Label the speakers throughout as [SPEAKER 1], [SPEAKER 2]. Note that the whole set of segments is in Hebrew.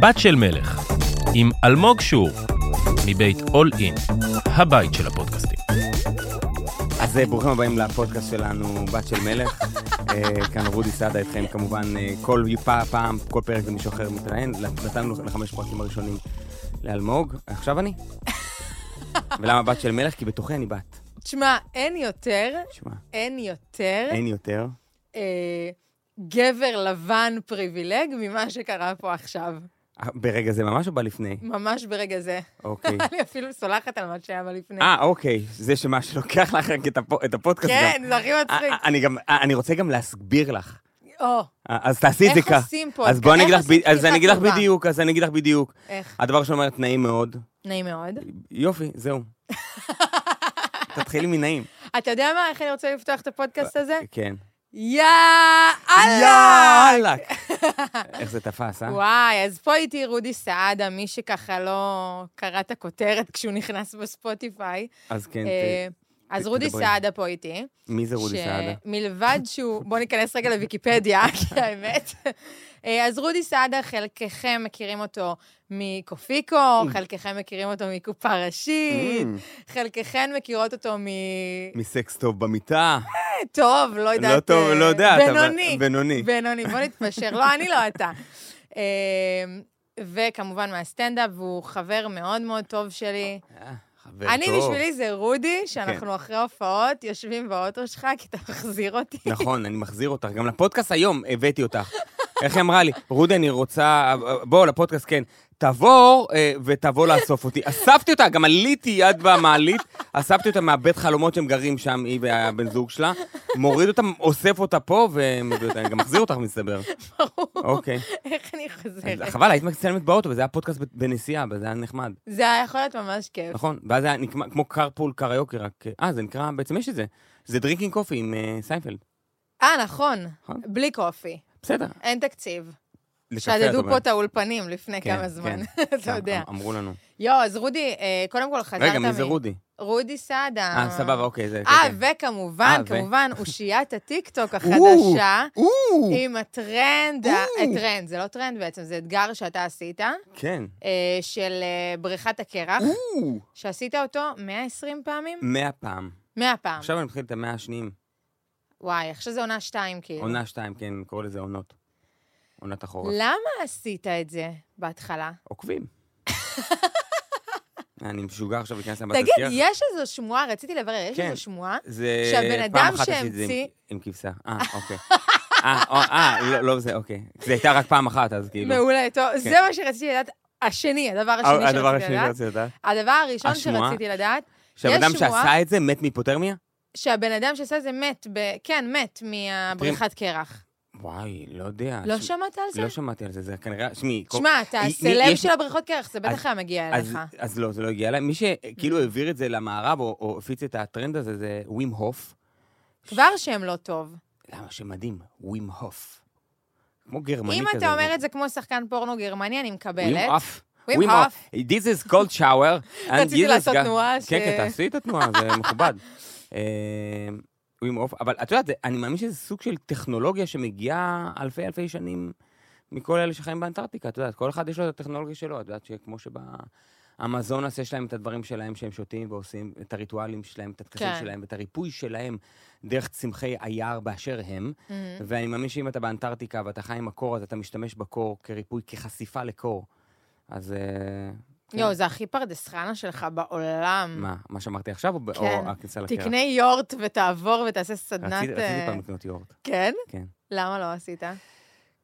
[SPEAKER 1] בת של מלך, עם אלמוג שור, מבית אול אין, הבית של הפודקאסטים.
[SPEAKER 2] אז אה, ברוכים הבאים לפודקאסט שלנו, בת של מלך. אה, כאן רודי סעדה איתכם, כמובן, אה, כל פעם, פעם, כל פרק זה מישהו אחר מתראיין. נתנו לחמש פרקים הראשונים לאלמוג, עכשיו אני. ולמה בת של מלך? כי בתוכי אני בת.
[SPEAKER 3] תשמע, אין יותר,
[SPEAKER 2] תשמע,
[SPEAKER 3] אין יותר
[SPEAKER 2] אין יותר.
[SPEAKER 3] אה, גבר לבן פריבילג ממה שקרה פה עכשיו.
[SPEAKER 2] אה, ברגע זה ממש או בא לפני?
[SPEAKER 3] ממש ברגע זה.
[SPEAKER 2] אוקיי.
[SPEAKER 3] אני אפילו סולחת על מה שהיה בה לפני.
[SPEAKER 2] אה, אוקיי, זה שמה שלוקח לך רק את הפו- את הפודקאסט.
[SPEAKER 3] כן,
[SPEAKER 2] גם.
[SPEAKER 3] זה הכי מצחיק.
[SPEAKER 2] אה, אה, אני גם, אה, אני רוצה גם להסביר לך.
[SPEAKER 3] או,
[SPEAKER 2] אה, אז תעשי את זה
[SPEAKER 3] איך
[SPEAKER 2] ככה.
[SPEAKER 3] עושים פודקאסט?
[SPEAKER 2] אז בואי אני אגיד
[SPEAKER 3] איך
[SPEAKER 2] לך, ב-
[SPEAKER 3] עושים
[SPEAKER 2] אז אני אגיד לך
[SPEAKER 3] פתיחה טובה?
[SPEAKER 2] בדיוק, אז אני אגיד לך בדיוק.
[SPEAKER 3] איך?
[SPEAKER 2] הדבר ראשון אומרת, נעים מאוד.
[SPEAKER 3] נעים מאוד.
[SPEAKER 2] יופי, זהו. תתחילי מנעים.
[SPEAKER 3] אתה יודע מה, איך אני רוצה לפתוח את הפודקאסט הזה?
[SPEAKER 2] כן.
[SPEAKER 3] יא אללה!
[SPEAKER 2] יאללה! איך זה תפס, אה?
[SPEAKER 3] וואי, אז פה איתי רודי סעדה, מי שככה לא קרא את הכותרת כשהוא נכנס בספוטיפיי.
[SPEAKER 2] אז כן,
[SPEAKER 3] אה,
[SPEAKER 2] ת-
[SPEAKER 3] אז רודי
[SPEAKER 2] תדברי.
[SPEAKER 3] סעדה פה איתי.
[SPEAKER 2] ת- מי זה רודי סעדה?
[SPEAKER 3] שמלבד שהוא, בואו ניכנס רגע לוויקיפדיה, כי האמת. אה, אז רודי סעדה, חלקכם מכירים אותו מקופיקו,
[SPEAKER 2] Mm.
[SPEAKER 3] חלקכם מכירים אותו מקופה ראשית, חלקכן מכירות אותו מ...
[SPEAKER 2] מסקס טוב במיטה.
[SPEAKER 3] טוב, לא יודעת.
[SPEAKER 2] לא טוב,
[SPEAKER 3] אה,
[SPEAKER 2] לא יודעת. אבל-
[SPEAKER 3] בינוני.
[SPEAKER 2] בינוני.
[SPEAKER 3] בינוני, בוא נתפשר. לא, אני לא אתה. אה, וכמובן מהסטנדאפ, והוא חבר מאוד מאוד טוב שלי.
[SPEAKER 2] אה, חבר
[SPEAKER 3] אני
[SPEAKER 2] טוב. כן.
[SPEAKER 3] בשבילי זה רודי, שאנחנו אחרי הופעות יושבים באוטו שלך, כי אתה מחזיר אותי.
[SPEAKER 2] נכון, אני מחזיר אותך. גם לפודקאסט היום הבאתי אותך. איך היא אמרה לי? רודי, אני רוצה... בואו, לפודקאסט, כן. תבוא אה, ותבוא לאסוף אותי. אספתי אותה, גם עליתי יד במעלית, אספתי אותה מהבית חלומות שהם גרים שם, היא והבן זוג שלה. מוריד אותה, אוסף אותה פה, ומביא אותה. אני גם מחזיר אותך, מסתבר.
[SPEAKER 3] ברור.
[SPEAKER 2] אוקיי.
[SPEAKER 3] איך אני חוזרת?
[SPEAKER 2] חבל, היית מצלמת באוטו, וזה היה פודקאסט ב- בנסיעה, אבל זה היה נחמד,
[SPEAKER 3] זה היה יכול להיות ממש כיף.
[SPEAKER 2] נכון? ואז זה היה נקמה- כמו carpool קריוקי, רק... אה, זה נקרא, בעצם יש את זה. זה דרינקינג קופי עם אה, סיינפלד.
[SPEAKER 3] אה, נכון.
[SPEAKER 2] נכון.
[SPEAKER 3] בלי קופי.
[SPEAKER 2] בסדר.
[SPEAKER 3] אין תקציב.
[SPEAKER 2] לקפה, את
[SPEAKER 3] שדדו פה
[SPEAKER 2] אומרת.
[SPEAKER 3] את האולפנים לפני
[SPEAKER 2] כן,
[SPEAKER 3] כמה זמן, אתה
[SPEAKER 2] כן,
[SPEAKER 3] יודע.
[SPEAKER 2] אמ- אמרו לנו.
[SPEAKER 3] יואו, אז רודי, אה, קודם כל חזרת
[SPEAKER 2] רגע, מי
[SPEAKER 3] מ-
[SPEAKER 2] זה רודי?
[SPEAKER 3] רודי סעדה.
[SPEAKER 2] אה, סבבה, אוקיי, זה...
[SPEAKER 3] אה,
[SPEAKER 2] כן, כן.
[SPEAKER 3] וכמובן,
[SPEAKER 2] אה, ו-
[SPEAKER 3] כמובן, אושיית הטיקטוק
[SPEAKER 2] או,
[SPEAKER 3] החדשה,
[SPEAKER 2] או,
[SPEAKER 3] עם הטרנד, ה-
[SPEAKER 2] או.
[SPEAKER 3] טרנד, זה לא טרנד בעצם, זה אתגר שאתה עשית,
[SPEAKER 2] כן.
[SPEAKER 3] אה, של אה, בריכת הקרח,
[SPEAKER 2] או,
[SPEAKER 3] שעשית אותו 120 פעמים?
[SPEAKER 2] מאה פעם.
[SPEAKER 3] 100 פעם. כאילו.
[SPEAKER 2] עכשיו אני מתחיל את המאה השניים.
[SPEAKER 3] וואי, עכשיו זה עונה 2, כאילו.
[SPEAKER 2] עונה שתיים, כן, קורא לזה עונות. עונת החורף.
[SPEAKER 3] למה עשית את זה בהתחלה?
[SPEAKER 2] עוקבים. אני משוגע עכשיו להיכנס למטה
[SPEAKER 3] תגיד, יש איזו שמועה, רציתי לברר, יש
[SPEAKER 2] כן.
[SPEAKER 3] איזו שמועה?
[SPEAKER 2] זה...
[SPEAKER 3] שהבן אדם
[SPEAKER 2] פעם אחת עשיתי את זה עם-
[SPEAKER 3] שהמציא-
[SPEAKER 2] עם כבשה. אה, אוקיי. אה, או- אה, לא- לא זה, אוקיי. זה הייתה רק פעם אחת, אז כאילו. אה,
[SPEAKER 3] מעולה, טוב, זה מה שרציתי לדעת. השני, הדבר השני
[SPEAKER 2] הדבר
[SPEAKER 3] שרציתי
[SPEAKER 2] השני
[SPEAKER 3] לדעת.
[SPEAKER 2] שרציתי לדעת.
[SPEAKER 3] הדבר הראשון
[SPEAKER 2] השמועה?
[SPEAKER 3] שרציתי לדעת,
[SPEAKER 2] שהבן אדם
[SPEAKER 3] שמועה-
[SPEAKER 2] שעשה את זה מת מהיפותרמיה?
[SPEAKER 3] שהבן אדם שעשה את זה מת, ב- כן, מת מהבריכת קרח.
[SPEAKER 2] וואי, לא יודע.
[SPEAKER 3] לא
[SPEAKER 2] ש-
[SPEAKER 3] שמעת על זה?
[SPEAKER 2] לא שמעתי על זה, זה כנראה... שמי, כל-
[SPEAKER 3] שמע, אתה
[SPEAKER 2] מי-
[SPEAKER 3] הסלב
[SPEAKER 2] יש-
[SPEAKER 3] של הבריכות קרח, זה בטח
[SPEAKER 2] אז-
[SPEAKER 3] היה Mm. מגיע
[SPEAKER 2] אז,
[SPEAKER 3] אליך.
[SPEAKER 2] אז לא, זה לא הגיע אליי. מי שכאילו העביר את זה למערב, או, או הפיץ את הטרנד הזה, זה ווים הוף.
[SPEAKER 3] כבר שם לא טוב.
[SPEAKER 2] למה? שמדהים, ווים הוף. כמו גרמני
[SPEAKER 3] אם
[SPEAKER 2] כזה.
[SPEAKER 3] אתה אומר את זה כמו שחקן פורנו גרמני, אני מקבלת.
[SPEAKER 2] ווים הוף.
[SPEAKER 3] Wim
[SPEAKER 2] Wim
[SPEAKER 3] Hof.
[SPEAKER 2] Hof. This is called shower. and
[SPEAKER 3] רציתי
[SPEAKER 2] this is
[SPEAKER 3] לעשות
[SPEAKER 2] ga-
[SPEAKER 3] תנועה ש-
[SPEAKER 2] כן, כן, תעשי את התנועה, זה מכובד. ווים הוף, אבל את יודעת, זה- אני מאמין שזה סוג של טכנולוגיה שמגיעה אלפי אלפי שנים מכל אלה שחיים באנטארקטיקה, את יודעת, כל אחד יש לו את הטכנולוגיה שלו, את יודעת שכמו שבאמזונס יש להם את הדברים שלהם שהם שותים ועושים, את הריטואלים שלהם, את הטקסים
[SPEAKER 3] כן.
[SPEAKER 2] שלהם, את הריפוי שלהם דרך צמחי היער באשר הם,
[SPEAKER 3] מהמם.
[SPEAKER 2] ואני מאמין שאם אתה באנטארקטיקה ואתה חי עם הקור, אז אתה משתמש בקור כריפוי, כחשיפה לקור. אז... אה, כן.
[SPEAKER 3] יואו, זה הכי פרדס חנה שלך בעולם.
[SPEAKER 2] מה, מה שאמרתי עכשיו, או ב- או
[SPEAKER 3] Mm. כן.
[SPEAKER 2] הכניסה לקרח?
[SPEAKER 3] תקנה יורט ותעבור ותעשה סדנת...
[SPEAKER 2] רציתי רציתי
[SPEAKER 3] אה,
[SPEAKER 2] פעם לקנות יורט.
[SPEAKER 3] כן?
[SPEAKER 2] כן.
[SPEAKER 3] למה לא עשית?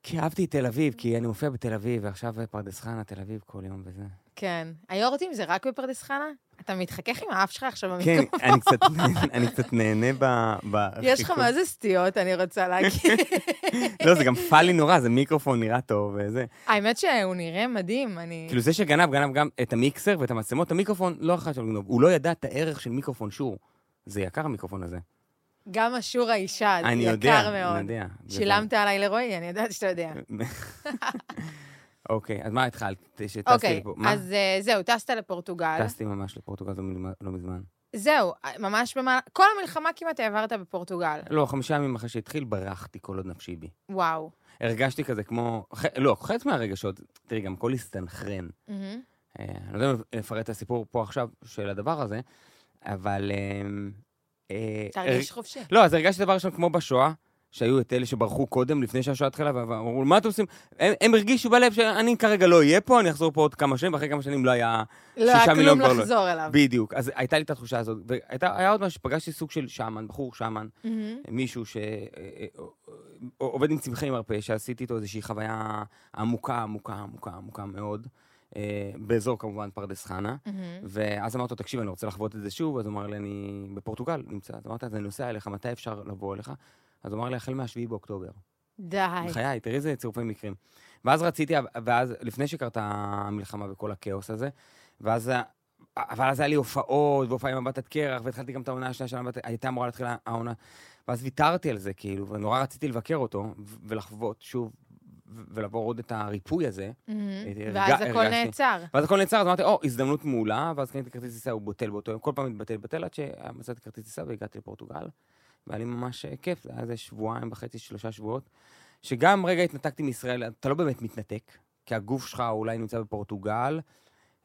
[SPEAKER 2] כי אהבתי את תל אביב, כי אני מופיע בתל אביב, ועכשיו פרדס חנה, תל אביב כל יום וזה.
[SPEAKER 3] כן. היורטים זה רק בפרדס חנה? אתה מתחכך עם האף שלך עכשיו
[SPEAKER 2] כן,
[SPEAKER 3] במיקום.
[SPEAKER 2] אני קצת, אני קצת נהנה ב... ב-
[SPEAKER 3] יש לך מה זה סטיות, אני רוצה להגיד.
[SPEAKER 2] לא, זה גם פאלי נורא, זה מיקרופון נראה טוב וזה.
[SPEAKER 3] האמת שהוא נראה מדהים, אני...
[SPEAKER 2] כאילו זה שגנב, גנב גם את המיקסר ואת המצלמות, את המיקרופון לא יכול היה לגנוב. הוא לא ידע את הערך של מיקרופון שור. זה יקר המיקרופון הזה.
[SPEAKER 3] גם השור האישה, זה
[SPEAKER 2] אני יודע,
[SPEAKER 3] יקר
[SPEAKER 2] אני
[SPEAKER 3] מאוד.
[SPEAKER 2] יודע. זה-
[SPEAKER 3] שילמת עליי לרועי, אני יודעת שאתה יודע.
[SPEAKER 2] אוקיי, אז מה התחלת? שטסתי
[SPEAKER 3] אוקיי,
[SPEAKER 2] לפה. מה?
[SPEAKER 3] אז אה, זהו, טסת לפורטוגל.
[SPEAKER 2] טסתי ממש לפורטוגל לא מזמן- לא מזמן.
[SPEAKER 3] זהו, אה, ממש במהלך... כל המלחמה כמעט העברת בפורטוגל.
[SPEAKER 2] לא, חמישה ימים אחרי שהתחיל, ברחתי כל עוד נפשי בי.
[SPEAKER 3] וואו.
[SPEAKER 2] הרגשתי כזה כמו... ח... לא, חלק מהרגשות, תראי, גם הכל הסתנכרן.
[SPEAKER 3] מהמם.
[SPEAKER 2] אה, אני לא יודע אם אפרט את הסיפור פה עכשיו של הדבר הזה, אבל... אה, אה,
[SPEAKER 3] תרגיש חופשי.
[SPEAKER 2] לא, אז הרגשתי דבר ראשון כמו בשואה, שהיו את אלה שברחו קודם, לפני שהשואה התחילה, ואמרו, מה אתם עושים? הם, הם הרגישו בלב שאני כרגע לא אהיה פה, אני אחזור פה עוד כמה שנים, ואחרי כמה שנים לא היה...
[SPEAKER 3] לא
[SPEAKER 2] שישה
[SPEAKER 3] היה
[SPEAKER 2] מיליון
[SPEAKER 3] כלום
[SPEAKER 2] כבר לא.
[SPEAKER 3] לחזור אליו.
[SPEAKER 2] בדיוק. אז הייתה לי את התחושה הזאת. והיה עוד משהו, פגשתי סוג של שמן, בחור שמן,
[SPEAKER 3] מהמם.
[SPEAKER 2] מישהו אה, שעובד אה, עם צמחי מרפא, שעשיתי איתו איזושהי חוויה עמוקה, עמוקה, עמוקה, עמוקה מאוד, אה, באזור כמובן פרדס חנה.
[SPEAKER 3] מהמם.
[SPEAKER 2] ואז אמרתי לו, תקשיב, אני רוצה לחוות את זה שוב, אז הוא אמר לי, אני בפורטוגל נמצא. אז אמרתי, אז אני נוסע אליך, מתי אפשר לבוא אליך? אז הוא אמר לי, החל מה-7 באוקטובר.
[SPEAKER 3] די.
[SPEAKER 2] בחיי, תראי איזה צירופי מקרים. ואז רציתי, ואז, לפני שקרתה המלחמה וכל הכאוס הזה, ואז... ה- אבל אז היה לי הופעות, והופעה עם מבטת קרח, והתחלתי גם את העונה השנייה של מבטת... הייתה אמורה להתחיל העונה. ואז ויתרתי על זה, כאילו, ונורא רציתי לבקר אותו, ו- ולחוות שוב, ו- ולעבור עוד את הריפוי הזה.
[SPEAKER 3] מהמם.
[SPEAKER 2] הרג-
[SPEAKER 3] ואז הכל
[SPEAKER 2] הרגשתי.
[SPEAKER 3] נעצר.
[SPEAKER 2] ואז הכל נעצר, אז אמרתי, או, הזדמנות מעולה, ואז קניתי כרטיס טיסה, הוא בוטל באותו יום, כל פעם התבטל, בטל, עד שמצאתי כרטיס טיסה והגעתי לפורטוגל. והיה לי ממש אה, כיף, זה היה איזה שבועיים וחצי, שלושה שבועות, שגם רגע התנתקתי מישראל, אתה לא באמת מתנתק, כי הגוף שלך אולי נמצא בפורטוגל,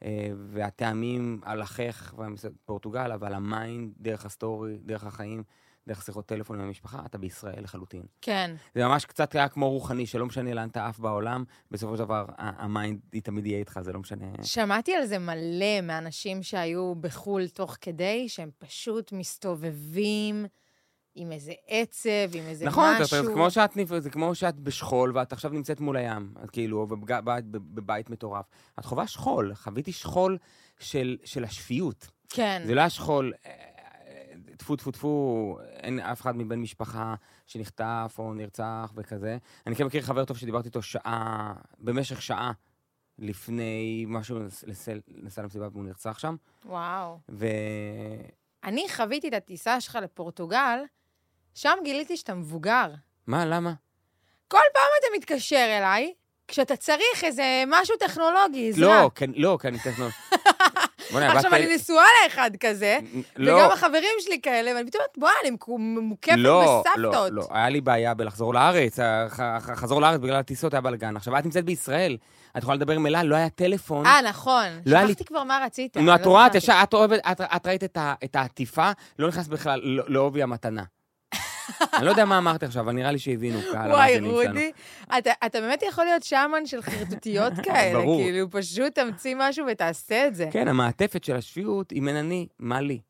[SPEAKER 2] אה, והטעמים על החך בפורטוגל, אבל המיינד, דרך הסטורי, דרך החיים, דרך שיחות טלפון עם המשפחה, אתה בישראל לחלוטין.
[SPEAKER 3] כן.
[SPEAKER 2] זה ממש קצת היה כמו רוחני, שלא משנה לאן אתה עף בעולם, בסופו של דבר ה- המיינד היא תמיד יהיה איתך, זה לא משנה.
[SPEAKER 3] שמעתי על זה מלא מאנשים שהיו בחו"ל תוך כדי, שהם פשוט מסתובבים עם איזה עצב, עם איזה
[SPEAKER 2] נכון,
[SPEAKER 3] משהו.
[SPEAKER 2] זה, זה, כמו שאת, נפ- זה כמו שאת בשכול, ואת עכשיו נמצאת מול הים, את כאילו, בבג- בבית, בבית מטורף. את חווה שכול, חוויתי שכול של, של השפיות.
[SPEAKER 3] כן.
[SPEAKER 2] זה לא היה שכול, אה, אה, טפו טפו טפו, אין אף אחד מבן משפחה שנחטף או נרצח וכזה. אני כן מכיר חבר טוב שדיברתי איתו שעה, במשך שעה, לפני משהו, נסע למסיבה והוא נרצח שם,
[SPEAKER 3] וואו.
[SPEAKER 2] ו...
[SPEAKER 3] אני חוויתי את הטיסה שלך לפורטוגל, שם גיליתי שאתה מבוגר.
[SPEAKER 2] מה, למה?
[SPEAKER 3] למה אתה מתקשר אליי? כשאתה צריך איזה משהו טכנולוגי, עזרה.
[SPEAKER 2] לא, כן, לא, כי אני טכנולוג. בוא'נה,
[SPEAKER 3] עכשיו
[SPEAKER 2] באת-
[SPEAKER 3] אני נשואה לאחד כזה,
[SPEAKER 2] לא.
[SPEAKER 3] וגם החברים שלי כאלה, ואני פתאום אומרת, בואי, אני מקו- מוקפת בסבתות.
[SPEAKER 2] לא, לא, היה לי בעיה בלחזור לארץ, אה, הח- הח- החזור לארץ בגלל הטיסות היה בלאגן. עכשיו, את נמצאת בישראל, את יכולה לדבר עם אלה, לא היה טלפון.
[SPEAKER 3] אה, נכון.
[SPEAKER 2] לא היה לי-
[SPEAKER 3] שכחתי כבר מה רצית.
[SPEAKER 2] נו,
[SPEAKER 3] אני
[SPEAKER 2] את
[SPEAKER 3] לא
[SPEAKER 2] רואה, את
[SPEAKER 3] זכרתי.
[SPEAKER 2] ישר, את אוהבת, את- את ראית את ה- את העטיפה, לא נכנסת בכלל לא- לעובי המתנה. אני לא יודע מה אמרתי עכשיו, אבל נראה לי שהבינו, קהל
[SPEAKER 3] וואי,
[SPEAKER 2] המאזינים שלנו.
[SPEAKER 3] רודי, אתה, אתה באמת יכול להיות שמן של חרטוטיות כאלה,
[SPEAKER 2] ברור.
[SPEAKER 3] כאילו, פשוט תמציא משהו ותעשה את זה.
[SPEAKER 2] כן, המעטפת של השפיות, אם אין אני, מה לי?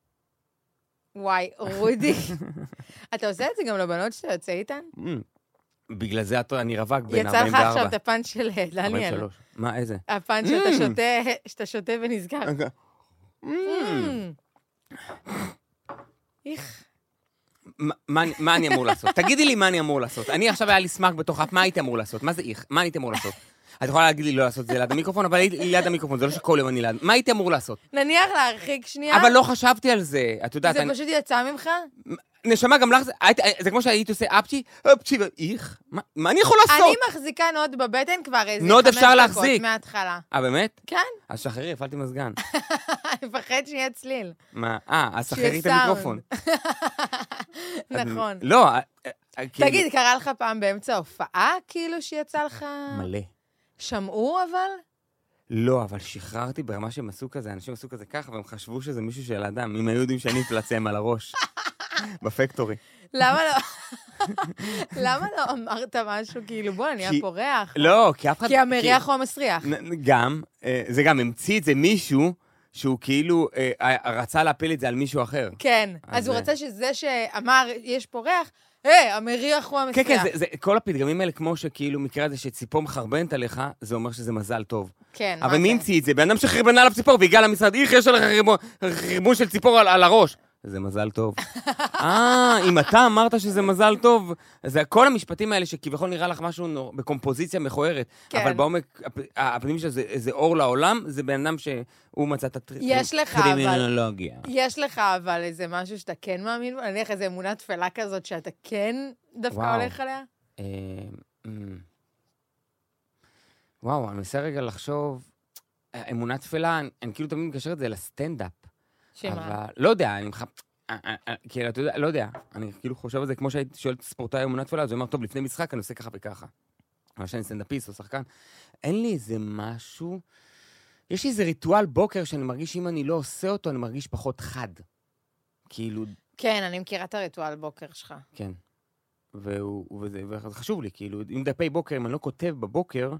[SPEAKER 3] וואי, רודי, אתה עושה את זה גם לבנות שאתה יוצא איתן?
[SPEAKER 2] Mm. בגלל זה את- אני רווק בן 44.
[SPEAKER 3] יצא לך עכשיו את הפאנץ' של אה, דניאל.
[SPEAKER 2] 43. מה, איזה?
[SPEAKER 3] הפאנץ'
[SPEAKER 2] Mm.
[SPEAKER 3] שאתה שותה, שאתה שותה ונזכר. Mm. איך,
[SPEAKER 2] מה- מה אני- מה אני אמור לעשות? תגידי לי מה אני אמור לעשות. אני עכשיו היה לי סמאק בתוך אף, מה הייתי אמור לעשות? מה זה איך? מה הייתי אמור לעשות? את יכולה להגיד לי לא לעשות את זה ליד המיקרופון, אבל הייתי ליד המיקרופון, זה לא שכל יום אני ליד... מה הייתי אמור לעשות?
[SPEAKER 3] נניח להרחיק שנייה,
[SPEAKER 2] אבל לא חשבתי על זה, את יודעת,
[SPEAKER 3] זה
[SPEAKER 2] אני-
[SPEAKER 3] פשוט יצא ממך?
[SPEAKER 2] נשמה, גם לך זה... היית- זה כמו שהיית עושה אפצ'י, אפצ'י, איך? מה- מה אני יכול
[SPEAKER 3] אני
[SPEAKER 2] לעשות?
[SPEAKER 3] מחזיקה נוד בבטן כבר איזה
[SPEAKER 2] נוד
[SPEAKER 3] חמש
[SPEAKER 2] אפשר
[SPEAKER 3] דקות
[SPEAKER 2] להחזיק.
[SPEAKER 3] מההתחלה.
[SPEAKER 2] אה, באמת?
[SPEAKER 3] כן.
[SPEAKER 2] אז שחררי, הפעלתי מזגן.
[SPEAKER 3] אני מפחד שיהיה צליל.
[SPEAKER 2] מה? אה, אז
[SPEAKER 3] שיהיה
[SPEAKER 2] שחררי את
[SPEAKER 3] סאונד.
[SPEAKER 2] המיקרופון. אז-
[SPEAKER 3] נכון.
[SPEAKER 2] לא, אה, אה, כאילו-
[SPEAKER 3] תגיד, קרה לך פעם באמצע הופעה, כאילו, שיצא לך...
[SPEAKER 2] מלא.
[SPEAKER 3] שמעו, אבל?
[SPEAKER 2] לא, אבל שחררתי ברמה שהם עשו כזה, אנשים עשו כזה ככה, והם חשבו שזה מישהו של אדם, אם היו יודעים שאני אפלצם על הראש, בפקטורי.
[SPEAKER 3] למה לא... למה לא אמרת משהו, כאילו, בוא, נהיה
[SPEAKER 2] כי-
[SPEAKER 3] פה ריח?
[SPEAKER 2] לא, כי לא- אף אחד...
[SPEAKER 3] כי המריח הוא המסריח.
[SPEAKER 2] נ- נ- גם, אה, זה גם, המציא את זה מישהו שהוא כאילו אה, ה- רצה להפיל את זה על מישהו אחר.
[SPEAKER 3] כן.
[SPEAKER 2] אז
[SPEAKER 3] אז הוא
[SPEAKER 2] זה-
[SPEAKER 3] רצה שזה שאמר, יש פה ריח, היי, המריח הוא
[SPEAKER 2] כן,
[SPEAKER 3] המסריח.
[SPEAKER 2] כן, זה, זה, כל הפתגמים האלה, כמו שכאילו מקרה הזה שציפור מחרבנת עליך, זה אומר שזה מזל טוב.
[SPEAKER 3] כן, מה
[SPEAKER 2] אבל מי
[SPEAKER 3] זה?
[SPEAKER 2] המציא את זה? בן אדם שחרבנה עליו ציפור והגיע למשרד, איך יש עליך חרבון- חרבון של ציפור על, על הראש. זה מזל טוב. אה, אם אתה אמרת שזה מזל טוב, זה כל המשפטים האלה שכביכול נראה לך משהו נור... בקומפוזיציה מכוערת,
[SPEAKER 3] כן.
[SPEAKER 2] אבל בעומק הפ... הפנימי של זה, זה אור לעולם, זה בן אדם שהוא מצא את הטר...
[SPEAKER 3] יש לך, אבל-
[SPEAKER 2] קרימינולוגיה.
[SPEAKER 3] יש לך אבל איזה משהו שאתה כן מאמין בו? נניח איזו אמונה טפלה כזאת שאתה כן דווקא
[SPEAKER 2] וואו.
[SPEAKER 3] הולך עליה?
[SPEAKER 2] אה, אמ. אה, וואו, אני מנסה רגע לחשוב, אמונה תפלה, אני, אני כאילו תמיד מקשר את זה לסטנדאפ.
[SPEAKER 3] שמה?
[SPEAKER 2] אבל לא יודע, אני מחפ... אה, אה, אה, כאילו, אתה יודע, לא יודע. אני כאילו חושב על זה כמו שהייתי שואל ספורטאי אמונה תפלה, אז הוא אומר, טוב, לפני משחק אני עושה ככה וככה. אבל שאני סטנדאפיסט או שחקן. אין לי איזה משהו... יש לי איזה ריטואל בוקר שאני מרגיש שאם אני לא עושה אותו, אני מרגיש פחות חד. כאילו,
[SPEAKER 3] כן, אני מכירה את הריטואל בוקר שלך.
[SPEAKER 2] כן. והוא, וזה, וזה חשוב לי, כאילו, עם דפי בוקר, אם אני לא כותב בבוקר,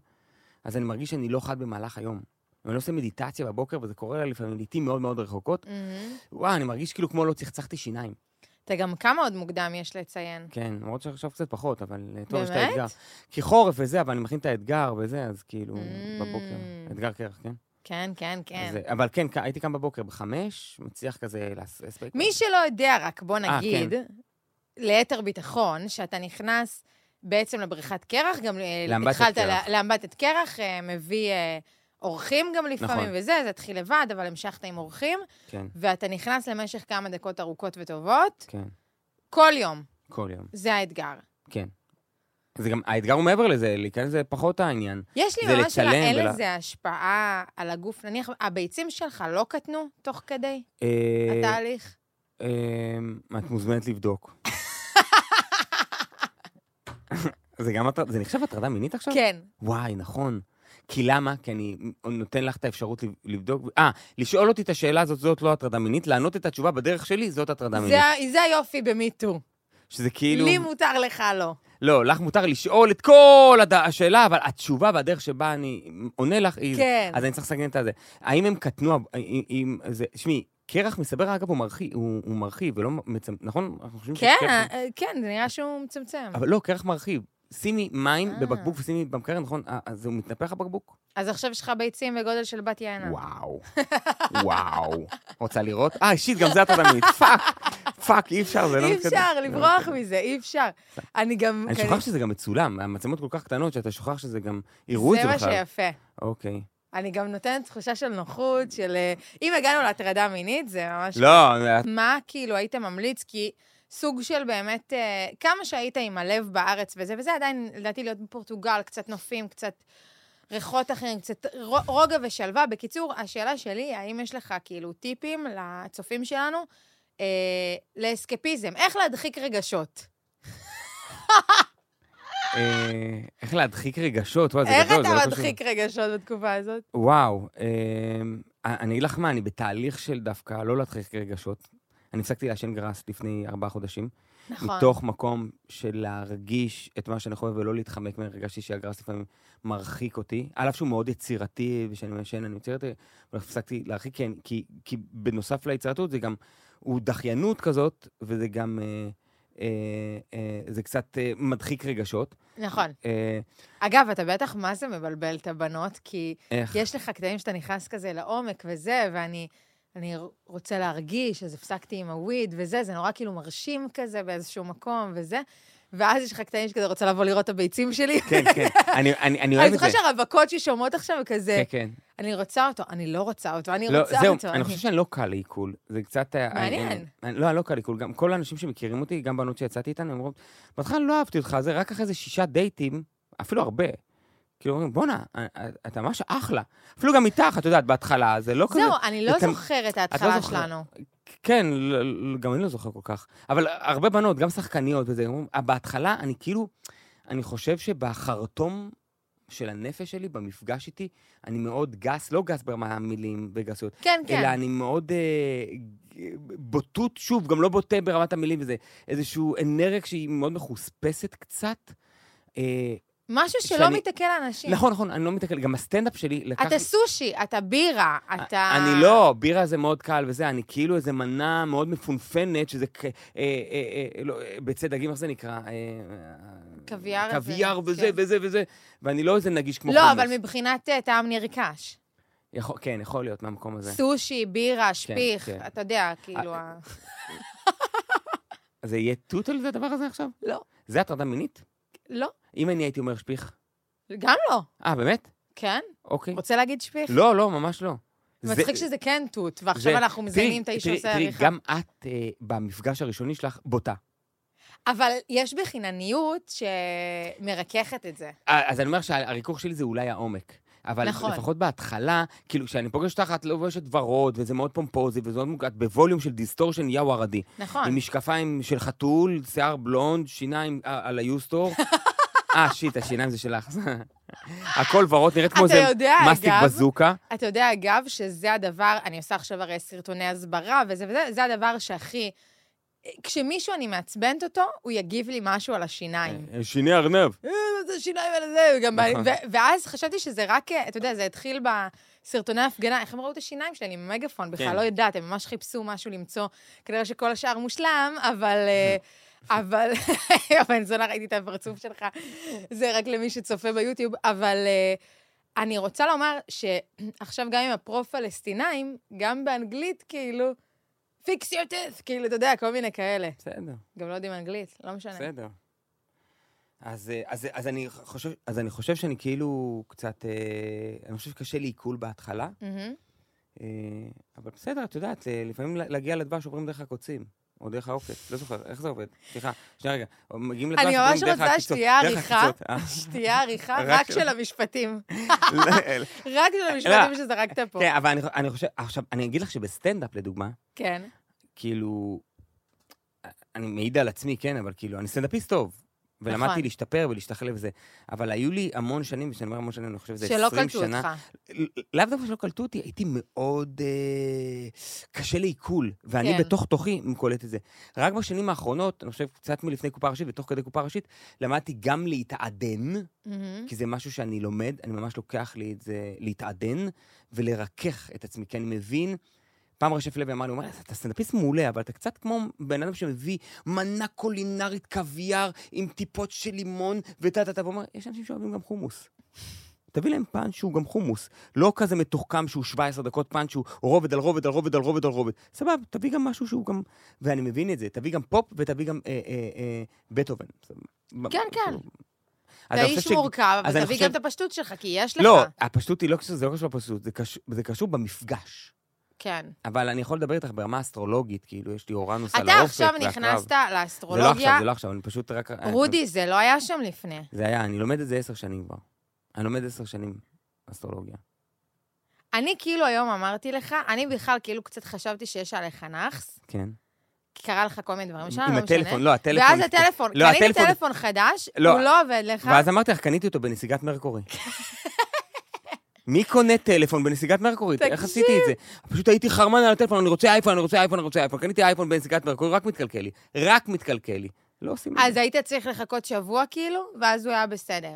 [SPEAKER 2] אז אני מרגיש שאני לא חד במהלך היום. אם אני לא עושה מדיטציה בבוקר, וזה קורה לה לפעמים לעיתים מאוד מאוד רחוקות,
[SPEAKER 3] מהמם.
[SPEAKER 2] וואי, אני מרגיש כאילו כמו לא צחצחתי שיניים.
[SPEAKER 3] אתה גם כמה עוד מוקדם יש לציין.
[SPEAKER 2] כן, למרות שעכשיו קצת פחות, אבל אה, טוב, יש את
[SPEAKER 3] באמת?
[SPEAKER 2] האתגר. כי חורף וזה, אבל אני מכין את האתגר וזה, אז כאילו, בבוקר.
[SPEAKER 3] Mm.
[SPEAKER 2] אתגר קרח, כן?
[SPEAKER 3] כן, כן, כן.
[SPEAKER 2] אז, אה, אבל כן, כ- הייתי קם בבוקר בחמש, מצליח כזה לעשות הספק.
[SPEAKER 3] מי שלא יודע, רק בוא
[SPEAKER 2] אה,
[SPEAKER 3] נגיד, ליתר ביטחון, שאתה נכנס בעצם לבריכת קרח, גם אה,
[SPEAKER 2] לאמבטיית
[SPEAKER 3] התחלת
[SPEAKER 2] קרח.
[SPEAKER 3] לה- לאמבטיית קרח, אה, מביא אה, אורחים גם לפעמים
[SPEAKER 2] נכון.
[SPEAKER 3] וזה, אז התחיל לבד, אבל המשכת עם אורחים,
[SPEAKER 2] כן,
[SPEAKER 3] ואתה נכנס למשך כמה דקות ארוכות וטובות,
[SPEAKER 2] כן,
[SPEAKER 3] כל יום,
[SPEAKER 2] כל יום,
[SPEAKER 3] זה האתגר.
[SPEAKER 2] כן. זה גם, האתגר הוא מעבר לזה, להיכנס זה פחות העניין.
[SPEAKER 3] יש
[SPEAKER 2] זה
[SPEAKER 3] לי ממש שאלה,
[SPEAKER 2] לצלם
[SPEAKER 3] אין
[SPEAKER 2] ול-
[SPEAKER 3] לזה השפעה על הגוף, נניח, הביצים שלך לא קטנו תוך כדי
[SPEAKER 2] אה,
[SPEAKER 3] התהליך?
[SPEAKER 2] אמ, את מוזמנת לבדוק. זה גם הטרדה, זה נחשב הטרדה מינית עכשיו?
[SPEAKER 3] כן.
[SPEAKER 2] וואי, נכון. כי למה? כי אני נותן לך את האפשרות לב- לבדוק. אה, לשאול אותי את השאלה הזאת, זאת לא הטרדה מינית, לענות את התשובה בדרך שלי, זאת הטרדה מינית.
[SPEAKER 3] זה ה- זה היופי במיטו.
[SPEAKER 2] שזה לא? כאילו...
[SPEAKER 3] לי מותר, לך לא.
[SPEAKER 2] לא, לך מותר לשאול את כל הד... השאלה, אבל התשובה והדרך שבה אני עונה לך היא...
[SPEAKER 3] כן.
[SPEAKER 2] כאילו, אז אני צריך לסגן את הזה. האם הם קטנו... אם, אם, זה... שמי, קרח מסתבר, אגב, הוא מרחיב, הוא, הוא מרחיב ולא מצמצם, נכון? אנחנו חושבים
[SPEAKER 3] כן, אה, כן, זה נראה שהוא מצמצם.
[SPEAKER 2] אבל לא, קרח מרחיב. שימי מים
[SPEAKER 3] אה.
[SPEAKER 2] בבקבוק ושימי במקרר, נכון? אה, אז הוא מתנפח הבקבוק?
[SPEAKER 3] אז עכשיו יש לך ביצים בגודל של בת יענה.
[SPEAKER 2] וואו. וואו. רוצה לראות? אה, שיט, גם זה אתה תמיד. פאק. פאק, אי אפשר, זה לא
[SPEAKER 3] אי
[SPEAKER 2] מתקדם.
[SPEAKER 3] אפשר
[SPEAKER 2] זה לא
[SPEAKER 3] לברוח
[SPEAKER 2] מתקדם.
[SPEAKER 3] מזה, אי אפשר. אני גם...
[SPEAKER 2] אני שוכח שזה גם מצולם, המצלמות כל כך קטנות שאתה שוכח שזה גם... יראו את
[SPEAKER 3] זה
[SPEAKER 2] זה
[SPEAKER 3] מה
[SPEAKER 2] בכלל.
[SPEAKER 3] שיפה.
[SPEAKER 2] אוקיי.
[SPEAKER 3] אני גם נותנת תחושה של נוחות, של... אה, אם הגענו להטרדה מינית, זה ממש...
[SPEAKER 2] לא, זה-
[SPEAKER 3] מה כאילו היית ממליץ? כי סוג של באמת, אה, כמה שהיית עם הלב בארץ וזה, וזה עדיין, לדעתי, להיות בפורטוגל, קצת נופים, קצת ריחות אחרים, קצת רו- רוגע ושלווה. בקיצור, השאלה שלי היא, האם יש לך כאילו טיפים לצופים שלנו אה, לאסקפיזם? איך להדחיק רגשות?
[SPEAKER 2] אה, איך להדחיק רגשות? וואי, זה
[SPEAKER 3] איך
[SPEAKER 2] גדול,
[SPEAKER 3] אתה
[SPEAKER 2] זה לא קשור.
[SPEAKER 3] מדחיק רגשות בתקופה הזאת?
[SPEAKER 2] וואו, אה, אני אגיד לך מה, אני בתהליך של דווקא לא להדחיק רגשות. אני הפסקתי לעשן גראס לפני ארבעה חודשים.
[SPEAKER 3] נכון.
[SPEAKER 2] מתוך מקום של להרגיש את מה שאני חווה ולא להתחמק ממנו, הרגשתי שהגראס לפעמים מרחיק אותי, על אף שהוא מאוד יצירתי, וכשאני מעשן אני יצירתי, אבל הפסקתי להרחיק, כי, כי, כי בנוסף ליצירתיות זה גם, הוא דחיינות כזאת, וזה גם, אה, אה, אה, זה קצת אה, מדחיק רגשות.
[SPEAKER 3] נכון.
[SPEAKER 2] אה,
[SPEAKER 3] אגב, אתה בטח מה זה מבלבל את הבנות, כי
[SPEAKER 2] איך?
[SPEAKER 3] יש לך קטעים שאתה נכנס כזה לעומק וזה, ואני אני רוצה להרגיש, אז הפסקתי עם הוויד וזה, זה נורא כאילו מרשים כזה באיזשהו מקום וזה, ואז יש לך קטעים שכזה רוצה לבוא לראות את הביצים שלי.
[SPEAKER 2] כן, כן, אני, אני, אני
[SPEAKER 3] אני
[SPEAKER 2] אוהב את זה.
[SPEAKER 3] זוכרת שהרווקות ששומעות עכשיו כזה,
[SPEAKER 2] כן, כן.
[SPEAKER 3] אני רוצה אותו, אני לא רוצה אותו, אני
[SPEAKER 2] לא,
[SPEAKER 3] רוצה
[SPEAKER 2] זהו,
[SPEAKER 3] אותו.
[SPEAKER 2] אני חושב שאני לא קל לעיכול. זה קצת... אה,
[SPEAKER 3] מעניין.
[SPEAKER 2] אני- אני- לא, אני לא קל לעיכול. גם כל האנשים שמכירים אותי, גם בנות שיצאתי איתן, הם אומרות, בהתחלה לא אהבתי אותך, זה רק אחרי איזה שישה דייטים, אפילו הרבה. כאילו אומרים, בואנה, אה, אה, אתה ממש אחלה. אפילו גם איתך, את יודעת, בהתחלה, זה לא כזה...
[SPEAKER 3] זהו, אני לא
[SPEAKER 2] אתה-
[SPEAKER 3] זוכרת את
[SPEAKER 2] לא
[SPEAKER 3] ההתחלה
[SPEAKER 2] זוכרת.
[SPEAKER 3] שלנו.
[SPEAKER 2] כן, ל- ל- גם אני לא זוכר כל כך. אבל הרבה בנות, גם שחקניות וזה, אומרים, "אה, בהתחלה אני כאילו, אני חושב שבחרטום של הנפש שלי, במפגש איתי, אני מאוד גס, לא גס ברמה המילים וגסויות,
[SPEAKER 3] כן,
[SPEAKER 2] כן. אלא
[SPEAKER 3] כן.
[SPEAKER 2] אני מאוד אה, בוטות, שוב, גם לא בוטה ברמת המילים, וזה איזשהו אנרגיה שהיא מאוד מחוספסת קצת. אה,
[SPEAKER 3] משהו שלא
[SPEAKER 2] שאני-
[SPEAKER 3] מתעכל לאנשים.
[SPEAKER 2] נכון, נכון, אני לא מתקל, גם הסטנדאפ שלי לקח...
[SPEAKER 3] כן. אתה סושי, אתה בירה, אתה...
[SPEAKER 2] אני לא, בירה זה מאוד קל וזה, אני כאילו איזה מנה מאוד מפונפנת, שזה כ... אה, אה, אה, לא, אה, ביצי דגים, איך זה נקרא? אה,
[SPEAKER 3] קוויאר
[SPEAKER 2] אה,
[SPEAKER 3] וזה,
[SPEAKER 2] קוויאר וזה
[SPEAKER 3] כן.
[SPEAKER 2] וזה וזה, ואני לא איזה נגיש כמו
[SPEAKER 3] לא,
[SPEAKER 2] חומוס.
[SPEAKER 3] אבל מבחינת אה, טעם נרכש.
[SPEAKER 2] יכול- כן, יכול להיות מהמקום הזה.
[SPEAKER 3] סושי, בירה, שפיך,
[SPEAKER 2] כן. אה,
[SPEAKER 3] אתה יודע, כאילו... ה-
[SPEAKER 2] אז זה יהיה תות על זה הדבר הזה עכשיו?
[SPEAKER 3] לא.
[SPEAKER 2] זה הטרדה מינית?
[SPEAKER 3] לא,
[SPEAKER 2] אם אני הייתי אומר שפיך.
[SPEAKER 3] גם לא.
[SPEAKER 2] אה, באמת?
[SPEAKER 3] כן?
[SPEAKER 2] אוקיי.
[SPEAKER 3] רוצה להגיד שפיך?
[SPEAKER 2] לא, לא, ממש לא.
[SPEAKER 3] מצחיק
[SPEAKER 2] זה-
[SPEAKER 3] שזה כן תות, ועכשיו
[SPEAKER 2] זה-
[SPEAKER 3] אנחנו מזיינים את האיש
[SPEAKER 2] תראי,
[SPEAKER 3] שעושה
[SPEAKER 2] תראי,
[SPEAKER 3] עריכה.
[SPEAKER 2] גם את, אה, במפגש הראשוני שלך, בוטה.
[SPEAKER 3] אבל יש בחינניות שמרככת את זה.
[SPEAKER 2] אה, אז אני אומר שהריכוך שלי זה אולי העומק. אבל
[SPEAKER 3] נכון.
[SPEAKER 2] לפחות בהתחלה, כאילו, כשאני פוגש אותך, את לובשת ורוד, וזה מאוד פומפוזי, וזה מאוד מוגעת, בווליום של דיסטורשן, יאו ערדי. עם
[SPEAKER 3] נכון.
[SPEAKER 2] משקפיים של חתול, שיער בלונד, שיניים אה, על היוסטור. אה, שיט, השיניים זה שלך. הכל ורוד, נראית כמו
[SPEAKER 3] אתה
[SPEAKER 2] איזה
[SPEAKER 3] יודע,
[SPEAKER 2] מסטיק
[SPEAKER 3] אגב,
[SPEAKER 2] בזוקה.
[SPEAKER 3] אתה יודע, אגב, שזה הדבר, אני עושה עכשיו הרי סרטוני הסברה וזה וזה, זה הדבר שהכי... כשמישהו, אני מעצבנת אותו, הוא יגיב לי משהו על השיניים.
[SPEAKER 2] שיני ארנב.
[SPEAKER 3] "אה, מה זה שיניים על זה, הוא גם... בא לי-
[SPEAKER 2] נכון.
[SPEAKER 3] ו- ואז חשבתי שזה רק, אה, אתה יודע, זה התחיל בסרטוני ההפגנה, איך הם ראו את השיניים שלי, אני עם מגפון,
[SPEAKER 2] כן.
[SPEAKER 3] בכלל לא יודעת, הם ממש חיפשו משהו למצוא, כנראה שכל השאר מושלם, אבל... אה, אבל, אבל אני זונה ראיתי את הפרצוף שלך, זה רק למי שצופה ביוטיוב, אבל אה, אני רוצה לומר שעכשיו גם עם הפרו-פלסטינאים, גם באנגלית, כאילו, fix your teeth, כאילו, אתה יודע, כל מיני כאלה.
[SPEAKER 2] בסדר,
[SPEAKER 3] גם לא יודעים אנגלית, לא משנה.
[SPEAKER 2] בסדר. אז, אה, אז, אז, אני חושב, אז אני חושב שאני כאילו קצת... אה, אני חושב שקשה לי עיכול בהתחלה,
[SPEAKER 3] מהמם.
[SPEAKER 2] אה, אבל בסדר, את יודעת, אה, לפעמים לה- להגיע לדבש עוברים דרך הקוצים, או דרך העוקץ, לא זוכר, איך זה עובד? סליחה, שנייה רגע, מגיעים לדבש
[SPEAKER 3] אני
[SPEAKER 2] עוברים
[SPEAKER 3] ממש
[SPEAKER 2] דרך
[SPEAKER 3] רוצה
[SPEAKER 2] העקיצות,
[SPEAKER 3] שתהיה
[SPEAKER 2] דרך
[SPEAKER 3] עריכה,
[SPEAKER 2] העקיצות, אה.
[SPEAKER 3] שתהיה עריכה
[SPEAKER 2] רק
[SPEAKER 3] רק
[SPEAKER 2] של-
[SPEAKER 3] של המשפטים.
[SPEAKER 2] לא,
[SPEAKER 3] רק של המשפטים שזרקת פה.
[SPEAKER 2] כן, אבל אני, חו- אני חושב, עכשיו, אני אגיד לך שבסטנדאפ, לדוגמה,
[SPEAKER 3] כן.
[SPEAKER 2] כאילו, אני מעיד על עצמי, כן, אבל כאילו, אני סטנדאפיסט טוב. ולמדתי
[SPEAKER 3] נכון.
[SPEAKER 2] להשתפר ולהשתכלל וזה. אבל היו לי המון שנים, וכשאני אומר המון שנים, אני חושב שזה 20 שנה.
[SPEAKER 3] שלא קלטו אותך.
[SPEAKER 2] ל- לאו דווקא שלא קלטו אותי, הייתי מאוד אה, קשה לעיכול, ואני
[SPEAKER 3] כן.
[SPEAKER 2] בתוך תוכי קולט את זה. רק בשנים האחרונות, אני חושב קצת מלפני קופה ראשית ותוך כדי קופה ראשית, למדתי גם להתעדן,
[SPEAKER 3] מהמם.
[SPEAKER 2] כי זה משהו שאני לומד, אני ממש לוקח לי את זה, להתעדן ולרכך את עצמי, כי אני מבין... פעם רשף לוי אמר לי, הוא אומר, אתה סטנדאפיסט מעולה, אבל אתה קצת כמו בן אדם שמביא מנה קולינרית קוויאר עם טיפות של לימון וטה טה טה, ואומר, יש אנשים שאוהבים גם חומוס. תביא להם פאנץ' שהוא גם חומוס. לא כזה מתוחכם שהוא 17 דקות פאנץ' שהוא רובד על רובד על רובד על רובד על רובד. סבבה, תביא גם משהו שהוא גם... ואני מבין את זה, תביא גם פופ ותביא גם אה, אה, אה, בטהובן.
[SPEAKER 3] כן, כן.
[SPEAKER 2] אז
[SPEAKER 3] אתה
[SPEAKER 2] אני
[SPEAKER 3] איש
[SPEAKER 2] חושב ש-
[SPEAKER 3] מורכב,
[SPEAKER 2] אז
[SPEAKER 3] אבל
[SPEAKER 2] אני
[SPEAKER 3] תביא
[SPEAKER 2] חושב-
[SPEAKER 3] גם את הפשטות שלך, כי יש לך.
[SPEAKER 2] לא, הפשטות היא לא קשור, זה לא קשור לפשטות, זה קשור, זה קשור במפגש.
[SPEAKER 3] כן.
[SPEAKER 2] אבל אני יכול לדבר איתך ברמה אסטרולוגית, כאילו, יש לי אורנוס על
[SPEAKER 3] אתה
[SPEAKER 2] האופק
[SPEAKER 3] עכשיו
[SPEAKER 2] והקרב.
[SPEAKER 3] נכנסת
[SPEAKER 2] זה לא
[SPEAKER 3] לאסטרולוגיה.
[SPEAKER 2] עכשיו, זה לא עכשיו, אני פשוט רק...
[SPEAKER 3] רודי, זה לא היה שם לפני.
[SPEAKER 2] זה היה, אני לומד את זה עשר שנים כבר. אני לומד עשר שנים אסטרולוגיה.
[SPEAKER 3] אני כאילו היום אמרתי לך, אני בכלל כאילו קצת חשבתי שיש עליך נאחס,
[SPEAKER 2] כן.
[SPEAKER 3] כי קרה לך כל מיני דברים שם, לא
[SPEAKER 2] עם
[SPEAKER 3] משנה.
[SPEAKER 2] הטלפון, לא, הטלפון.
[SPEAKER 3] ואז הטלפון,
[SPEAKER 2] לא,
[SPEAKER 3] קניתי
[SPEAKER 2] הטלפון-
[SPEAKER 3] טלפון חדש,
[SPEAKER 2] לא.
[SPEAKER 3] הוא לא עובד לך.
[SPEAKER 2] ואז אמרתי לך, קניתי אותו בנסיגת מרקורי. מי קונה טלפון בנסיגת מרקורי? איך
[SPEAKER 3] תקשיב.
[SPEAKER 2] עשיתי את זה? פשוט הייתי חרמן על הטלפון, אני רוצה אייפון, אני רוצה אייפון, אני רוצה אייפון. קניתי אייפון בנסיגת מרקורי, רק מתקלקל לי. רק מתקלקל לי. לא עושים את זה.
[SPEAKER 3] אז היית צריך לחכות שבוע כאילו, ואז הוא היה בסדר.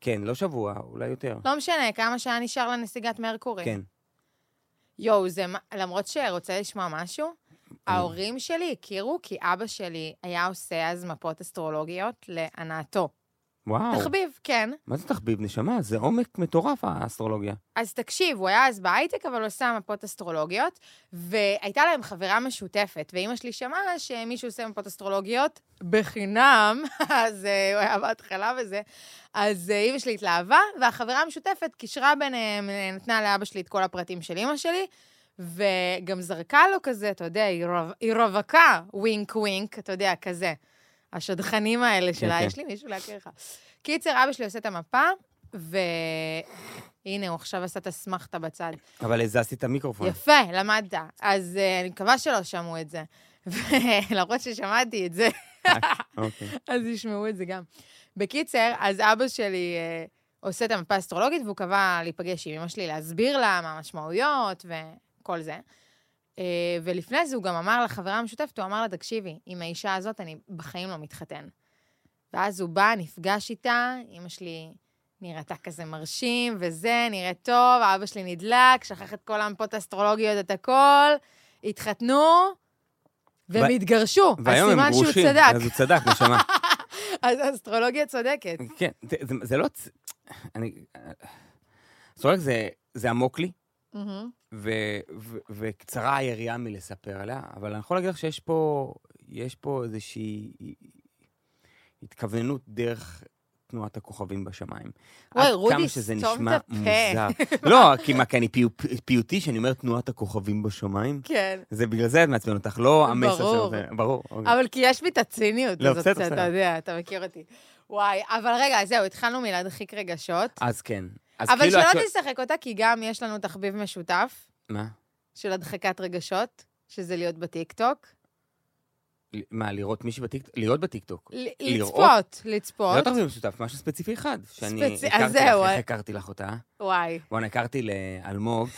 [SPEAKER 2] כן, לא שבוע, אולי יותר.
[SPEAKER 3] לא משנה, כמה שהיה נשאר לנסיגת מרקורי.
[SPEAKER 2] כן.
[SPEAKER 3] יואו, זה... מה- למרות שרוצה לשמוע משהו, ההורים שלי הכירו כי אבא שלי היה עושה אז מפות אסטרולוגיות להנאתו.
[SPEAKER 2] וואו.
[SPEAKER 3] תחביב, כן.
[SPEAKER 2] מה זה תחביב, נשמה? זה עומק מטורף, האסטרולוגיה.
[SPEAKER 3] אז תקשיב, הוא היה אז בהייטק, אבל הוא עשה מפות אסטרולוגיות, והייתה להם חברה משותפת, ואימא שלי שמעה שמישהו עושה מפות אסטרולוגיות בחינם, אז אה, הוא היה בהתחלה וזה, אז אה, אימא שלי התלהבה, והחברה המשותפת קישרה ביניהם, אה, נתנה לאבא שלי את כל הפרטים של אימא שלי, וגם זרקה לו כזה, אתה יודע, היא רו- היא רווקה, ווינק ווינק, אתה יודע, כזה. השדכנים האלה
[SPEAKER 2] כן,
[SPEAKER 3] שלה,
[SPEAKER 2] כן.
[SPEAKER 3] יש לי מישהו להכיר לך. קיצר, אבא שלי עושה את המפה, והנה, הוא עכשיו עשה את אסמכתה בצד.
[SPEAKER 2] אבל לזה עשית מיקרופון.
[SPEAKER 3] יפה, למדת. אז אה, אני מקווה שלא שמעו את זה. ולמרות ששמעתי את זה,
[SPEAKER 2] אוקיי.
[SPEAKER 3] אז ישמעו את זה גם. בקיצר, אז אבא שלי אה, עושה את המפה האסטרולוגית, והוא קבע להיפגש עם אמא שלי, להסביר לה מה המשמעויות וכל זה. אה, ולפני זה הוא גם אמר לחברה המשותפת, הוא אמר לה, תקשיבי, עם האישה הזאת אני בחיים לא מתחתן. ואז הוא בא, נפגש איתה, אמא שלי נראתה כזה מרשים, וזה, נראית טוב, אבא שלי נדלק, שכח את כל המפות האסטרולוגיות, את הכל, התחתנו, והם
[SPEAKER 2] ו-
[SPEAKER 3] התגרשו.
[SPEAKER 2] והיום הם
[SPEAKER 3] אז סימן שהוא
[SPEAKER 2] גרושים,
[SPEAKER 3] צדק.
[SPEAKER 2] אז הוא צדק, נשמה.
[SPEAKER 3] אז האסטרולוגיה צודקת.
[SPEAKER 2] כן, זה- זה- זה לא... צ- אני... סורק זה- זה עמוק לי, ו- ו- וקצרה היריעה מלספר עליה, אבל אני יכול להגיד לך שיש פה, יש פה איזושהי התכווננות דרך תנועת הכוכבים בשמיים.
[SPEAKER 3] וואי,
[SPEAKER 2] עד
[SPEAKER 3] רודי,
[SPEAKER 2] כמה שזה
[SPEAKER 3] סתום
[SPEAKER 2] נשמע
[SPEAKER 3] את הפה.
[SPEAKER 2] מוזר. לא, כי מה, כי אני פיו- פיוטי שאני אומר תנועת הכוכבים בשמיים?
[SPEAKER 3] כן.
[SPEAKER 2] זה בגלל זה את מעצבן אותך, לא המסר
[SPEAKER 3] ברור.
[SPEAKER 2] שלו. ברור. אוקיי.
[SPEAKER 3] אבל כי יש בי את הציניות
[SPEAKER 2] לא,
[SPEAKER 3] הזאת,
[SPEAKER 2] בסדר, בסדר.
[SPEAKER 3] אתה יודע, אתה מכיר אותי. וואי, אבל רגע, זהו, התחלנו מלהדחיק רגשות.
[SPEAKER 2] אז כן. אז
[SPEAKER 3] אבל
[SPEAKER 2] כאילו את
[SPEAKER 3] שלא
[SPEAKER 2] שואל-
[SPEAKER 3] תשחק אותה, כי גם יש לנו תחביב משותף
[SPEAKER 2] מה?
[SPEAKER 3] של הדחקת רגשות, שזה להיות בטיקטוק.
[SPEAKER 2] ל- מה, לראות מישהי בטיקטוק? להיות בטיקטוק.
[SPEAKER 3] ל-
[SPEAKER 2] לראות?
[SPEAKER 3] לצפות,
[SPEAKER 2] זה לא
[SPEAKER 3] לצפות.
[SPEAKER 2] תחזיר משותף, משהו ספציפי אחד. שאני
[SPEAKER 3] ספצי- אז
[SPEAKER 2] הכרתי לך,
[SPEAKER 3] זהו,
[SPEAKER 2] איך
[SPEAKER 3] אה.
[SPEAKER 2] הכרתי לך אותה?
[SPEAKER 3] וואי.
[SPEAKER 2] בואנה, הכרתי לאלמוג.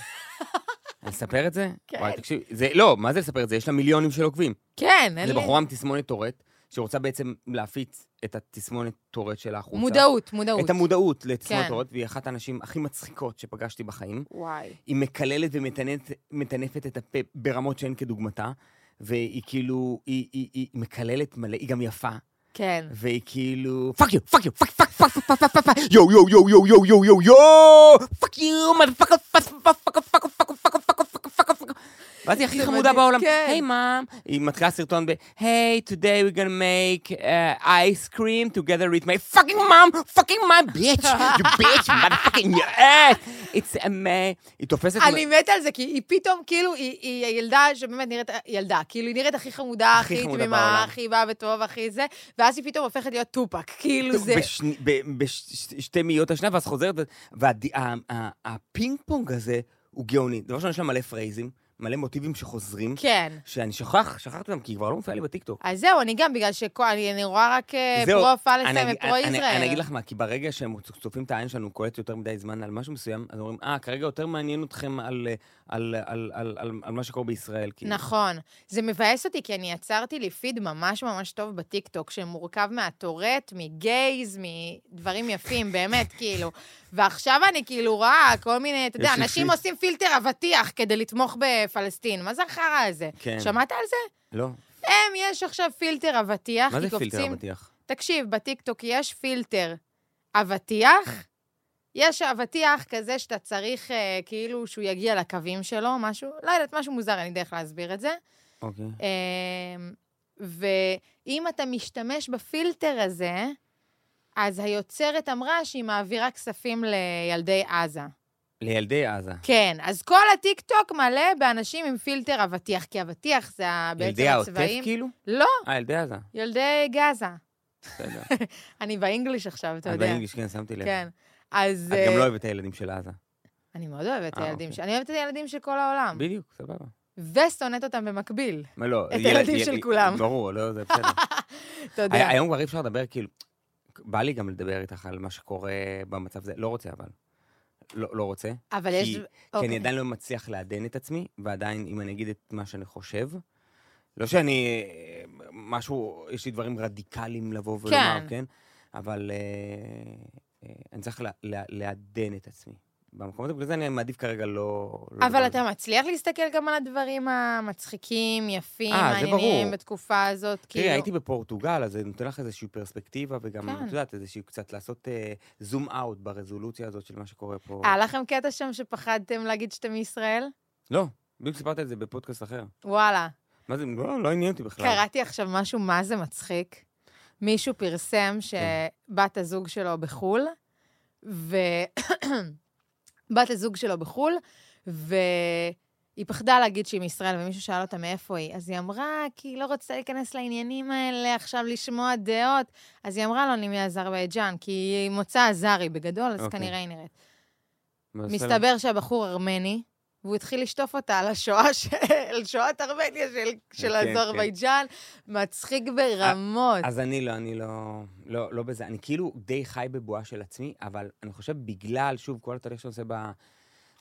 [SPEAKER 2] אני אספר את זה?
[SPEAKER 3] כן.
[SPEAKER 2] וואי, תקשיב, זה, לא, מה זה לספר את זה? יש לה מיליונים של עוקבים.
[SPEAKER 3] כן, אין
[SPEAKER 2] זה
[SPEAKER 3] לי...
[SPEAKER 2] בחורה עם תסמונת טורט, שרוצה בעצם להפיץ את התסמונת טורט שלה החוצה.
[SPEAKER 3] מודעות, מודעות.
[SPEAKER 2] את המודעות לתסמונת
[SPEAKER 3] כן.
[SPEAKER 2] טורט, והיא אחת הנשים הכי מצחיקות שפגשתי בחיים.
[SPEAKER 3] וואי.
[SPEAKER 2] היא מקללת ומטנפת את הפה ברמות שאין כדוגמתה, והיא כאילו, היא, היא, היא מקללת מלא, היא גם יפה,
[SPEAKER 3] כן.
[SPEAKER 2] והיא כאילו, פאק יו, פאק יו, פאק פאק פאק פאק פאק פאק פאק פאק יו יו יו יו יו יו יו יו פאק יו מודפאקר פאק פאק פאק פאק פאק פאק פאק פאק פאק פאק ואז היא הכי
[SPEAKER 3] זה
[SPEAKER 2] חמודה
[SPEAKER 3] מדהים,
[SPEAKER 2] בעולם,
[SPEAKER 3] כן.
[SPEAKER 2] היי מאם, היא מתחילה סרטון ב, היי, today we're gonna make uh, ice cream together with my fucking mom, fucking my bitch, you bitch, motherfucking your ass, it's a ma... היא תופסת...
[SPEAKER 3] אני מתה על זה, כי היא פתאום, כאילו, היא היא הילדה שבאמת נראית ילדה. כאילו, היא נראית הכי חמודה,
[SPEAKER 2] הכי
[SPEAKER 3] הכי
[SPEAKER 2] חמודה בעולם.
[SPEAKER 3] תמימה, הכי באה בטוב, הכי זה, ואז היא פתאום הופכת להיות טופק. כאילו, זה...
[SPEAKER 2] בשני- ב- בשתי מאיות השנייה, ואז חוזרת, והפינג פונג הזה הוא גאוני. דבר ראשון, יש לה מלא פרייזים, מלא מוטיבים שחוזרים,
[SPEAKER 3] כן.
[SPEAKER 2] שאני שכח, שכחתי אותם, כי היא כבר לא מופיעה לי בטיקטוק.
[SPEAKER 3] אז זהו, אני גם, בגלל שאני רואה רק אה,
[SPEAKER 2] זהו,
[SPEAKER 3] פרו
[SPEAKER 2] אני
[SPEAKER 3] פלסטיין
[SPEAKER 2] אגיד-
[SPEAKER 3] ופרו
[SPEAKER 2] אני-
[SPEAKER 3] ישראל.
[SPEAKER 2] אני אגיד לך מה, כי ברגע שהם צופים את העין שלנו, קולט יותר מדי זמן על משהו מסוים, אז אומרים, אה, כרגע יותר מעניין אתכם על- אה, על- על- על על- על מה שקורה בישראל. כאילו."
[SPEAKER 3] נכון. זה מבאס אותי, כי אני יצרתי לי פיד ממש ממש טוב בטיקטוק, שמורכב מהטורט, מגייז, מדברים יפים, באמת, כאילו. ועכשיו אני כאילו רואה כל מיני, אתה יודע,
[SPEAKER 2] יש לי
[SPEAKER 3] אנשים
[SPEAKER 2] פיד.
[SPEAKER 3] עושים פילטר אבטיח כדי לתמוך בפלסטין. מה זה החרא הזה?
[SPEAKER 2] כן.
[SPEAKER 3] שמעת על זה?
[SPEAKER 2] לא.
[SPEAKER 3] הם, יש עכשיו פילטר אבטיח,
[SPEAKER 2] מה
[SPEAKER 3] כי
[SPEAKER 2] זה פילטר
[SPEAKER 3] קופצים...
[SPEAKER 2] אבטיח?
[SPEAKER 3] תקשיב, בטיקטוק יש פילטר אבטיח, יש אבטיח כזה שאתה צריך, אה, כאילו, שהוא יגיע לקווים שלו, משהו, לא יודעת, משהו מוזר, אין לי דרך להסביר את זה.
[SPEAKER 2] אוקיי.
[SPEAKER 3] אמ, ואם אתה משתמש בפילטר הזה, אז היוצרת אמרה שהיא מעבירה כספים לילדי עזה.
[SPEAKER 2] לילדי עזה.
[SPEAKER 3] כן, אז כל הטיקטוק מלא באנשים עם פילטר אבטיח, כי אבטיח זה ה- בעצם
[SPEAKER 2] ילדי העוטף
[SPEAKER 3] הצבעים.
[SPEAKER 2] כאילו?
[SPEAKER 3] לא,
[SPEAKER 2] אה, ילדי עזה.
[SPEAKER 3] ילדי גאזה.
[SPEAKER 2] בסדר.
[SPEAKER 3] אני באינגליש עכשיו, אתה
[SPEAKER 2] את
[SPEAKER 3] יודע.
[SPEAKER 2] באנגליש, כן, שמתי לב.
[SPEAKER 3] כן. אז...
[SPEAKER 2] את גם
[SPEAKER 3] אה,
[SPEAKER 2] לא אוהבת את הילדים של עזה.
[SPEAKER 3] אני מאוד אוהבת את
[SPEAKER 2] אה,
[SPEAKER 3] הילדים
[SPEAKER 2] אוקיי.
[SPEAKER 3] שלי. אני אוהבת את הילדים של כל העולם.
[SPEAKER 2] בדיוק, סבבה.
[SPEAKER 3] ושונאת אותם במקביל.
[SPEAKER 2] מה לא?
[SPEAKER 3] אמ. את
[SPEAKER 2] ילד-
[SPEAKER 3] הילדים
[SPEAKER 2] ילד-
[SPEAKER 3] של כולם.
[SPEAKER 2] ברור, לא, זה בסדר.
[SPEAKER 3] אתה יודע.
[SPEAKER 2] הי- היום כבר אי אפשר לדבר, כאילו, בא לי גם לדבר איתך על מה שקורה במצב הזה. לא רוצה, אבל. לא לא רוצה.
[SPEAKER 3] אבל יש...
[SPEAKER 2] כי- כי אני
[SPEAKER 3] אוקיי.
[SPEAKER 2] עדיין לא מצליח לעדן את עצמי, ועדיין, אם אני אגיד את מה שאני חושב, לא שאני... אה, משהו, יש לי דברים רדיקליים לבוא ולומר,
[SPEAKER 3] כן.
[SPEAKER 2] כן? אבל אה, אה, אני צריך לה- לה- לעדן את עצמי. במקום הזה, בגלל זה אני מעדיף כרגע לא... לא לדבר
[SPEAKER 3] אבל
[SPEAKER 2] על זה.
[SPEAKER 3] אתה מצליח להסתכל גם על הדברים המצחיקים, יפים,
[SPEAKER 2] אה, זה
[SPEAKER 3] מעניינים
[SPEAKER 2] ברור.
[SPEAKER 3] בתקופה הזאת, כאילו...
[SPEAKER 2] תראי, הייתי בפורטוגל, אז זה נותן לך איזושהי פרספקטיבה, וגם,
[SPEAKER 3] כן.
[SPEAKER 2] את יודעת, איזושהי קצת לעשות זום אאוט ברזולוציה הזאת של מה שקורה פה.
[SPEAKER 3] היה לכם קטע שם שפחדתם להגיד שאתם מישראל?
[SPEAKER 2] לא, בדיוק סיפרת את זה בפודקאסט אחר.
[SPEAKER 3] וואלה.
[SPEAKER 2] מה זה, לא, לא עניין אותי בכלל.
[SPEAKER 3] קראתי עכשיו משהו, מה זה מצחיק. מישהו פרסם שבת הזוג שלו בחו"ל, ו... בת הזוג שלו בחו"ל, והיא פחדה להגיד שהיא מישראל, ומישהו שאל אותה מאיפה היא. אז היא אמרה, כי היא לא רוצה להיכנס לעניינים האלה, עכשיו לשמוע דעות. אז היא אמרה לו, אני מאזרבייג'אן, כי היא מוצא אזרי בגדול, אז
[SPEAKER 2] אוקיי.
[SPEAKER 3] כנראה היא נראית.
[SPEAKER 2] מה זה לא- בסדר?
[SPEAKER 3] מסתבר שהבחור ארמני, והוא התחיל לשטוף אותה על השואה של, על שואת ארמניה של, של
[SPEAKER 2] כן, כן.
[SPEAKER 3] אזרבייג'אן, מצחיק ברמות.
[SPEAKER 2] אז אני לא, אני לא, לא, לא בזה. אני כאילו די חי בבועה של עצמי, אבל אני חושב בגלל, שוב, כל התהליך שאני עושה ב-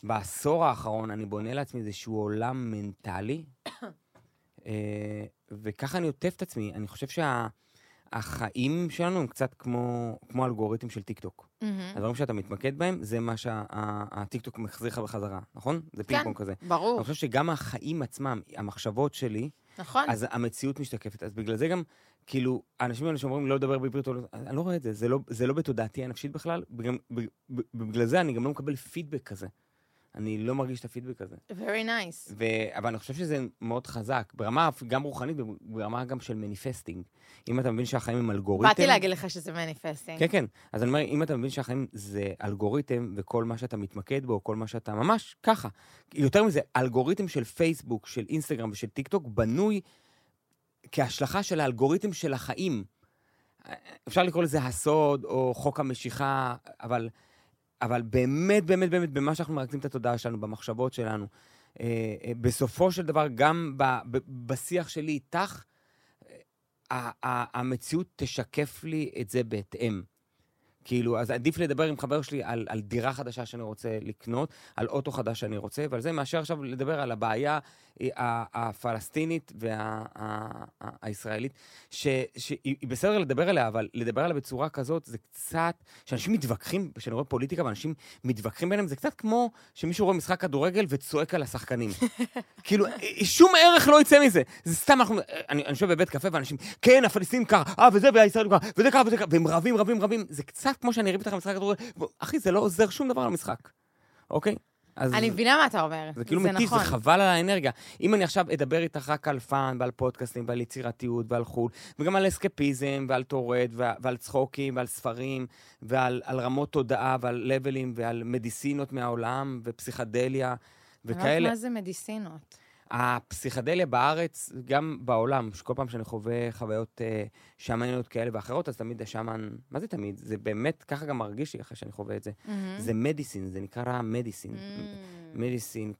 [SPEAKER 2] בעשור האחרון, אני בונה לעצמי איזשהו עולם מנטלי, אה, וככה אני עוטף את עצמי. אני חושב שהחיים שלנו הם קצת כמו, כמו אלגוריתם של טיקטוק.
[SPEAKER 3] מהמם.
[SPEAKER 2] הדברים שאתה מתמקד בהם, זה מה שהטיקטוק מחזיר לך בחזרה, נכון? זה פינג
[SPEAKER 3] כן.
[SPEAKER 2] פונג כזה. אני
[SPEAKER 3] ברור,
[SPEAKER 2] חושב שגם החיים עצמם, המחשבות שלי,
[SPEAKER 3] נכון?
[SPEAKER 2] אז המציאות משתקפת. אז בגלל זה גם, כאילו, האנשים האלה שאומרים לא לדבר בעברית, או לא- אני לא רואה את זה, זה לא, זה לא בתודעתי הנפשית בכלל, וגם- ב- ב- בגלל זה אני גם לא מקבל פידבק כזה. אני לא מרגיש את הפידבק הזה.
[SPEAKER 3] Very nice.
[SPEAKER 2] ו... אבל אני חושב שזה מאוד חזק, ברמה אפ- גם רוחנית, ברמה גם של מניפסטינג. אם אתה מבין שהחיים הם אלגוריתם...
[SPEAKER 3] באתי להגיד לך שזה מניפסטינג.
[SPEAKER 2] כן, כן. אז אני אומר, אם אתה מבין שהחיים זה אלגוריתם, וכל מה שאתה מתמקד בו, כל מה שאתה ממש ככה. יותר מזה, אלגוריתם של פייסבוק, של אינסטגרם ושל טיק טוק בנוי כהשלכה של האלגוריתם של החיים. אפשר לקרוא לזה הסוד או חוק המשיכה, אבל אבל באמת, באמת, באמת, במה שאנחנו מרכזים את התודעה שלנו, במחשבות שלנו, אה, אה, בסופו של דבר, גם ב, ב, בשיח שלי איתך, אה, ה- ה- המציאות תשקף לי את זה בהתאם. כאילו, אז עדיף לדבר עם חבר שלי על, על דירה חדשה שאני רוצה לקנות, על אוטו חדש שאני רוצה, ועל זה, מאשר עכשיו לדבר על הבעיה אה, ה- הפלסטינית והישראלית, שהיא היא בסדר לדבר עליה, אבל לדבר עליה בצורה כזאת, זה קצת... שאנשים מתווכחים, כשאני רואה פוליטיקה ואנשים מתווכחים ביניהם, זה קצת כמו שמישהו רואה משחק כדורגל וצועק על השחקנים. כאילו, שום ערך לא יצא מזה. זה סתם, אנחנו, אה, אני אני יושב בבית קפה ואנשים, כן, הפלסטינים ככה, אה, וזה, והישראלים ככה, וזה ככה, וזה ככה, והם רבים, רבים, רבים. זה קצת כמו שאני אריב איתך במשחק כדורגל. בוא, אחי, זה לא עוזר שום דבר למשחק, אוקיי? אז...
[SPEAKER 3] אני מבינה מה אתה אומר,
[SPEAKER 2] זה כאילו
[SPEAKER 3] זה
[SPEAKER 2] מתיש,
[SPEAKER 3] נכון.
[SPEAKER 2] זה חבל על האנרגיה. אם אני עכשיו אדבר איתך רק על פאן ועל פודקאסטים ועל יצירתיות ועל חו"ל, וגם על אסקפיזם ועל טורט וה- ועל צחוקים ועל ספרים ועל על רמות תודעה ועל לבלים ועל מדיסינות מהעולם ופסיכדליה
[SPEAKER 3] אני לא יודעת
[SPEAKER 2] וכאלה,
[SPEAKER 3] מה זה מדיסינות.
[SPEAKER 2] הפסיכדליה בארץ, גם בעולם, שכל פעם שאני חווה חוויות אה, שמניות כאלה ואחרות, אז תמיד השמן, מה זה תמיד? זה באמת, ככה גם מרגיש לי אחרי שאני חווה את זה.
[SPEAKER 3] מהמם.
[SPEAKER 2] זה מדיסין, זה נקרא מדיסין.
[SPEAKER 3] Mm.
[SPEAKER 2] מדיסין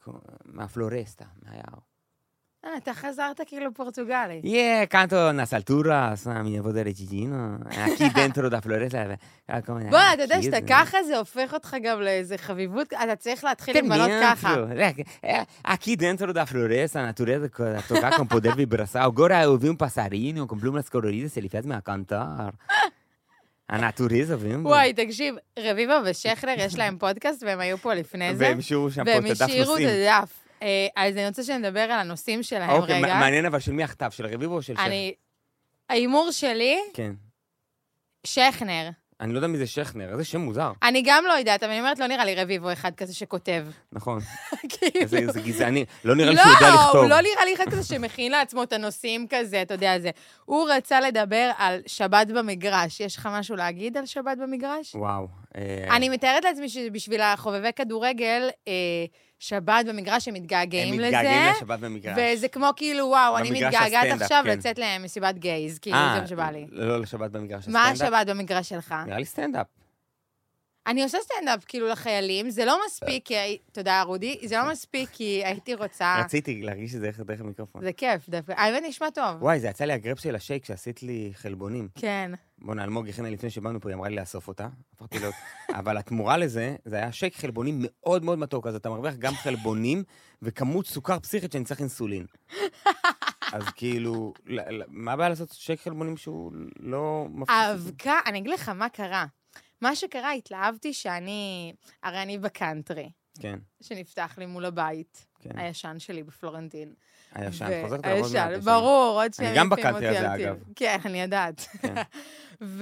[SPEAKER 2] מהפלורסטה, מהיער.
[SPEAKER 3] אה, אתה חזרת כאילו פורטוגלי.
[SPEAKER 2] Yeah, canto unas alturas, a mi voz de rechillino, aquí dentro de flores.
[SPEAKER 3] בוא'נה, אתה יודע שאתה ככה, זה הופך אותך גם לאיזה חביבות, אתה צריך להתחיל עם בנות ככה.
[SPEAKER 2] Aquí dentro de flores, la naturaleza toca con poder vibrar. Ahora vi un pasarino con plumas coloridas y le fez me a cantar. A naturaleza, ¿ven?
[SPEAKER 3] וואי, תקשיב, רביבו ושכנר, יש להם פודקאסט, והם היו פה לפני זה,
[SPEAKER 2] והם שירו שם
[SPEAKER 3] והם
[SPEAKER 2] פה את הדף
[SPEAKER 3] השאירו את
[SPEAKER 2] נושאים.
[SPEAKER 3] הדף. אה, אז אני רוצה שנדבר על הנושאים שלהם
[SPEAKER 2] אוקיי,
[SPEAKER 3] רגע.
[SPEAKER 2] מע- מעניין אבל של מי הכתב, של רביבו או של שכנר?
[SPEAKER 3] אני... ההימור שלי,
[SPEAKER 2] כן.
[SPEAKER 3] שכנר.
[SPEAKER 2] אני לא יודע מי זה שכנר, איזה שם מוזר,
[SPEAKER 3] אני גם לא יודעת, אבל אני אומרת, לא נראה לי רביבו אחד כזה שכותב.
[SPEAKER 2] נכון.
[SPEAKER 3] כאילו...
[SPEAKER 2] זה זה גזעני, לא נראה לי שהוא יודע לכתוב.
[SPEAKER 3] לא, הוא לא נראה לי אחד כזה שמכין לעצמו את הנושאים כזה, אתה יודע, זה. הוא רצה לדבר על שבת במגרש. יש לך משהו להגיד על שבת במגרש?
[SPEAKER 2] וואו. אה,
[SPEAKER 3] אני מתארת לעצמי שבשביל החובבי כדורגל, אה, שבת במגרש, הם מתגעגעים
[SPEAKER 2] הם מתגעגעים
[SPEAKER 3] לזה.
[SPEAKER 2] לשבת במגרש.
[SPEAKER 3] וזה כמו כאילו, וואו, אני
[SPEAKER 2] במגרש
[SPEAKER 3] מתגעגעת
[SPEAKER 2] הסטנדאפ,
[SPEAKER 3] עכשיו
[SPEAKER 2] כן.
[SPEAKER 3] לצאת למסיבת גייז, כאילו,
[SPEAKER 2] אה,
[SPEAKER 3] זה מה שבא לי.
[SPEAKER 2] לא, לשבת במגרש.
[SPEAKER 3] מה
[SPEAKER 2] הסטנדאפ?
[SPEAKER 3] השבת במגרש שלך?
[SPEAKER 2] נראה לי סטנדאפ.
[SPEAKER 3] אני עושה סטנדאפ כאילו לחיילים, זה לא מספיק, כי... הי- תודה, רודי, זה לא מספיק כי הייתי רוצה...
[SPEAKER 2] אה. כן. רציתי להרגיש את זה דרך- דרך המיקרופון.
[SPEAKER 3] אה. זה כיף דווקא. האמת נשמע טוב.
[SPEAKER 2] וואי, זה יצא לי הגרפ של השייק שעשית לי חלבונים.
[SPEAKER 3] כן.
[SPEAKER 2] בואנה, אלמוג הכינה לפני שבאנו פה, היא אמרה לי לאסוף אותה. אמרתי לו, אבל התמורה לזה, זה היה שייק חלבונים מאוד מאוד מתוק, אז אתה מרוויח גם חלבונים וכמות סוכר פסיכית שאני צריך אינסולין. אז כאילו, ל- ל- מה הבעיה לעשות שייק חלבונים שהוא לא מפחיד?
[SPEAKER 3] האבקה, אני אגיד לך מה קרה. מה שקרה, התלהבתי שאני... הרי אני בקאנטרי,
[SPEAKER 2] כן,
[SPEAKER 3] שנפתח לי מול הבית,
[SPEAKER 2] כן.
[SPEAKER 3] הישן שלי בפלורנטין.
[SPEAKER 2] הישן,
[SPEAKER 3] אה, ו-
[SPEAKER 2] חוזרת עליו עוד מעט.
[SPEAKER 3] הישן,
[SPEAKER 2] הישן.
[SPEAKER 3] ברור, עוד
[SPEAKER 2] אני
[SPEAKER 3] שנייה
[SPEAKER 2] גם
[SPEAKER 3] מעיפים
[SPEAKER 2] בקאנטרי
[SPEAKER 3] אותי
[SPEAKER 2] הזה,
[SPEAKER 3] על טיב.
[SPEAKER 2] אגב.
[SPEAKER 3] כן, אני יודעת.
[SPEAKER 2] כן.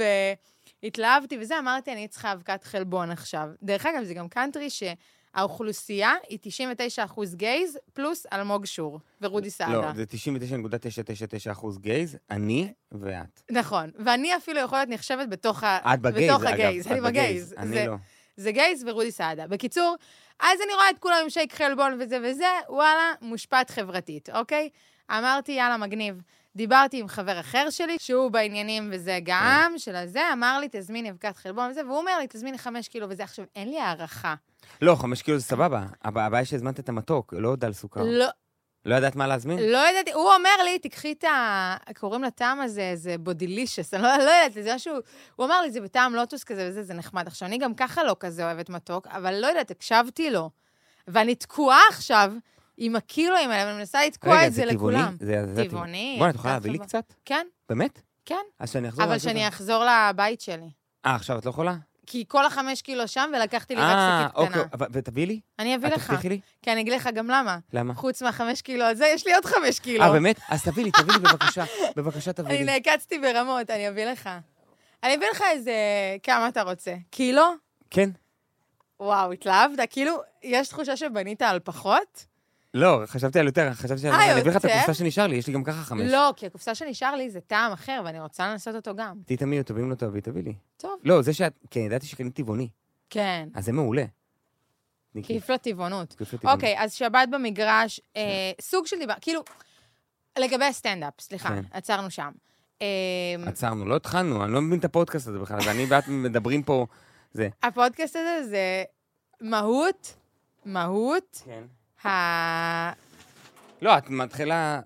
[SPEAKER 3] והתלהבתי וזה, אמרתי, אני צריכה אבקת חלבון עכשיו. דרך אגב, זה גם קאנטרי שהאוכלוסייה היא 99% גייז, פלוס אלמוג שור ורודי סעדה.
[SPEAKER 2] לא, זה 99.999% גייז, אני ואת.
[SPEAKER 3] נכון, ואני אפילו יכולה להיות נחשבת בתוך ה...
[SPEAKER 2] את בגייז,
[SPEAKER 3] בתוך
[SPEAKER 2] אגב.
[SPEAKER 3] הגייז,
[SPEAKER 2] את
[SPEAKER 3] אני בגייז. זה-
[SPEAKER 2] אני לא.
[SPEAKER 3] זה גייז ורודי סעדה. בקיצור, אז אני רואה את כולם עם שייק חלבון וזה וזה, וואלה, מושפעת חברתית, אוקיי? אמרתי, יאללה, מגניב. דיברתי עם חבר אחר שלי, שהוא בעניינים וזה גם, של הזה, אמר לי, תזמיני אבקת חלבון וזה, והוא אומר לי, תזמיני חמש קילו וזה. עכשיו, אין לי הערכה.
[SPEAKER 2] לא, חמש קילו זה סבבה. הב- הבעיה שהזמנת את המתוק, לא עוד על סוכר.
[SPEAKER 3] לא,
[SPEAKER 2] לא ידעת מה להזמין?
[SPEAKER 3] לא ידעתי, הוא אומר לי, תקחי את ה... קוראים לטעם הזה, זה בודילישס, אני לא, לא יודעת, זה משהו... הוא אמר לי, זה בטעם לוטוס כזה וזה, זה נחמד. עכשיו, אני גם ככה לא כזה אוהבת מתוק, אבל לא יודעת, הקשבתי לו. ואני תקועה עכשיו עם הקילואים האלה, ואני מנסה לתקוע
[SPEAKER 2] רגע,
[SPEAKER 3] את זה
[SPEAKER 2] טבעוני?
[SPEAKER 3] לכולם.
[SPEAKER 2] זה- זה
[SPEAKER 3] טבעוני,
[SPEAKER 2] בוא'נה, את יכולה
[SPEAKER 3] אתה
[SPEAKER 2] להביא לי
[SPEAKER 3] חבר.
[SPEAKER 2] קצת?
[SPEAKER 3] כן,
[SPEAKER 2] באמת?
[SPEAKER 3] כן.
[SPEAKER 2] אז שאני אחזור...
[SPEAKER 3] אבל
[SPEAKER 2] לעשות
[SPEAKER 3] שאני
[SPEAKER 2] את-
[SPEAKER 3] אחזור לבית שלי.
[SPEAKER 2] אה, עכשיו את לא יכולה?
[SPEAKER 3] כי כל החמש קילו שם, ולקחתי לי רק
[SPEAKER 2] אה,
[SPEAKER 3] שקית
[SPEAKER 2] אוקיי,
[SPEAKER 3] קטנה.
[SPEAKER 2] אבל- ותביאי לי?
[SPEAKER 3] אני אביא
[SPEAKER 2] את
[SPEAKER 3] לך,
[SPEAKER 2] תבטיחי לי?
[SPEAKER 3] כי אני אגיד לך גם למה.
[SPEAKER 2] למה?
[SPEAKER 3] חוץ מהחמש קילו הזה, יש לי עוד חמש קילו.
[SPEAKER 2] אה, באמת? אז תביאי לי, תביאי לי בבקשה. בבקשה
[SPEAKER 3] לא. אני
[SPEAKER 2] תביאי לי.
[SPEAKER 3] נעקצתי ברמות, אני אביא לך. אני אביא לך איזה... כמה אתה רוצה? קילו?
[SPEAKER 2] כן?
[SPEAKER 3] וואו, התלהבת? כאילו, יש תחושה שבנית על פחות?
[SPEAKER 2] לא, חשבתי על יותר, חשבתי שאני
[SPEAKER 3] אה,
[SPEAKER 2] אני אביא לך את
[SPEAKER 3] יותר?
[SPEAKER 2] הקופסה שנשאר לי, יש לי גם ככה חמש.
[SPEAKER 3] לא, כי הקופסה שנשאר לי זה טעם אחר, ואני רוצה לנסות אותו גם.
[SPEAKER 2] תהיי תמיד אותו, ואם לא תביא, תביא לי.
[SPEAKER 3] טוב.
[SPEAKER 2] לא, זה שאת... כן, ידעתי שקנית טבעוני,
[SPEAKER 3] כן.
[SPEAKER 2] אז זה מעולה. ניקי,
[SPEAKER 3] כיף לטבעונות.
[SPEAKER 2] כיף כן. לטבעוני.
[SPEAKER 3] אוקיי, אז שבת במגרש, אה, סוג של דיבר... כאילו, לגבי הסטנדאפ, סליחה,
[SPEAKER 2] כן.
[SPEAKER 3] עצרנו שם. אה,
[SPEAKER 2] עצרנו, לא התחלנו, אני לא מבין את הפודקאסט הזה בכלל, אז אני ואת מדברים פה זה.
[SPEAKER 3] הפודקאסט הזה זה מהות, מהות,
[SPEAKER 2] כן.
[SPEAKER 3] ה-
[SPEAKER 2] לא, את מתחילה...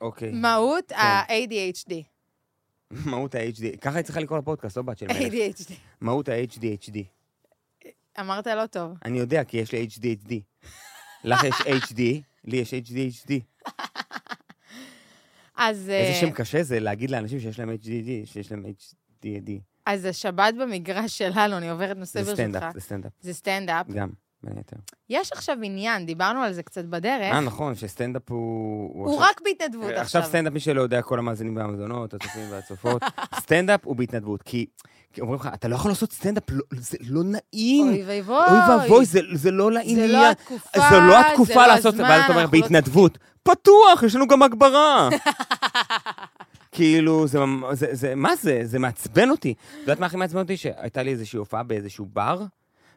[SPEAKER 2] אוקיי.
[SPEAKER 3] מהות ה-ADHD.
[SPEAKER 2] מהות ה-HD. ככה היא צריכה לקרוא לפודקאסט, לא בת של מלך.
[SPEAKER 3] ADHD.
[SPEAKER 2] מהות ה-HDHD.
[SPEAKER 3] אמרת לא טוב.
[SPEAKER 2] אני יודע, כי יש לי HDHD. לך יש HD, לי יש HDHD.
[SPEAKER 3] אה. אז...
[SPEAKER 2] איזה
[SPEAKER 3] אה,
[SPEAKER 2] שם קשה זה להגיד לאנשים שיש להם HDD, שיש להם HDD.
[SPEAKER 3] אז השבת במגרש שלנו, אני עוברת נושא
[SPEAKER 2] זה
[SPEAKER 3] ברשותך.
[SPEAKER 2] סטנדאפ, זה סטנדאפ.
[SPEAKER 3] זה סטנדאפ.
[SPEAKER 2] גם, בין היתר.
[SPEAKER 3] יש עכשיו עניין, דיברנו על זה קצת בדרך.
[SPEAKER 2] אה, נכון, שסטנדאפ הוא...
[SPEAKER 3] הוא
[SPEAKER 2] עכשיו- אה,
[SPEAKER 3] רק בהתנדבות
[SPEAKER 2] עכשיו
[SPEAKER 3] עכשיו.
[SPEAKER 2] סטנדאפ, מי שלא יודע, כל המאזינים והמאזונות, הצופים והצופות, סטנדאפ הוא בהתנדבות, כי כי אומרים לך, אתה לא יכול לעשות סטנדאפ, לא- זה לא נעים.
[SPEAKER 3] אוי ואבוי.
[SPEAKER 2] אוי ואבוי, זה- זה לא לעניין.
[SPEAKER 3] זה לא התקופה,
[SPEAKER 2] זו לא
[SPEAKER 3] זה
[SPEAKER 2] התקופה
[SPEAKER 3] לא
[SPEAKER 2] לעשות,
[SPEAKER 3] הזמן,
[SPEAKER 2] ואז אתה אומר,
[SPEAKER 3] אנחנו לא-
[SPEAKER 2] בהתנדבות, פתוח, יש לנו גם הגברה. כאילו, זה, ממ- זה, זה, מה זה? זה מעצבן אותי. את יודעת מה הכי מעצבן אותי? שהייתה לי איזושהי הופעה באיזשהו בר,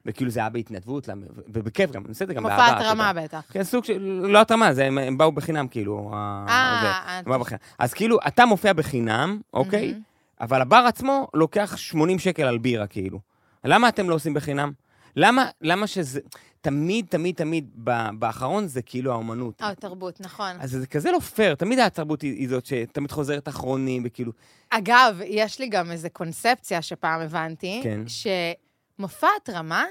[SPEAKER 2] וכאילו זה היה בהתנדבות, למ- ובכיף גם, בסדר, גם באהבה.
[SPEAKER 3] מופע
[SPEAKER 2] אתה יודע.
[SPEAKER 3] התרמה בטח.
[SPEAKER 2] כן, סוג של, לא התאמה, זה, הם, הם באו בחינם, כאילו.
[SPEAKER 3] אה,
[SPEAKER 2] זה,
[SPEAKER 3] אה,
[SPEAKER 2] הם באו בחינם. אז כאילו, אתה מופיע בחינם, אוקיי?
[SPEAKER 3] מהמם.
[SPEAKER 2] אבל הבר עצמו לוקח 80 שקל על בירה, כאילו. למה אתם לא עושים בחינם? למה, למה שזה... תמיד, תמיד, תמיד, ב- באחרון זה כאילו האומנות.
[SPEAKER 3] אה, תרבות, נכון.
[SPEAKER 2] אז זה כזה לא פייר, תמיד התרבות היא היא זאת שתמיד חוזרת אחרונים, וכאילו...
[SPEAKER 3] אגב, יש לי גם איזו קונספציה שפעם הבנתי,
[SPEAKER 2] כן.
[SPEAKER 3] שמופע התרמה,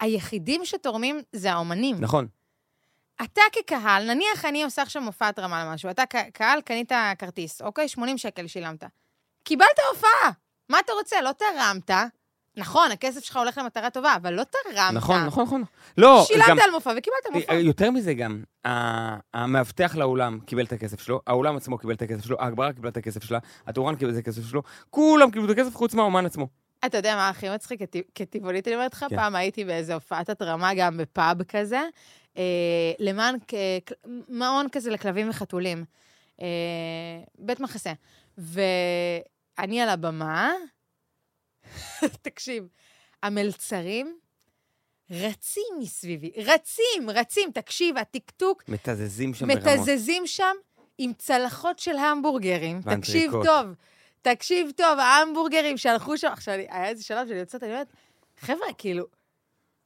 [SPEAKER 3] היחידים שתורמים זה האומנים.
[SPEAKER 2] נכון,
[SPEAKER 3] אתה כקהל, נניח אני עושה עכשיו מופע התרמה למשהו, אתה כ- קהל קנית כרטיס, אוקיי? 80 שקל שילמת. קיבלת הופעה! מה אתה רוצה? לא תרמת. נכון, הכסף שלך הולך למטרה טובה, אבל לא תרמת.
[SPEAKER 2] נכון, נכון, נכון. לא,
[SPEAKER 3] שילמת
[SPEAKER 2] גם... אה,
[SPEAKER 3] על מופע וקיבלת מופע.
[SPEAKER 2] יותר מזה גם, ה- המאבטח לאולם קיבל את הכסף שלו, האולם עצמו קיבל את הכסף שלו, ההגברה קיבלה את הכסף שלה, הטורן קיבל את הכסף שלו, כולם קיבלו את הכסף חוץ מהאומן עצמו.
[SPEAKER 3] אתה יודע מה הכי מצחיק? כטי- כטבעונית, אני אומרת לך,
[SPEAKER 2] כן.
[SPEAKER 3] פעם הייתי באיזו הופעת התרמה, גם בפאב כזה, אה, למען כ- כל- מעון כזה לכלבים וחתולים. אה, בית מחסה. ואני על הבמה, תקשיב, המלצרים רצים מסביבי, רצים, רצים, תקשיב, הטקטוק,
[SPEAKER 2] מתזזים שם ברמות.
[SPEAKER 3] מתזזים שם עם צלחות של המבורגרים. תקשיב
[SPEAKER 2] ואנטריקוט.
[SPEAKER 3] טוב, תקשיב טוב, ההמבורגרים שהלכו שם, עכשיו, אני- היה איזה שלב שאני יוצאת, אני אומרת, חבר'ה, כאילו,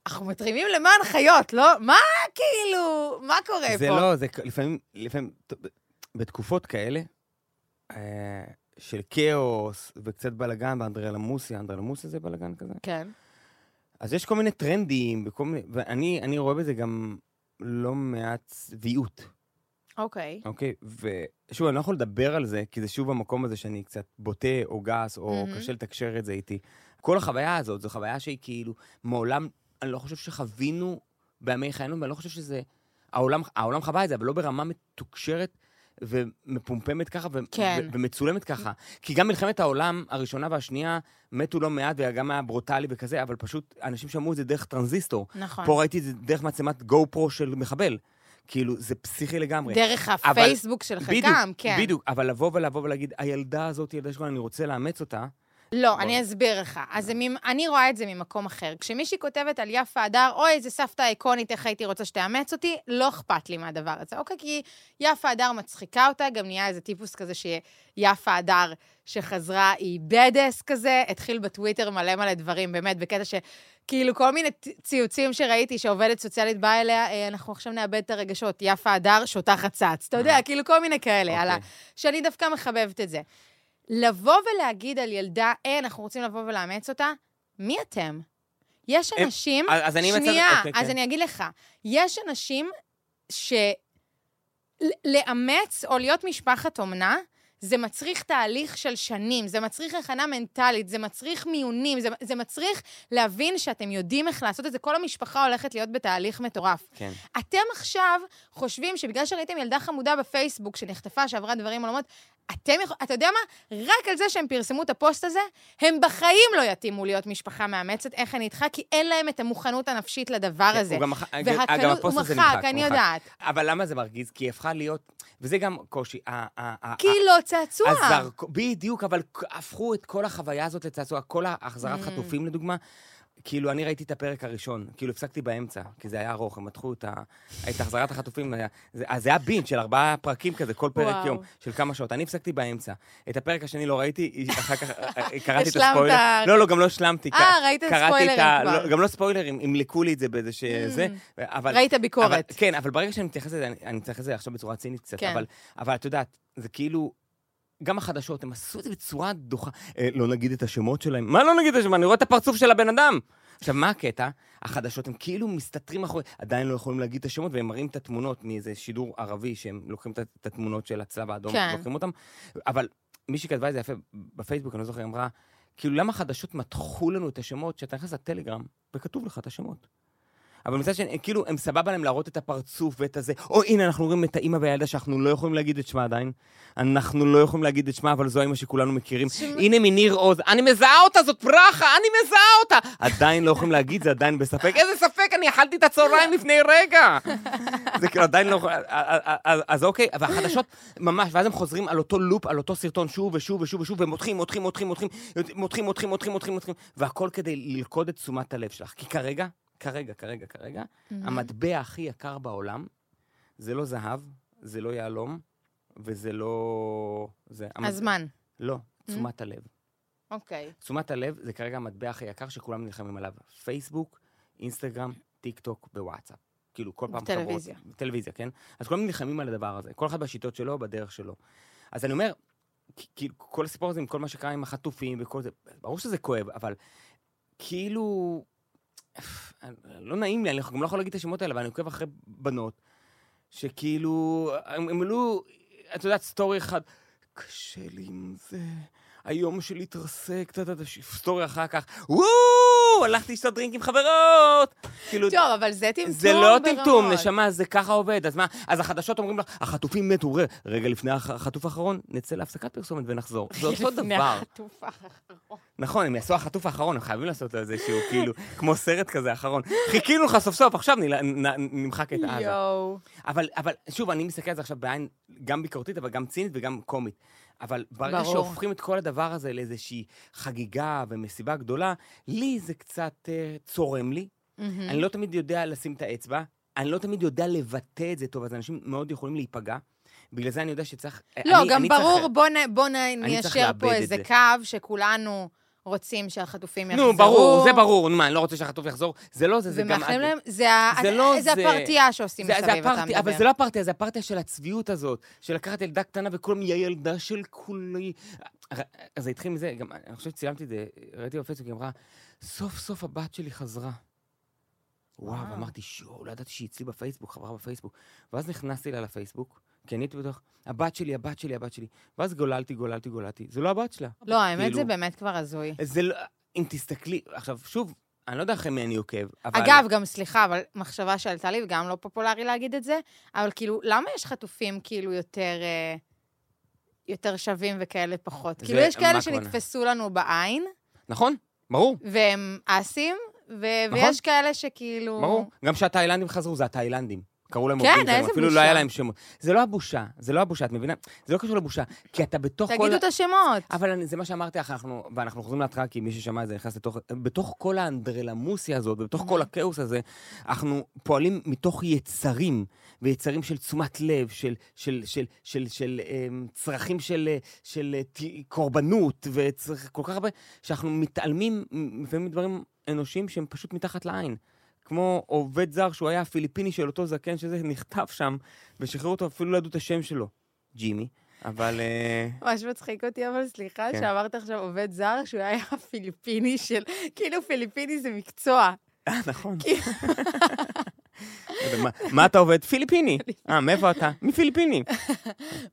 [SPEAKER 3] אנחנו מתרימים למען חיות, לא? מה כאילו, מה קורה פה?
[SPEAKER 2] זה לא, זה כ- לפעמים, לפעמים, טוב, ב- בתקופות כאלה, אה, של כאוס וקצת בלאגן, באנדרלמוסיה, אנדרלמוסיה זה בלאגן כזה?
[SPEAKER 3] כן.
[SPEAKER 2] אז יש כל מיני טרנדים, וכל מיני, ואני אני רואה בזה גם לא מעט צביעות,
[SPEAKER 3] אוקיי.
[SPEAKER 2] אוקיי? ושוב, אני לא יכול לדבר על זה, כי זה שוב המקום הזה שאני קצת בוטה או גס, או
[SPEAKER 3] מהמם.
[SPEAKER 2] קשה לתקשר את זה איתי. כל החוויה הזאת, זו חוויה שהיא כאילו, מעולם, אני לא חושב שחווינו בימי חיינו, ואני לא חושב שזה... העולם, העולם חווה את זה, אבל לא ברמה מתוקשרת ומפומפמת ככה, ו-
[SPEAKER 3] כן.
[SPEAKER 2] ו- ומצולמת ככה. כי גם מלחמת העולם הראשונה והשנייה מתו לא מעט, וגם היה ברוטלי וכזה, אבל פשוט אנשים שמעו את זה דרך טרנזיסטור.
[SPEAKER 3] נכון.
[SPEAKER 2] אוקיי. פה ראיתי את זה דרך מצלמת גו פרו של מחבל. כאילו, זה פסיכי לגמרי.
[SPEAKER 3] דרך
[SPEAKER 2] אבל-
[SPEAKER 3] הפייסבוק של חלקם, כן.
[SPEAKER 2] בדיוק, אבל לבוא ולבוא ולהגיד, הילדה הזאת, ילדה שלנו, אני רוצה לאמץ אותה,
[SPEAKER 3] לא,
[SPEAKER 2] בוא.
[SPEAKER 3] אני אסביר לך. אז זה ממ- אני רואה את זה ממקום אחר. כשמישהי כותבת על יפה הדר, אוי, איזה סבתא איקונית, איך הייתי רוצה שתאמץ אותי, לא אכפת לי מהדבר הזה, אוקיי? כי יפה הדר מצחיקה אותה, גם נהיה איזה טיפוס כזה שיפה הדר שחזרה, היא בדס כזה, התחיל בטוויטר מלא מלא דברים, באמת, בקטע ש... כאילו, כל מיני צ- ציוצים שראיתי שעובדת סוציאלית באה אליה, "אה, אנחנו עכשיו נאבד את הרגשות, יפה הדר שותה חצץ. אתה יודע, כאילו, כל מיני כאלה, על ה...
[SPEAKER 2] אוקיי.
[SPEAKER 3] שאני דווקא מחבבת את זה. לבוא ולהגיד על ילדה, אה, אנחנו רוצים לבוא ולאמץ אותה, מי אתם? יש
[SPEAKER 2] הם-
[SPEAKER 3] אנשים...
[SPEAKER 2] אה, אז אז אני מצב...
[SPEAKER 3] שנייה,
[SPEAKER 2] אוקיי,
[SPEAKER 3] אז
[SPEAKER 2] כן.
[SPEAKER 3] אני אגיד לך. יש אנשים ש... ל- לאמץ או להיות משפחת אומנה, זה מצריך תהליך של שנים, זה מצריך הכנה מנטלית, זה מצריך מיונים, זה, זה מצריך להבין שאתם יודעים איך לעשות את זה. כל המשפחה הולכת להיות בתהליך מטורף.
[SPEAKER 2] כן.
[SPEAKER 3] אתם עכשיו חושבים שבגלל שראיתם ילדה חמודה בפייסבוק שנחטפה, שעברה דברים עולמות, אתם יכולים, אתה יודע מה? רק על זה שהם פרסמו את הפוסט הזה, הם בחיים לא יתאימו להיות משפחה מאמצת, איך אני איתך? כי אין להם את המוכנות הנפשית לדבר
[SPEAKER 2] כן,
[SPEAKER 3] הזה.
[SPEAKER 2] הוא גם מח- אגב,
[SPEAKER 3] והקלות, הוא
[SPEAKER 2] הפוסט הזה
[SPEAKER 3] מחק,
[SPEAKER 2] הוא
[SPEAKER 3] אני
[SPEAKER 2] מחק.
[SPEAKER 3] יודעת.
[SPEAKER 2] אבל למה זה מרגיז? כי היא הפכה להיות... וזה גם קושי. ה- ה- ה-
[SPEAKER 3] כי לא צעצוע.
[SPEAKER 2] הזרק... בדיוק, אבל הפכו את כל החוויה הזאת לצעצוע, כל החזרת
[SPEAKER 3] Mm.
[SPEAKER 2] חטופים לדוגמה. כאילו, אני ראיתי את הפרק הראשון, כאילו, הפסקתי באמצע, כי זה היה ארוך, הם מתחו את, ה... את החזרת החטופים, היה- זה- אז זה היה בינץ' של ארבעה פרקים כזה, כל פרק
[SPEAKER 3] וואו.
[SPEAKER 2] יום, של כמה שעות. אני הפסקתי באמצע. את הפרק השני לא ראיתי, אחר כך אה, קראתי את
[SPEAKER 3] השלמת.
[SPEAKER 2] הספוילר. לא, לא, גם לא השלמתי.
[SPEAKER 3] אה,
[SPEAKER 2] קר-
[SPEAKER 3] ראית
[SPEAKER 2] קראתי את
[SPEAKER 3] ספוילרים
[SPEAKER 2] ה-
[SPEAKER 3] כבר. Mm.
[SPEAKER 2] לא, גם לא ספוילרים, ימלקו לי את זה באיזה שזה, אבל...
[SPEAKER 3] ראית
[SPEAKER 2] אבל-
[SPEAKER 3] ביקורת.
[SPEAKER 2] כן, אבל ברגע שאני מתייחס לזה, אני- אני מתייחס לזה עכשיו בצורה צינית קצת,
[SPEAKER 3] כן.
[SPEAKER 2] אבל- אבל את יודעת, זה כאילו... גם החדשות, הם עשו את זה בצורה דוחה. אה, לא נגיד את השמות שלהם. מה לא נגיד את השמות? אני רואה את הפרצוף של הבן אדם. עכשיו, מה הקטע? החדשות, הם כאילו מסתתרים אחרי... עדיין לא יכולים להגיד את השמות, והם מראים את התמונות מאיזה שידור ערבי, שהם לוקחים את ה- את התמונות של הצלב האדום,
[SPEAKER 3] כן.
[SPEAKER 2] לוקחים אותם. אבל מישהי כתבה את זה יפה בפייסבוק, אני לא זוכר, היא אמרה, כאילו, למה החדשות מתחו לנו את השמות, שאתה נכנס לטלגרם, וכתוב לך את השמות. אבל מצד שני, כאילו, הם סבבה להם להראות את הפרצוף ואת הזה. או הנה, אנחנו רואים את האימא והילדה שאנחנו לא יכולים להגיד את שמה עדיין. אנחנו לא יכולים להגיד את שמה, אבל זו האימא שכולנו מכירים. הנה מניר עוז, אני מזהה אותה, זאת ברכה, אני מזהה אותה. עדיין לא יכולים להגיד, זה עדיין בספק. איזה ספק, אני אכלתי את הצהריים לפני רגע. זה כאילו עדיין לא... יכול- אז- אז אוקיי, והחדשות ממש, ואז הם חוזרים על אותו לופ, על אותו סרטון שוב ושוב ושוב ושוב, ומותחים, מותחים, מותחים, מותחים, מותחים, מותחים, מותחים, מותחים, מותחים, והכל כדי ללכוד את תשומת הלב שלך. כי כרגע, כרגע, כרגע, כרגע,
[SPEAKER 3] Mhm.
[SPEAKER 2] המטבע הכי יקר בעולם זה לא זהב, זה לא יהלום, וזה לא... זה... המט-
[SPEAKER 3] הזמן.
[SPEAKER 2] לא, תשומת הלב.
[SPEAKER 3] אוקיי.
[SPEAKER 2] תשומת הלב זה כרגע המטבע הכי יקר שכולם נלחמים עליו. פייסבוק, אינסטגרם, טיק טוק ווואטסאפ. כאילו, כל פעם
[SPEAKER 3] וטלוויזיה.
[SPEAKER 2] חברות... טלוויזיה, כן? אז כולם נלחמים על הדבר הזה. כל אחד בשיטות שלו, בדרך שלו. אז אני אומר, כ- כאילו, כל הסיפור הזה עם כל מה שקרה עם החטופים וכל זה, ברור שזה כואב, אבל כאילו... לא נעים לי, אני גם לא יכול להגיד את השמות האלה, אבל אני עוקב אחרי בנות, שכאילו, הם הם העלו, את יודעת, סטורי אחד, קשה לי עם זה, היום שלי התרסק, טה טה טה, ש- סטורי אחר כך, וואו, הלכתי לשתות דרינק עם חברות! כאילו,
[SPEAKER 3] טוב, אבל זה טמטום
[SPEAKER 2] זה לא
[SPEAKER 3] ברמות.
[SPEAKER 2] טמטום, נשמה, זה ככה עובד. אז מה, אז החדשות אומרים לך, החטופים מתו, ר- רגע לפני הח- החטוף האחרון, נצא להפסקת פרסומת ונחזור. זה אותו
[SPEAKER 3] לפני
[SPEAKER 2] דבר.
[SPEAKER 3] החטוף האחרון.
[SPEAKER 2] נכון, הם יעשו החטוף האחרון, הם חייבים לעשות לו איזה שהוא, כאילו, כמו סרט כזה אחרון. חיכינו לך סוף סוף, עכשיו נל- נ- נמחק את עזה.
[SPEAKER 3] יואו.
[SPEAKER 2] אבל, אבל שוב, אני מסתכל על זה עכשיו בעין גם ביקורתית, אבל גם צינית וגם קומית. אבל ברגע
[SPEAKER 3] ברור.
[SPEAKER 2] שהופכים את כל הדבר הזה לאיזושהי חגיגה ומסיבה גדולה, לי זה קצת אה, צורם לי.
[SPEAKER 3] מהמם.
[SPEAKER 2] אני לא תמיד יודע לשים את האצבע, אני לא תמיד יודע לבטא את זה טוב, אז אנשים מאוד יכולים להיפגע. בגלל זה אני יודע שצריך...
[SPEAKER 3] לא,
[SPEAKER 2] אני-
[SPEAKER 3] גם
[SPEAKER 2] אני צריך-
[SPEAKER 3] ברור, בוא נ- בוא נ-
[SPEAKER 2] אני צריך
[SPEAKER 3] ניישר
[SPEAKER 2] לאבד
[SPEAKER 3] פה
[SPEAKER 2] את
[SPEAKER 3] איזה
[SPEAKER 2] זה.
[SPEAKER 3] קו שכולנו רוצים שהחטופים יחזרו.
[SPEAKER 2] נו, ברור, זה ברור. נו, מה, אני לא רוצה שהחטוף יחזור? זה לא זה, זה גם...
[SPEAKER 3] ומאחלים
[SPEAKER 2] את-
[SPEAKER 3] להם, זה ה-
[SPEAKER 2] זה לא
[SPEAKER 3] זה
[SPEAKER 2] זה.
[SPEAKER 3] הפרטייה שעושים
[SPEAKER 2] זה- זה
[SPEAKER 3] מסביב, אתה
[SPEAKER 2] הפרטי-
[SPEAKER 3] מדבר.
[SPEAKER 2] אבל זה לא הפרטיה, זה הפרטיה של הצביעות הזאת, של לקחת ילדה קטנה וכולם, היא הילדה של כולי. ר- זה התחיל מזה, גם אני חושב שצילמתי את זה, ראיתי בפייסבוק, היא אמרה, סוף סוף הבת שלי חזרה. וואו,
[SPEAKER 3] וואו.
[SPEAKER 2] אמרתי, שואו, לא ידעתי שהיא אצלי בפייסבוק, חברה בפייסבוק. ואז נכנסתי לה לפייסבוק, כי אני הייתי בטוח, הבת שלי, הבת שלי, הבת שלי. ואז גוללתי, גוללתי, גוללתי, זה לא הבת שלה.
[SPEAKER 3] לא, האמת זה
[SPEAKER 2] כאילו-
[SPEAKER 3] באמת כבר הזוי.
[SPEAKER 2] זה לא, אם תסתכלי, עכשיו, שוב, אני לא יודע אחרי מי אני עוקב, אבל...
[SPEAKER 3] אגב, גם סליחה, אבל מחשבה שעלתה לי, וגם לא פופולרי להגיד את זה, אבל כאילו, למה יש חטופים כאילו יותר... אה, יותר שווים וכאלה פחות.
[SPEAKER 2] זה-
[SPEAKER 3] כאילו, יש
[SPEAKER 2] מה
[SPEAKER 3] כאלה
[SPEAKER 2] הכוונה?
[SPEAKER 3] שנתפסו לנו בעין,
[SPEAKER 2] נכון, ברור.
[SPEAKER 3] והם אסים, ו-
[SPEAKER 2] נכון.
[SPEAKER 3] ויש כאלה שכאילו...
[SPEAKER 2] ברור. גם כשהתאילנדים חזרו, זה התאילנדים. קראו להם
[SPEAKER 3] כאילו- כן,
[SPEAKER 2] עובדים שלהם,
[SPEAKER 3] איזה
[SPEAKER 2] אפילו לא
[SPEAKER 3] בושה.
[SPEAKER 2] היה להם שמות. זה לא הבושה, זה לא הבושה, את מבינה? זה לא קשור לבושה, כי אתה בתוך כל...
[SPEAKER 3] תגידו את השמות.
[SPEAKER 2] אבל אני, זה מה שאמרתי לך, אנחנו, ואנחנו חוזרים להתחלה, כי מי ששמע את זה נכנס לתוך... בתוך כל האנדרלמוסיה הזאת, ובתוך כל הכאוס הזה, אנחנו פועלים מתוך יצרים, ויצרים של תשומת לב, של, של, של, של, של, אמ, צרכים של, אה, של אה, ת- קורבנות, וצריך כל כך הרבה, שאנחנו מתעלמים מ- לפעמים מדברים אנושיים שהם פשוט מתחת לעין. כמו עובד זר שהוא היה הפיליפיני של אותו זקן, שזה נחטף שם, ושחררו אותו, אפילו לא ידעו את השם שלו. ג'ימי, אבל... אה,
[SPEAKER 3] ממש מצחיק אותי, אבל סליחה
[SPEAKER 2] כן.
[SPEAKER 3] שאמרת עכשיו עובד זר, שהוא היה פיליפיני של... כאילו פיליפיני זה מקצוע.
[SPEAKER 2] נכון.
[SPEAKER 3] כי-
[SPEAKER 2] מה- מה אתה עובד? פיליפיני. אה, מאיפה אתה? מפיליפינים.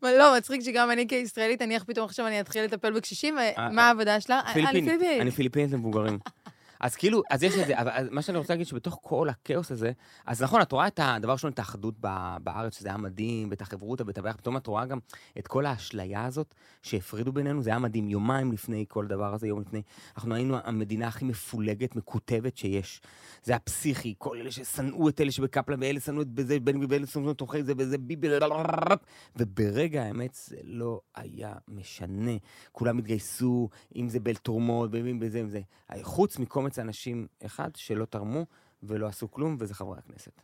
[SPEAKER 3] מה, לא, מצחיק שגם אני כישראלית, נניח פתאום עכשיו אני אתחיל לטפל בקשישים, מה העבודה שלה? אה, אני
[SPEAKER 2] פיליפינית.
[SPEAKER 3] פיליפינית.
[SPEAKER 2] אה, אני פיליפינית למבוגרים. אז כאילו, אז יש את זה, אבל אז מה שאני רוצה להגיד שבתוך כל הכאוס הזה, אז נכון, את רואה את הדבר ראשון, את האחדות ב- בארץ, שזה היה מדהים, ואת החברותא, ואת הבעיה, פתאום את רואה גם את כל האשליה הזאת שהפרידו בינינו, זה היה מדהים, יומיים לפני כל הדבר הזה, יום לפני, אנחנו היינו המדינה הכי מפולגת, מקוטבת שיש. זה היה פסיכי, כל אלה ששנאו את אלה שבקפלן, ואלה שנאו את בזה, בן גביר, ואלה שנאו את אוחי זה, וזה ביבי, וברגע האמת זה לא היה משנה. כולם התגייסו, אם זה בתרומות, ואם בזה, אם זה. חוץ מקומץ קומץ אנשים אחד שלא תרמו ולא עשו כלום, וזה חברי הכנסת.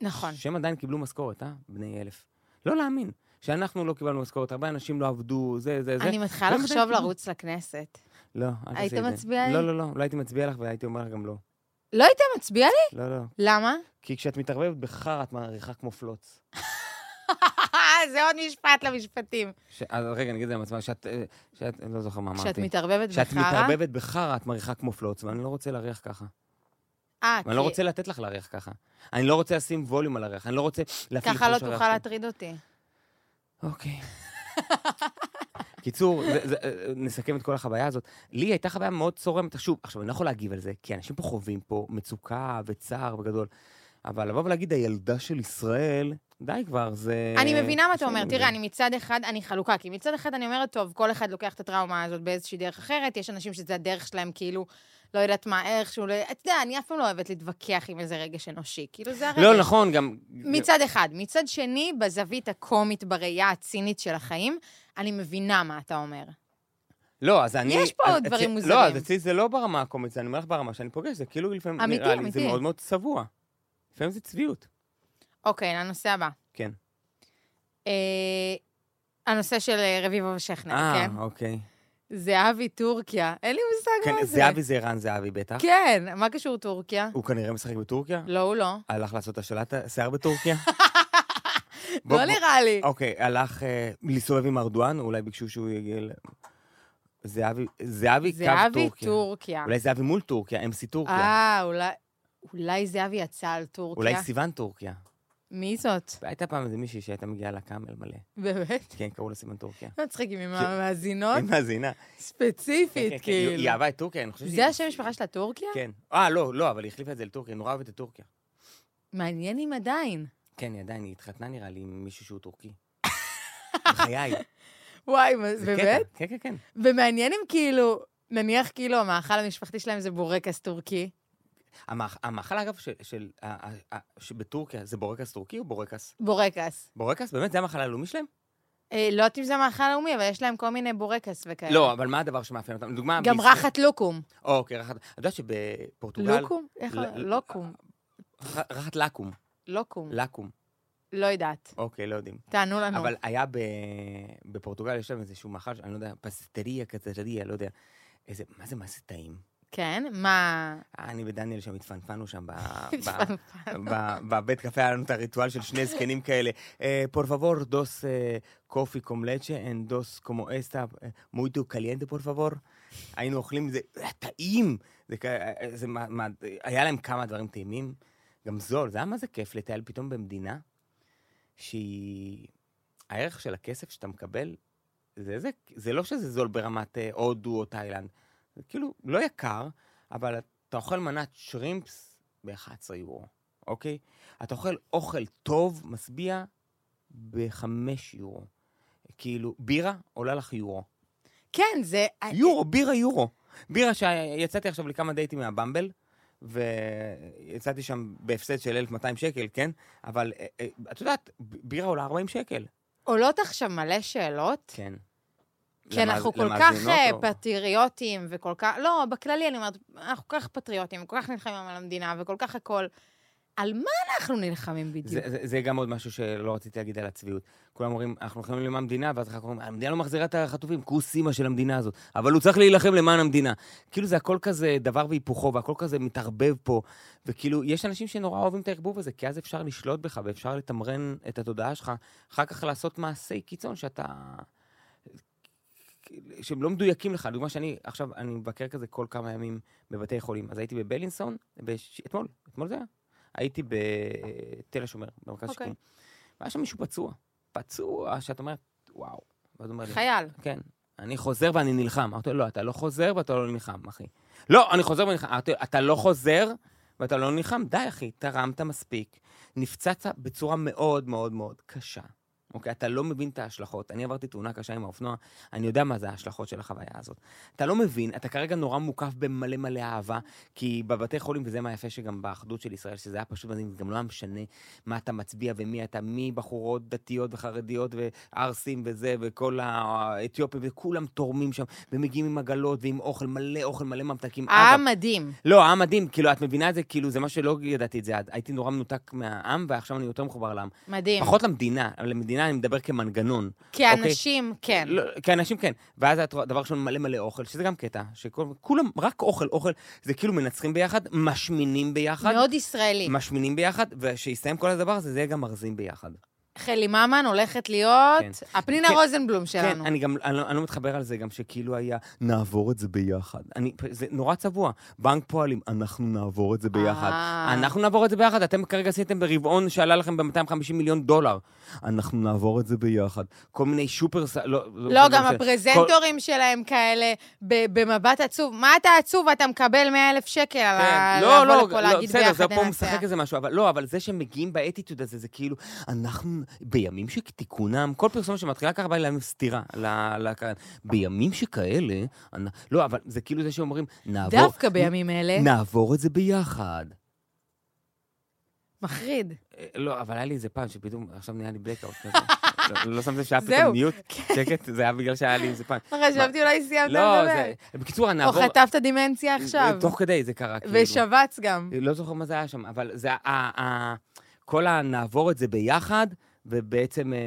[SPEAKER 3] נכון.
[SPEAKER 2] שהם עדיין קיבלו משכורת, אה? בני אלף. לא להאמין. שאנחנו לא קיבלנו משכורת, הרבה אנשים לא עבדו, זה, זה, זה.
[SPEAKER 3] אני מתחילה
[SPEAKER 2] והם עדיין
[SPEAKER 3] לחשוב
[SPEAKER 2] קיבלו.
[SPEAKER 3] לרוץ לכנסת.
[SPEAKER 2] לא, אל תעשי את זה.
[SPEAKER 3] היית מצביע לי?
[SPEAKER 2] לא, לא, לא, לא הייתי מצביע לך והייתי אומר לך גם לא.
[SPEAKER 3] לא היית מצביע לי?
[SPEAKER 2] לא, לא.
[SPEAKER 3] למה?
[SPEAKER 2] כי כשאת מתערבבת בחרא, את מעריכה כמו פלוץ.
[SPEAKER 3] זה עוד משפט למשפטים.
[SPEAKER 2] ש... אז רגע, אני אגיד את זה עם עצמה, שאת, אה, שאת, אני לא זוכר מה אמרתי.
[SPEAKER 3] כשאת מתערבבת בחרא...
[SPEAKER 2] כשאת מתערבבת בחרא, את מריחה כמו פלוץ, ואני לא רוצה להריח ככה.
[SPEAKER 3] אה,
[SPEAKER 2] ואני לא
[SPEAKER 3] כי
[SPEAKER 2] רוצה לתת לך להריח ככה. אני לא רוצה לשים ווליום על הריח, אני לא רוצה להפעיל
[SPEAKER 3] ככה לא
[SPEAKER 2] חוש הריח
[SPEAKER 3] תוכל
[SPEAKER 2] שלי.
[SPEAKER 3] להטריד אותי.
[SPEAKER 2] אוקיי. קיצור, זה, זה, אה, נסכם את כל החוויה הזאת. לי הייתה חוויה מאוד צורמת. שוב, עכשיו, אני לא יכול להגיב על זה, כי אנשים פה חווים פה מצוקה וצער וגדול. אבל לבוא ולהגיד, הילדה של ישראל, די כבר, זה...
[SPEAKER 3] אני מבינה מה אתה
[SPEAKER 2] אפשר
[SPEAKER 3] אומר.
[SPEAKER 2] להגיד.
[SPEAKER 3] תראה, אני מצד אחד, אני חלוקה, כי מצד אחד אני אומרת, טוב, כל אחד לוקח את הטראומה הזאת באיזושהי דרך אחרת, יש אנשים שזה הדרך שלהם, כאילו, לא יודעת מה, איכשהו, לא- אתה יודע, אני אף פעם לא אוהבת להתווכח עם איזה רגש אנושי, כאילו, זה הרגש.
[SPEAKER 2] לא, נכון, גם...
[SPEAKER 3] מצד אחד. מצד שני, בזווית הקומית, בראייה הצינית של החיים, אני מבינה מה אתה אומר.
[SPEAKER 2] לא, אז אני...
[SPEAKER 3] יש פה
[SPEAKER 2] אז-
[SPEAKER 3] דברים
[SPEAKER 2] אצלי-
[SPEAKER 3] מוזרים.
[SPEAKER 2] לא, אז אצלי זה לא ברמה הקומית, זה אני אומר לך ברמה שאני פוגש, זה כאילו לפעמים
[SPEAKER 3] אמיתי,
[SPEAKER 2] נראה לי, זה
[SPEAKER 3] אמיתי.
[SPEAKER 2] מאוד מאוד צבוע. לפעמים זה צביעות.
[SPEAKER 3] אוקיי, לנושא הבא.
[SPEAKER 2] כן.
[SPEAKER 3] אה, הנושא של אה, רביבו ושכנר,
[SPEAKER 2] אה,
[SPEAKER 3] כן?
[SPEAKER 2] אוקיי.
[SPEAKER 3] זהבי טורקיה, אין לי מושג
[SPEAKER 2] כן,
[SPEAKER 3] מה לא זה.
[SPEAKER 2] זהבי זה ערן זהבי בטח.
[SPEAKER 3] כן, מה קשור טורקיה?
[SPEAKER 2] הוא כנראה משחק בטורקיה?
[SPEAKER 3] לא, הוא לא.
[SPEAKER 2] הלך לעשות השאלת שיער בטורקיה? בוא-
[SPEAKER 3] לא
[SPEAKER 2] בוא-
[SPEAKER 3] נראה לי.
[SPEAKER 2] אוקיי, הלך אה, להסתובב עם ארדואן, אולי ביקשו שהוא יגיע ל... זהבי, זהבי קו
[SPEAKER 3] זהבי
[SPEAKER 2] טורקיה.
[SPEAKER 3] טורקיה.
[SPEAKER 2] אולי זהבי מול טורקיה, MC טורקיה.
[SPEAKER 3] אה, אולי... אולי זהבי יצא על
[SPEAKER 2] אולי
[SPEAKER 3] טורקיה.
[SPEAKER 2] סיוון טורקיה.
[SPEAKER 3] מי זאת?
[SPEAKER 2] הייתה פעם איזה מישהי שהייתה מגיעה לקאמל מלא.
[SPEAKER 3] באמת?
[SPEAKER 2] כן, קראו לה סיוון טורקיה.
[SPEAKER 3] לא מצחיקים עם
[SPEAKER 2] כן.
[SPEAKER 3] המאזינות?
[SPEAKER 2] היא מאזינה. כן, כן,
[SPEAKER 3] ספציפית,
[SPEAKER 2] כן, היא-
[SPEAKER 3] כאילו.
[SPEAKER 2] היא אהבה את טורקיה, אני חושב
[SPEAKER 3] זה השם משפחה שלה טורקיה?
[SPEAKER 2] כן. אה, לא, לא, אבל היא החליפה את זה לטורקיה, נורא אוהבת את טורקיה.
[SPEAKER 3] מעניין אם עדיין.
[SPEAKER 2] כן, היא עדיין, היא התחתנה נראה לי עם מישהו שהוא טורקי. בחיי.
[SPEAKER 3] וואי, מה-
[SPEAKER 2] זה קטע.
[SPEAKER 3] באמת?
[SPEAKER 2] כן, כן, כן.
[SPEAKER 3] ומעניין אם כאילו, נניח כאילו המאכל המשפחתי שלהם זה בורקס טורקי.
[SPEAKER 2] המאכ- המאכל, אגב, של- של... ה- ה- ה- שבטורקיה, זה בורקס טורקי או בורקס?
[SPEAKER 3] בורקס.
[SPEAKER 2] בורקס? באמת? זה המאכל הלאומי שלהם?
[SPEAKER 3] אה, לא יודעת אם זה מאכל לאומי, אבל יש להם כל מיני בורקס וכאלה.
[SPEAKER 2] לא, אבל מה הדבר שמאפיין אותם? לדוגמה...
[SPEAKER 3] כן. גם
[SPEAKER 2] בישראל-
[SPEAKER 3] רחת לוקום.
[SPEAKER 2] אוקיי, רחת... את יודעת שבפורטוגל...
[SPEAKER 3] לוקום? איך?
[SPEAKER 2] ל- אה, ל-
[SPEAKER 3] לוקום.
[SPEAKER 2] ר- רחת לקום.
[SPEAKER 3] לוקום.
[SPEAKER 2] לקום.
[SPEAKER 3] לא יודעת.
[SPEAKER 2] אוקיי, לא יודעים.
[SPEAKER 3] תענו לנו.
[SPEAKER 2] אבל היה ב... בפורטוגל, יש להם איזשהו מאכל, אני לא יודע, פסטריה, קצריה, לא יודע. איזה... מה זה, מה זה טעים?
[SPEAKER 3] כן? מה...
[SPEAKER 2] אה, אני ודניאל שם התפנפנו שם ב... ב...
[SPEAKER 3] התפנפנו.
[SPEAKER 2] ב- בבית קפה היה לנו את הריטואל של שני זקנים כאלה. אה, פור פבור, דוס קופי קומלצ'ה, אין דוס כמו אסטה, מויטו קליינטה פור פבור. היינו אוכלים, זה היה טעים. זה כ- אה, זה מה- מה- היה להם כמה דברים טעימים. גם זול, זה היה מה זה כיף לטייל פתאום במדינה שהיא... הערך של הכסף שאתה מקבל, זה, זה, זה לא שזה זול ברמת אה, הודו או תאילנד. זה כאילו לא יקר, אבל אתה אוכל מנת שרימפס ב-11 יורו, אוקיי? אתה אוכל אוכל טוב, משביע, ב-5 יורו. כאילו, בירה עולה לך יורו.
[SPEAKER 3] כן, זה...
[SPEAKER 2] יורו, בירה יורו. בירה שיצאתי עכשיו לכמה דייטים מהבמבל, ויצאתי שם בהפסד של 1,200 שקל, כן? אבל אה, אה, את יודעת, ב- בירה עולה 40 שקל.
[SPEAKER 3] עולות עכשיו מלא שאלות.
[SPEAKER 2] כן.
[SPEAKER 3] כי כן, אנחנו כל כך אה, פטריוטים וכל כך, לא, בכללי אני אומרת, אנחנו כל כך פטריוטים, כל כך נלחמים על המדינה וכל כך הכל. על מה אנחנו נלחמים
[SPEAKER 2] זה,
[SPEAKER 3] בדיוק?
[SPEAKER 2] זה, זה גם עוד משהו שלא רציתי להגיד על הצביעות. כולם אומרים, אנחנו נלחמים למען המדינה, ואז אחר כך אומרים, המדינה לא מחזירה את החטופים, כוס אימא של המדינה הזאת. אבל הוא צריך להילחם למען המדינה. כאילו זה הכל כזה דבר והיפוכו, והכל כזה מתערבב פה. וכאילו, יש אנשים שנורא אוהבים את הערבוב הזה, כי אז אפשר לשלוט בך, ואפשר לתמרן את התודעה שלך, אחר כך לעשות מעשי קיצון שאתה... שהם לא מדויקים לך. דוגמה שאני, עכשיו, אני מבקר כזה כל כמה ימים בבתי חולים. אז הייתי בבלינסון, בש... אתמול, אתמול זה היה. הייתי בתל השומר, במרכז okay.
[SPEAKER 3] אוקיי.
[SPEAKER 2] שיקום. והיה שם מישהו פצוע. פצוע, שאת אומרת, וואו. ואז הוא אומר לי,
[SPEAKER 3] חייל.
[SPEAKER 2] כן, אני חוזר ואני נלחם. אמרתי לו, לא, אתה לא חוזר ואתה לא נלחם, אחי. לא, אני חוזר ואני נלחם. אמרתי לו, אתה לא חוזר ואתה לא נלחם. די, אחי, תרמת מספיק. נפצעת בצורה מאוד מאוד מאוד קשה. אוקיי? אתה לא מבין את ההשלכות. אני עברתי תאונה קשה עם האופנוע, אני יודע מה זה ההשלכות של החוויה הזאת. אתה לא מבין, אתה כרגע נורא מוקף במלא מלא אהבה, כי בבתי חולים, וזה מה יפה שגם באחדות של ישראל, שזה היה פשוט מדהים, זה גם לא היה משנה מה אתה מצביע ומי אתה, מי בחורות דתיות וחרדיות וערסים וזה, וכל האתיופים, וכולם תורמים שם, ומגיעים עם עגלות ועם אוכל, מלא אוכל, מלא ממתקים. אגב,
[SPEAKER 3] העם אה, מדהים.
[SPEAKER 2] לא, העם מדהים, כאילו, את מבינה את זה, כאילו, זה מה שלא ידעתי את זה עד. הייתי נורא מנותק מהעם, ועכשיו אני יותר מחובר לעם.
[SPEAKER 3] מדהים.
[SPEAKER 2] פחות למדינה, אבל למדינה אני מדבר כמנגנון.
[SPEAKER 3] כאנשים, כן.
[SPEAKER 2] אוקיי. לא, כאנשים כן. ואז את רואה, דבר ראשון, מלא מלא אוכל, שזה גם קטע, שכולם, רק אוכל, אוכל, זה כאילו מנצחים ביחד, משמינים ביחד,
[SPEAKER 3] מאוד ישראלי.
[SPEAKER 2] משמינים ביחד, ושיסתיים כל הדבר הזה, זה יהיה גם מרזים ביחד.
[SPEAKER 3] חלי ממן הולכת להיות
[SPEAKER 2] כן.
[SPEAKER 3] הפנינה
[SPEAKER 2] כן.
[SPEAKER 3] רוזנבלום שלנו.
[SPEAKER 2] כן, אני גם, אני לא, אני לא מתחבר על זה גם שכאילו היה, נעבור את זה ביחד. אני, זה נורא צבוע. בנק פועלים, אנחנו נעבור את זה ביחד.
[SPEAKER 3] אה.
[SPEAKER 2] אנחנו נעבור את זה ביחד, אתם כרגע עשיתם ברבעון שעלה לכם ב-250 מיליון דולר. אנחנו נעבור את זה ביחד. כל מיני שופרסל, לא...
[SPEAKER 3] לא,
[SPEAKER 2] כל
[SPEAKER 3] גם
[SPEAKER 2] מיני-
[SPEAKER 3] הפרזנטורים שלהם כאלה, ב- במבט עצוב. מה אתה עצוב? אתה מקבל 100 אלף שקל על ה-
[SPEAKER 2] כן. לא,
[SPEAKER 3] לבוא
[SPEAKER 2] לא, לא,
[SPEAKER 3] לפה להגיד
[SPEAKER 2] בסדר, זה
[SPEAKER 3] ביחד
[SPEAKER 2] פה
[SPEAKER 3] ננצח.
[SPEAKER 2] משחק איזה משהו, אבל לא, אבל זה שהם מגיעים באטיטוד הזה, זה כאילו, אנחנו בימים שתיקונם, כל פרסומת שמתחילה ככה באה להם סתירה ל- לקהל. בימים שכאלה, אנ- לא, אבל זה כאילו זה שאומרים, נעבור...
[SPEAKER 3] דווקא בימים אלה,
[SPEAKER 2] נעבור את זה ביחד.
[SPEAKER 3] מחריד.
[SPEAKER 2] אה, לא, אבל היה לי איזה פעם שפתאום, עכשיו נהיה לי blackout כזה. לא- לא שמת לב שהיה
[SPEAKER 3] זהו. כן.
[SPEAKER 2] פתאום ניוט, שקט, זה היה בגלל שהיה לי איזה פעם.
[SPEAKER 3] חשבתי אולי סיימת
[SPEAKER 2] לא,
[SPEAKER 3] לדבר.
[SPEAKER 2] זה... בקיצור,
[SPEAKER 3] או
[SPEAKER 2] נעבור...
[SPEAKER 3] חטפת דימנציה עכשיו.
[SPEAKER 2] תוך כדי זה קרה, כאילו.
[SPEAKER 3] ושבץ גם.
[SPEAKER 2] לא זוכר מה זה היה שם, אבל זה ה- ה... ה- כל הנעבור את זה ביחד, ובעצם אה,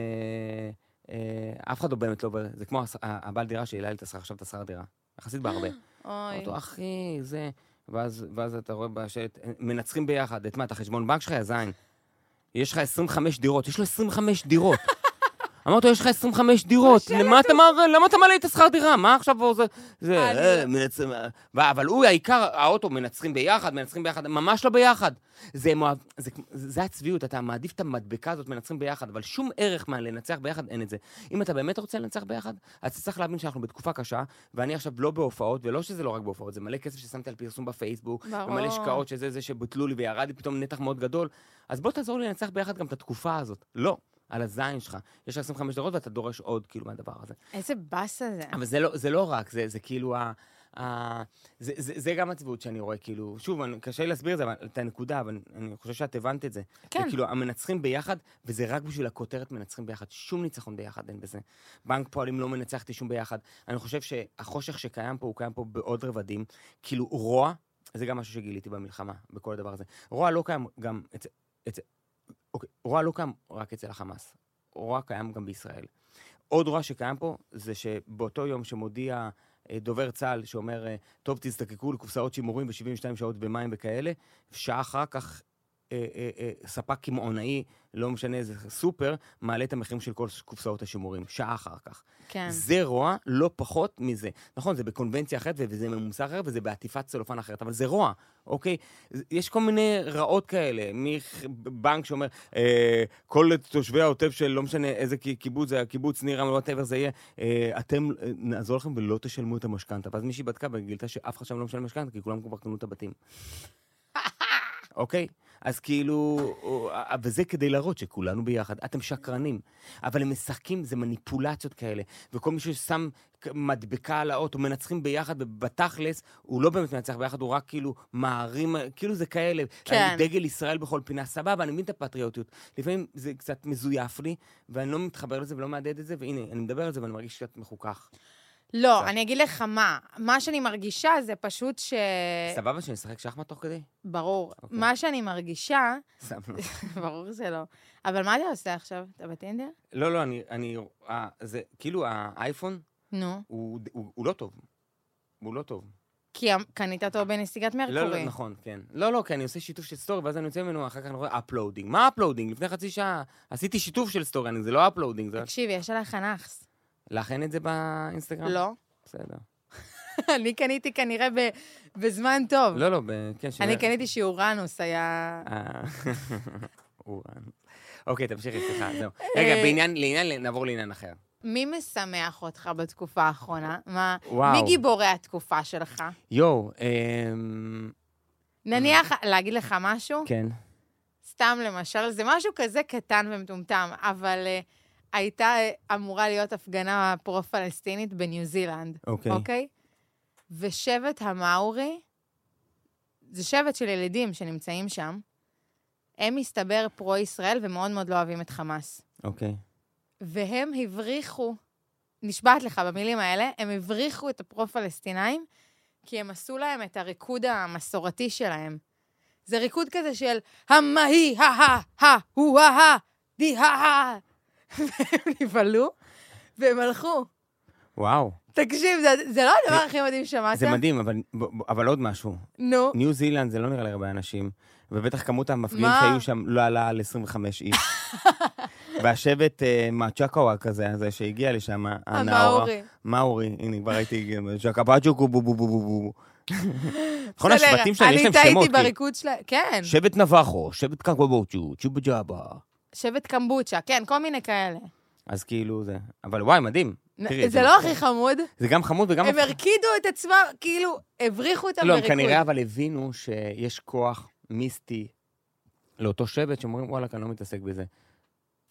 [SPEAKER 2] אה, אף אחד לא באמת לא... ב- זה כמו הס- ה- הבעל דירה שהעלה לי את השכר, עכשיו את השכר דירה. יחסית בהרבה.
[SPEAKER 3] אוי.
[SPEAKER 2] אמרתי, אחי, זה... ואז, ואז אתה רואה בשלט, מנצחים ביחד. את מה, את החשבון בנק שלך, יא זין? יש לך 25 דירות, יש לו 25 דירות. אמרתי לו, יש לך 25 דירות, למה אתה מר- למה אתה מעלה לי את השכר דירה? מה עכשיו הוא זה... זה,
[SPEAKER 3] אני-
[SPEAKER 2] אה, מנצחים... אה, ו- אבל הוא, העיקר, האוטו, מנצחים ביחד, מנצחים ביחד, ממש לא ביחד. זה, מוע- זה, כמו- זה הצביעות, אתה מעדיף את המדבקה הזאת, מנצחים ביחד, אבל שום ערך מה לנצח ביחד, אין את זה. אם אתה באמת רוצה לנצח ביחד, אז אתה צריך להבין שאנחנו בתקופה קשה, ואני עכשיו לא בהופעות, ולא שזה לא רק בהופעות, זה מלא כסף ששמתי על פרסום בפייסבוק,
[SPEAKER 3] ברור.
[SPEAKER 2] ומלא השקעות שזה זה שבוטלו לי וירד לי פתאום נתח מאוד גדול, אז בוא תעזור לי לנצח ביחד גם את התקופה הזאת. לא. על הזין שלך. יש לך 25 דקות ואתה דורש עוד, כאילו, מהדבר הזה.
[SPEAKER 3] איזה באסה זה.
[SPEAKER 2] אבל זה לא, זה לא רק, זה, זה כאילו ה... ה זה, זה, זה גם הצביעות שאני רואה, כאילו, שוב, אני, קשה לי להסביר את זה, אבל, את הנקודה, אבל אני, אני חושב שאת הבנת את זה.
[SPEAKER 3] כן.
[SPEAKER 2] זה כאילו, המנצחים ביחד, וזה רק בשביל הכותרת מנצחים ביחד. שום ניצחון ביחד אין בזה. בנק פועלים לא מנצח אותי שום ביחד. אני חושב שהחושך שקיים פה, הוא קיים פה בעוד רבדים. כאילו, רוע, זה גם משהו שגיליתי במלחמה, בכל הדבר הזה. רוע לא קיים גם אצל... אצל אוקיי, רוע לא קיים רק אצל החמאס. רוע קיים גם בישראל. עוד רוע שקיים פה, זה שבאותו יום שמודיע אה, דובר צה"ל, שאומר, אה, טוב, תזדקקו לקופסאות שימורים ב-72 שעות במים וכאלה, שעה אחר כך אה, אה, אה, ספק קמעונאי, לא משנה איזה סופר, מעלה את המחירים של כל קופסאות השימורים, שעה אחר כך.
[SPEAKER 3] כן.
[SPEAKER 2] זה רוע לא פחות מזה. נכון, זה בקונבנציה אחרת, ו- וזה ממוסע אחר, וזה בעטיפת צלופן אחרת, אבל זה רוע, אוקיי? ז- יש כל מיני רעות כאלה, מבנק שאומר, אה, כל תושבי העוטף של לא משנה איזה ק- קיבוץ זה, הקיבוץ נירה, וואטאבר זה יהיה, אה, אתם, אה, נעזור לכם ולא תשלמו את המשכנתה. ואז מישהי בדקה וגילתה שאף אחד שם לא משלם משכנתה, כי כולם כבר קנו את הבתים. אוקיי? אז כאילו, או- אה, וזה כדי להראות שכולנו ביחד. אתם שקרנים. אבל הם משחקים, זה מניפולציות כאלה. וכל מי ששם כ- מדבקה על האוטו, מנצחים ביחד, ובתכלס, הוא לא באמת מנצח ביחד, הוא רק כאילו מערים, כאילו זה כאלה.
[SPEAKER 3] כן.
[SPEAKER 2] היה לי דגל ישראל בכל פינה, סבבה, אני מבין את הפטריוטיות. לפעמים זה קצת מזויף לי, ואני לא מתחבר לזה ולא מהדהד את זה, והנה, אני מדבר על זה ואני מרגיש קצת מחוכך.
[SPEAKER 3] לא, אני אגיד לך מה. מה שאני מרגישה זה פשוט ש...
[SPEAKER 2] סבבה שאני אשחק שחמט תוך כדי?
[SPEAKER 3] ברור.
[SPEAKER 2] אוקיי.
[SPEAKER 3] מה שאני מרגישה,
[SPEAKER 2] סתם, לא.
[SPEAKER 3] ברור שלא. אבל מה אתה עושה עכשיו? אתה בטינדר?
[SPEAKER 2] לא, לא, אני, אני, אה, זה, כאילו האייפון,
[SPEAKER 3] נו.
[SPEAKER 2] הוא, הוא, הוא לא טוב. הוא לא טוב.
[SPEAKER 3] כי קנית אותו בנסיגת מרקורי.
[SPEAKER 2] לא, לא, נכון, כן. לא, לא, כי אני עושה שיתוף של סטורי, ואז אני יוצא ממנו, אחר כך אני רואה אפלואודינג. מה אפלואודינג? לפני חצי שעה עשיתי שיתוף של סטורי, אני- זה לא אפלואודינג, זה...
[SPEAKER 3] תקשיבי, יש עליך נאחס.
[SPEAKER 2] לך אין את זה באינסטגרם?
[SPEAKER 3] לא.
[SPEAKER 2] בסדר.
[SPEAKER 3] אני קניתי כנראה ב- בזמן טוב.
[SPEAKER 2] לא, לא, ב- כן, ש...
[SPEAKER 3] אני קניתי שאורנוס היה...
[SPEAKER 2] אה, אורן. אוקיי, תמשיכי, סליחה, זהו.
[SPEAKER 3] אה.
[SPEAKER 2] רגע, בעניין, לעניין, נעבור לעניין אחר.
[SPEAKER 3] מי משמח אותך בתקופה האחרונה? מה...
[SPEAKER 2] וואו.
[SPEAKER 3] מי גיבורי התקופה שלך?
[SPEAKER 2] יואו, אמ,
[SPEAKER 3] נניח, להגיד לך משהו?
[SPEAKER 2] כן.
[SPEAKER 3] סתם למשל, זה משהו כזה קטן ומטומטם, אבל אה, הייתה אמורה להיות הפגנה פרו-פלסטינית בניו זילנד,
[SPEAKER 2] אוקיי.
[SPEAKER 3] אוקיי? ושבט המאורי, זה שבט של ילדים שנמצאים שם, הם מסתבר פרו-ישראל ומאוד מאוד לא אוהבים את חמאס.
[SPEAKER 2] אוקיי.
[SPEAKER 3] והם הבריחו, נשבעת לך במילים האלה, הם הבריחו את הפרו-פלסטינאים, כי הם עשו להם את הריקוד המסורתי שלהם. זה ריקוד כזה של המה היא, הה, הה, הה, הוא, הה, הה, די, הה, הה. והם נבהלו, והם הלכו.
[SPEAKER 2] וואו.
[SPEAKER 3] תקשיב, זה, זה לא הדבר הכי מדהים ששמעת.
[SPEAKER 2] זה מדהים, אבל- ב- ב- אבל עוד משהו.
[SPEAKER 3] נו,
[SPEAKER 2] ניו זילנד זה לא נראה לי הרבה אנשים, ובטח כמות המפגינים
[SPEAKER 3] מה?
[SPEAKER 2] שהיו שם לא עלה על 25 איש. והשבט אה, מהצ'קווה כזה, הזה שהגיע לשם,
[SPEAKER 3] אה, המאורי.
[SPEAKER 2] מאורי, הנה, כבר הייתי, צ'קבג'וקו בו בו בו בו בו. נכון,
[SPEAKER 3] בסדר,
[SPEAKER 2] השבטים שלהם, יש להם שמות.
[SPEAKER 3] אני טעיתי
[SPEAKER 2] כאילו.
[SPEAKER 3] בריקוד שלהם, כן,
[SPEAKER 2] שבט נבחו, שבט קקבוצ'ו, צ'ובה ג'אבה.
[SPEAKER 3] שבט קמבוצ'ה, כן, כל מיני כאלה.
[SPEAKER 2] אז כאילו זה, אבל וואי, מדהים. תראי,
[SPEAKER 3] זה לא
[SPEAKER 2] נכון.
[SPEAKER 3] הכי חמוד.
[SPEAKER 2] זה גם חמוד וגם...
[SPEAKER 3] הם הרקידו את עצמם, כאילו, הבריחו אותם
[SPEAKER 2] לא,
[SPEAKER 3] בריקוד.
[SPEAKER 2] הם כנראה אבל הבינו שיש כוח מיסטי לאותו שבט, שאומרים, וואלכ, אני לא מתעסק בזה.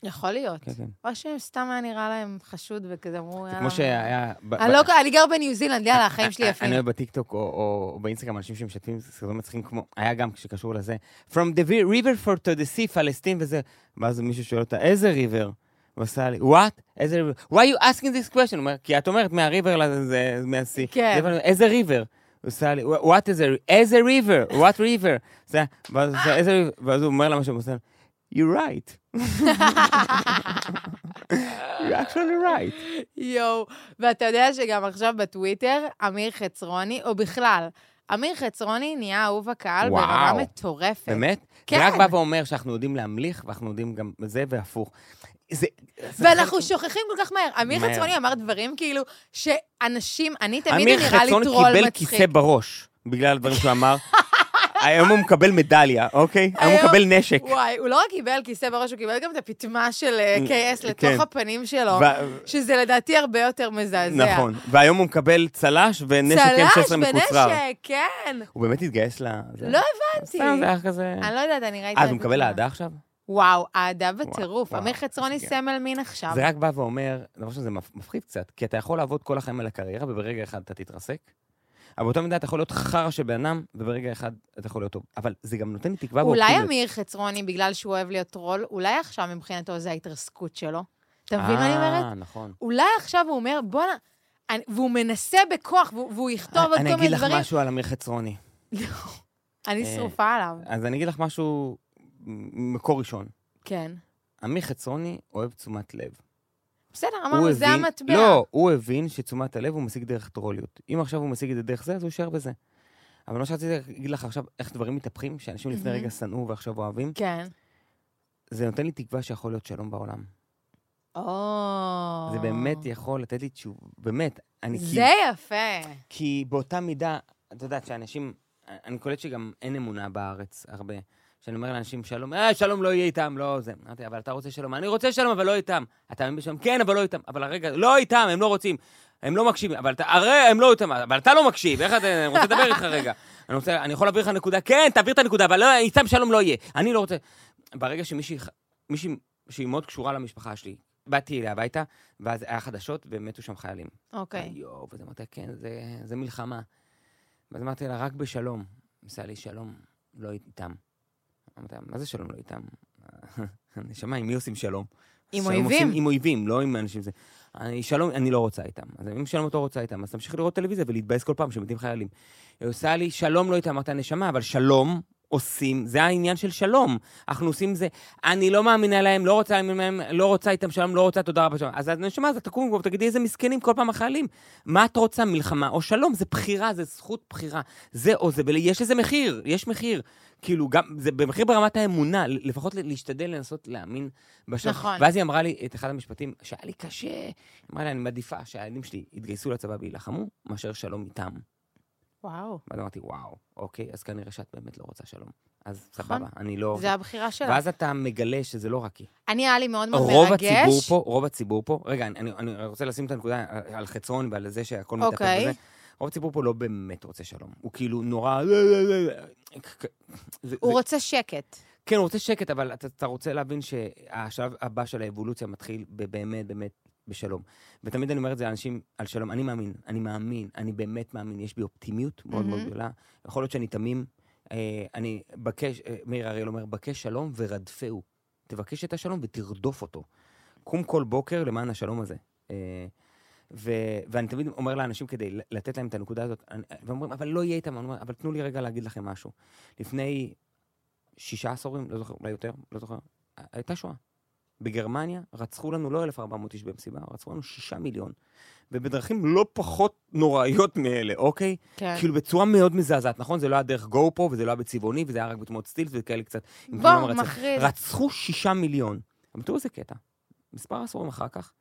[SPEAKER 3] יכול להיות.
[SPEAKER 2] כן, כן.
[SPEAKER 3] או שסתם היה נראה להם חשוד וכזה אמרו, "אה,
[SPEAKER 2] זה
[SPEAKER 3] יאללה.
[SPEAKER 2] כמו שהיה... ב-
[SPEAKER 3] אני
[SPEAKER 2] ב-
[SPEAKER 3] לא- אני גר בניו זילנד, יאללה, החיים שלי
[SPEAKER 2] אני-
[SPEAKER 3] יפים.
[SPEAKER 2] אני רואה בטיקטוק או- או או באינסטגרם אנשים שמשתפים סרטונים מצחיקים כמו, היה גם שקשור לזה, From the river for to the sea, פלסטין וזה, ואז מישהו שואל אותה, איזה river? ועושה לי, what? איזה river? Why you asking this question? הוא אומר, כי את אומרת מהריבר לזה, מהסי.
[SPEAKER 3] כן.
[SPEAKER 2] זה, אבל, איזה river? הוא עושה לי, what is a river? איזה river? what river? זה, ואז, הוא עושה, "איזה river?" ואז הוא אומר לה משהו, הוא עושה לי, you're right. you're actually right.
[SPEAKER 3] יואו. ואתה יודע שגם עכשיו בטוויטר, אמיר חצרוני, או בכלל, אמיר חצרוני נהיה אהוב הקהל
[SPEAKER 2] וואו.
[SPEAKER 3] ברמה מטורפת.
[SPEAKER 2] באמת?
[SPEAKER 3] כן.
[SPEAKER 2] זה רק בא ואומר שאנחנו יודעים להמליך, ואנחנו יודעים גם זה והפוך. זה... זה
[SPEAKER 3] ואנחנו
[SPEAKER 2] חלק-
[SPEAKER 3] שוכחים כל כך מהר. אמיר
[SPEAKER 2] מהר.
[SPEAKER 3] חצרוני אמר דברים כאילו, שאנשים, אני תמיד נראה לי טרול
[SPEAKER 2] אמיר
[SPEAKER 3] מצחיק.
[SPEAKER 2] חצון קיבל כיסא בראש, בגלל הדברים שהוא אמר. היום הוא מקבל מדליה, אוקיי? היום הוא
[SPEAKER 3] היום-
[SPEAKER 2] מקבל נשק.
[SPEAKER 3] וואי, הוא לא רק קיבל כיסא בראש, הוא קיבל גם את הפטמה של אה, KS
[SPEAKER 2] כן.
[SPEAKER 3] לתוך הפנים שלו,
[SPEAKER 2] ו-
[SPEAKER 3] שזה לדעתי הרבה יותר מזעזע.
[SPEAKER 2] נכון. כן, והיום הוא מקבל צל"ש ונשק
[SPEAKER 3] צל"ש
[SPEAKER 2] M16 מקוצרר.
[SPEAKER 3] ונשק, כן.
[SPEAKER 2] הוא באמת התגייס ל... זה-
[SPEAKER 3] לא
[SPEAKER 2] סתם, זה
[SPEAKER 3] הבנתי.
[SPEAKER 2] היה כזה...
[SPEAKER 3] אני לא יודעת, אני ראיתי...
[SPEAKER 2] אה, אז
[SPEAKER 3] רק
[SPEAKER 2] הוא מקבל
[SPEAKER 3] את ה-
[SPEAKER 2] אהדה עכשיו?
[SPEAKER 3] וואו, אהדה בטירוף.
[SPEAKER 2] וואו,
[SPEAKER 3] אמיר חצרוני
[SPEAKER 2] זה-
[SPEAKER 3] סמל מין עכשיו.
[SPEAKER 2] זה רק בא ואומר, דבר שזה מפ- מפחיד קצת, כי אתה יכול לעבוד כל החיים על הקריירה וברגע אחד אתה תתרסק, אבל באותה מידה אתה יכול להיות חרא של בן אדם, וברגע אחד אתה יכול להיות טוב. אבל זה גם נותן לי תקווה
[SPEAKER 3] אולי אמיר חצרוני, בגלל שהוא אוהב להיות טרול, אולי עכשיו מבחינתו זה ההתרסקות שלו. אתה מבין מה אני אומרת?
[SPEAKER 2] אה, נכון.
[SPEAKER 3] אולי עכשיו הוא אומר, בואנה... אני- והוא מנסה בכוח, והוא והוא יכתוב עוד כל
[SPEAKER 2] אני
[SPEAKER 3] מיני
[SPEAKER 2] אגיד לך
[SPEAKER 3] דברים.
[SPEAKER 2] משהו על אמיר חצרוני.
[SPEAKER 3] אני
[SPEAKER 2] אה,
[SPEAKER 3] שרופה עליו.
[SPEAKER 2] אז אני אגיד לך משהו מ- מקור ראשון.
[SPEAKER 3] כן.
[SPEAKER 2] אמיר חצרוני אוהב תשומת לב.
[SPEAKER 3] בסדר,
[SPEAKER 2] הוא
[SPEAKER 3] אמרנו, זה
[SPEAKER 2] הבין-
[SPEAKER 3] המטבע.
[SPEAKER 2] לא, הוא הבין שתשומת הלב הוא משיג דרך טרוליות. אם עכשיו הוא משיג את זה דרך זה, אז הוא יישאר בזה. אבל מה שרציתי להגיד לך עכשיו, איך דברים מתהפכים, שאנשים לפני
[SPEAKER 3] מהמם.
[SPEAKER 2] רגע שנאו ועכשיו אוהבים,
[SPEAKER 3] כן.
[SPEAKER 2] זה נותן לי תקווה שיכול להיות שלום בעולם.
[SPEAKER 3] או...
[SPEAKER 2] זה באמת יכול לתת לי תשוב... באמת, אני כאילו כי...
[SPEAKER 3] אה. זה יפה.
[SPEAKER 2] כי באותה מידה, את יודעת שאנשים... אני קולט שגם אין אמונה בארץ הרבה. כשאני אומר לאנשים שלום, אה, שלום לא יהיה איתם, לא זה. אמרתי, אבל אתה רוצה שלום. אני רוצה שלום, אבל לא איתם. אתה מאמין בשלום? כן, אבל לא איתם. אבל הרגע, לא איתם, הם לא רוצים. הם לא מקשיבים. אבל אתה, הרי הם לא איתם, אבל אתה לא מקשיב. איך אתה, אני רוצה לדבר איתך רגע. אני רוצה, אני יכול להעביר לך נקודה? כן, תעביר את הנקודה, אבל לא, איתם שלום לא יהיה. אני לא רוצה... ברגע שמישהי, מישהי שהיא מאוד קשורה למשפחה שלי, באתי אליה הביתה, ואז היה חדשות, ומתו שם חיילים.
[SPEAKER 3] אוקיי.
[SPEAKER 2] יואו, ואז אמרתי, לה, כן, זה, זה מלחמה. ואז אמרתי לה, רק בשלום. עשה לי שלום, לא איתם. אמרתי לה, מה זה שלום לא איתם? נשמה, עם מי עושים שלום?
[SPEAKER 3] עם
[SPEAKER 2] שלום
[SPEAKER 3] אויבים.
[SPEAKER 2] עושים עם אויבים, לא עם אנשים זה. אני, שלום, אני לא רוצה איתם. אז אם שלום את לא רוצה איתם, אז תמשיכי לראות טלוויזיה ולהתבאס כל פעם שמתים חיילים. היא עושה לי, שלום לא איתם, אמרת נשמה, אבל שלום עושים, זה העניין של שלום. אנחנו עושים זה, אני לא מאמינה להם, לא רוצה, להאמין להם, לא רוצה איתם שלום, לא רוצה, תודה רבה שלום. אז הנשמה, אז תקום כבר ותגידי איזה מסכנים כל פעם החיילים. מה את רוצה, מלחמה או שלום? זה בחירה, זה זכות בחירה. זה או זה, ויש לזה מחיר, יש מחיר. כאילו, גם, זה במחיר ברמת האמונה, לפחות להשתדל לנסות להאמין בשלום.
[SPEAKER 3] נכון.
[SPEAKER 2] ואז היא אמרה לי את אחד המשפטים, שהיה לי קשה, היא אמרה לי, אני מעדיפה שהילדים שלי יתגייסו לצבא ויילחמו, מאשר שלום איתם.
[SPEAKER 3] וואו.
[SPEAKER 2] ואז אמרתי, וואו, אוקיי, אז כנראה שאת באמת לא רוצה שלום. אז
[SPEAKER 3] נכון.
[SPEAKER 2] סבבה, אני לא...
[SPEAKER 3] זה הבחירה שלה.
[SPEAKER 2] ואז אתה מגלה שזה לא רק היא.
[SPEAKER 3] אני, היה לי מאוד מאוד מרגש.
[SPEAKER 2] רוב הציבור פה, רוב הציבור פה, רגע, אני, אני, אני רוצה לשים את הנקודה על חצרון ועל זה שהכל מתהפך
[SPEAKER 3] אוקיי.
[SPEAKER 2] וזה. רוב הציבור פה לא באמת רוצה שלום. הוא כאילו נורא... זה- זה- זה-
[SPEAKER 3] הוא רוצה שקט.
[SPEAKER 2] כן, הוא רוצה שקט, אבל אתה, אתה רוצה להבין שהשלב הבא של האבולוציה מתחיל ב- באמת, באמת, בשלום. ותמיד אני אומר את זה לאנשים על שלום, אני מאמין, אני מאמין, אני באמת מאמין, יש בי אופטימיות מאוד מאוד
[SPEAKER 3] מהמם.
[SPEAKER 2] גדולה. יכול להיות שאני תמים. אה, אני בקש, אה, מאיר אריאל אומר, בקש שלום ורדפהו. תבקש את השלום ותרדוף אותו. קום כל בוקר למען השלום הזה. אה, ו, ואני תמיד אומר לאנשים כדי לתת להם את הנקודה הזאת, אני- ואומרים, אבל לא יהיה איתם, אני אומר, אבל תנו לי רגע להגיד לכם משהו. לפני שישה עשורים, לא זוכר, אולי יותר, לא זוכר, הייתה שואה. בגרמניה רצחו לנו לא 1,400 איש במסיבה, רצחו לנו 6 מיליון, ובדרכים לא פחות נוראיות מאלה, אוקיי?
[SPEAKER 3] כן.
[SPEAKER 2] כאילו בצורה מאוד מזעזעת, נכון? זה לא היה דרך גו פה, וזה לא היה בצבעוני, וזה היה רק בתמונות סטילס וכאלה קצת. עם
[SPEAKER 3] בוא,
[SPEAKER 2] תמונה מרצפת.
[SPEAKER 3] מחריד.
[SPEAKER 2] רצחו שישה מיליון. אבל תראו איזה קטע. מספר עשורים אחר כך,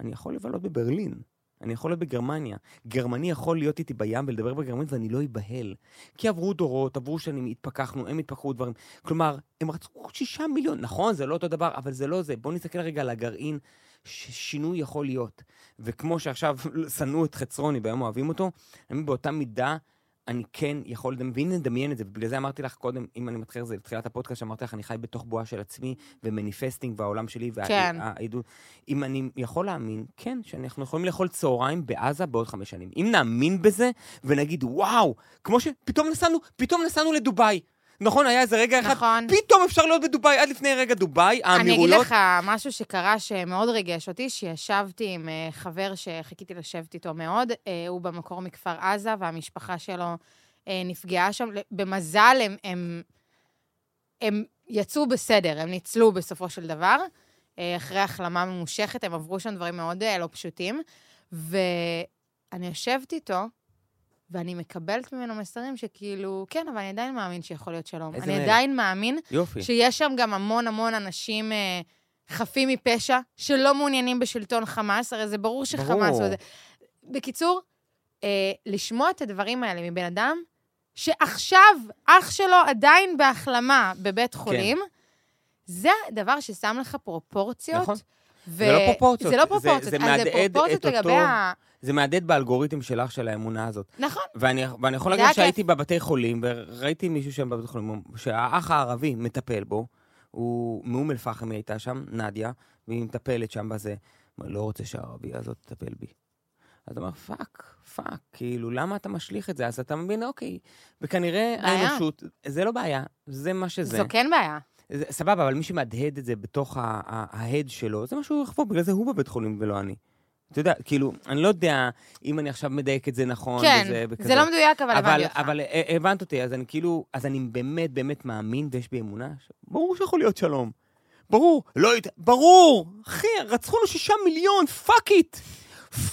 [SPEAKER 2] אני יכול לבלות בברלין, אני יכול להיות בגרמניה. גרמני יכול להיות איתי בים ולדבר בגרמנית ואני לא אבהל. כי עברו דורות, עברו שנים, התפכחנו, הם התפכחו דברים. כלומר, הם רצחו שישה מיליון. נכון, זה לא אותו דבר, אבל זה לא זה. בואו נסתכל רגע על הגרעין ששינוי יכול להיות. וכמו שעכשיו שנאו את חצרוני והיום אוהבים אותו, אני באותה מידה, אני כן יכול לדמיין, והנה נדמיין את זה, ובגלל זה אמרתי לך קודם, אם אני מתחיל את זה בתחילת הפודקאסט, שאמרתי לך, אני חי בתוך בועה של עצמי, ומניפסטינג והעולם שלי,
[SPEAKER 3] כן.
[SPEAKER 2] והעדות. אם אני יכול להאמין, כן, שאנחנו יכולים לאכול צהריים בעזה בעוד חמש שנים. אם נאמין בזה, ונגיד, וואו, כמו שפתאום נסענו, פתאום נסענו לדובאי. נכון, היה איזה רגע אחד,
[SPEAKER 3] נכון.
[SPEAKER 2] פתאום אפשר להיות בדובאי, עד לפני רגע דובאי,
[SPEAKER 3] אני אגיד
[SPEAKER 2] האמירויות.
[SPEAKER 3] לך משהו שקרה שמאוד ריגש אותי, שישבתי עם אה, חבר שחיכיתי לשבת איתו מאוד, אה, הוא במקור מכפר עזה, והמשפחה שלו אה, נפגעה שם. במזל הם, הם, הם יצאו בסדר, הם ניצלו בסופו של דבר. אה, אחרי החלמה ממושכת, הם עברו שם דברים מאוד אה, לא פשוטים. ואני יושבת איתו, ואני מקבלת ממנו מסרים שכאילו, כן, אבל אני עדיין מאמין שיכול להיות שלום.
[SPEAKER 2] איזה
[SPEAKER 3] אני
[SPEAKER 2] מלך.
[SPEAKER 3] עדיין מאמין
[SPEAKER 2] יופי.
[SPEAKER 3] שיש שם גם המון המון אנשים אה, חפים מפשע, שלא מעוניינים בשלטון חמאס, הרי זה ברור שחמאס...
[SPEAKER 2] ברור.
[SPEAKER 3] וזה... בקיצור, אה, לשמוע את הדברים האלה מבן אדם שעכשיו אח שלו עדיין בהחלמה בבית
[SPEAKER 2] כן.
[SPEAKER 3] חולים, זה דבר ששם לך פרופורציות.
[SPEAKER 2] נכון.
[SPEAKER 3] ו...
[SPEAKER 2] זה לא פרופורציות,
[SPEAKER 3] זה לא
[SPEAKER 2] זה-
[SPEAKER 3] פרופורציות,
[SPEAKER 2] זה
[SPEAKER 3] אז
[SPEAKER 2] מהדהד
[SPEAKER 3] זה
[SPEAKER 2] את
[SPEAKER 3] פרופורציות
[SPEAKER 2] אותו-
[SPEAKER 3] לגבי ה...
[SPEAKER 2] זה מהדהד באלגוריתם שלך, של האמונה הזאת.
[SPEAKER 3] נכון.
[SPEAKER 2] ואני, ואני יכול
[SPEAKER 3] זה
[SPEAKER 2] להגיד
[SPEAKER 3] היה
[SPEAKER 2] שהייתי בבתי חולים, וראיתי מישהו שם בבית חולים, שהאח הערבי מטפל בו, הוא מאום אל-פחם היא הייתה שם, נדיה, והיא מטפלת שם בזה. אומר, לא רוצה שהערבייה הזאת תטפל בי. אז אתה אומר, פאק, פאק, כאילו, למה אתה משליך את זה? אז אתה מבין, אוקיי. וכנראה
[SPEAKER 3] בעיה.
[SPEAKER 2] האנושות, זה לא בעיה, זה מה שזה.
[SPEAKER 3] זו כן בעיה.
[SPEAKER 2] זה, סבבה, אבל מי שמהדהד את זה בתוך ה- ה- ההד שלו, זה מה שהוא יחפור, בגלל זה הוא בבית חולים ולא אני. אתה יודע, כאילו, אני לא יודע אם אני עכשיו מדייק את זה נכון, וזה,
[SPEAKER 3] כן,
[SPEAKER 2] וכזה.
[SPEAKER 3] זה לא מדויק, אבל הבנתי אותך.
[SPEAKER 2] אבל אה, הבנת אותי, אז אני כאילו, אז אני באמת באמת מאמין ויש בי אמונה, ש- ברור שיכול להיות שלום. ברור, לא יודע, ברור! אחי, רצחו לו שישה מיליון, פאק איט!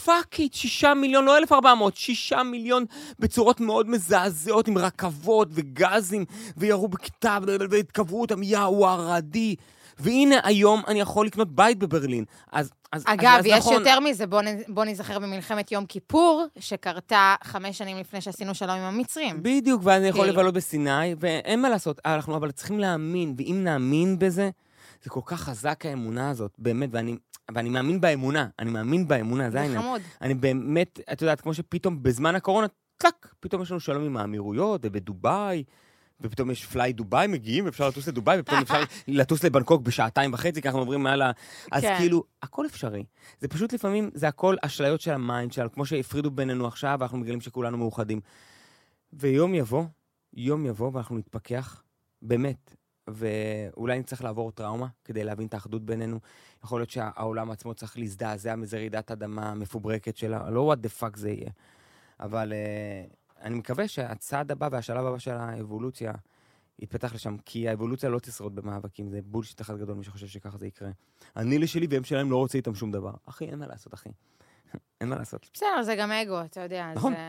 [SPEAKER 2] פאק איט, שישה מיליון, לא 1,400, שישה מיליון בצורות מאוד מזעזעות עם רכבות וגזים, וירו בכתב, והתקברו אותם, יא ווארדי. והנה היום אני יכול לקנות בית בברלין. אז, אז,
[SPEAKER 3] אגב,
[SPEAKER 2] אז, אז
[SPEAKER 3] יש
[SPEAKER 2] נכון,
[SPEAKER 3] יותר מזה, בוא נ- בוא נזכר במלחמת יום כיפור, שקרתה חמש שנים לפני שעשינו שלום עם המצרים.
[SPEAKER 2] בדיוק, ואז אני יכול
[SPEAKER 3] כאילו.
[SPEAKER 2] לבלות בסיני, ואין מה לעשות, אנחנו אבל צריכים להאמין, ואם נאמין בזה, זה כל כך חזק האמונה הזאת, באמת, ואני, ואני מאמין באמונה, אני מאמין באמונה, זה
[SPEAKER 3] זה
[SPEAKER 2] העניין.
[SPEAKER 3] חמוד.
[SPEAKER 2] אני באמת, את יודעת, כמו שפתאום בזמן הקורונה, טלק, פתאום יש לנו שלום עם האמירויות ובדובאי, ופתאום יש פליי דובאי מגיעים, אפשר לטוס לדובאי, ופתאום אפשר לטוס לבנקוק בשעתיים וחצי, כי אנחנו עוברים מעל ה... אז
[SPEAKER 3] כן.
[SPEAKER 2] כאילו, הכל אפשרי. זה פשוט לפעמים, זה הכל אשליות של המיינד שלנו, כמו שהפרידו בינינו עכשיו, ואנחנו מגלים שכולנו מאוחדים. ויום יבוא, יום יבוא ואנחנו נתפכח, באמת. ואולי נצטרך לעבור טראומה כדי להבין את האחדות בינינו. יכול להיות שהעולם עצמו צריך להזדעזע מזה רעידת אדמה מפוברקת שלה, לא what the fuck זה יהיה. אבל uh, אני מקווה שהצעד הבא והשלב הבא של האבולוציה יתפתח לשם, כי האבולוציה לא תשרוד במאבקים, זה בולשיט אחד גדול, מי שחושב שככה זה יקרה. אני לשלי והם שלהם לא רוצה איתם שום דבר. אחי, אין מה לעשות, אחי. אין מה לעשות.
[SPEAKER 3] בסדר, זה גם אגו, אתה יודע,
[SPEAKER 2] נכון.
[SPEAKER 3] זה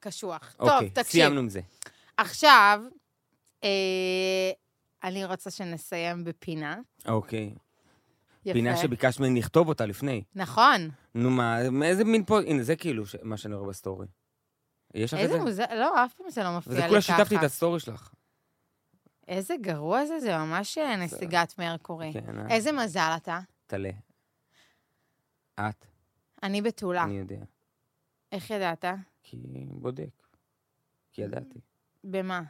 [SPEAKER 3] קשוח. טוב,
[SPEAKER 2] אוקיי,
[SPEAKER 3] תקשיב,
[SPEAKER 2] סיימנו עם זה.
[SPEAKER 3] עכשיו, אה, אני רוצה שנסיים בפינה.
[SPEAKER 2] אוקיי.
[SPEAKER 3] יפה.
[SPEAKER 2] פינה שביקשת ממני לכתוב אותה לפני.
[SPEAKER 3] נכון.
[SPEAKER 2] נו מה, איזה מין פה, הנה זה כאילו ש- מה שאני רואה בסטורי. יש לך את זה?
[SPEAKER 3] איזה מוזר, לא, אף פעם זה לא מפריע
[SPEAKER 2] זה
[SPEAKER 3] לי ככה.
[SPEAKER 2] כולה שיתפתי את הסטורי שלך.
[SPEAKER 3] איזה גרוע זה, זה ממש אה, נסיגת מרקורי.
[SPEAKER 2] כן, אה,
[SPEAKER 3] אוקיי. איזה מזל אתה.
[SPEAKER 2] טלה. את,
[SPEAKER 3] אני בתולה.
[SPEAKER 2] אני יודע.
[SPEAKER 3] איך ידעת?
[SPEAKER 2] כי בודק. כי ידעתי.
[SPEAKER 3] במה?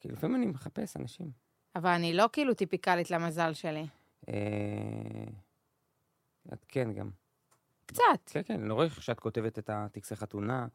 [SPEAKER 2] כי לפעמים אני מחפש אנשים.
[SPEAKER 3] אבל אני לא כאילו טיפיקלית למזל שלי.
[SPEAKER 2] אה, את כן גם.
[SPEAKER 3] קצת.
[SPEAKER 2] כן, כן, אני רואה איך שאת כותבת את הטקסי חתונה,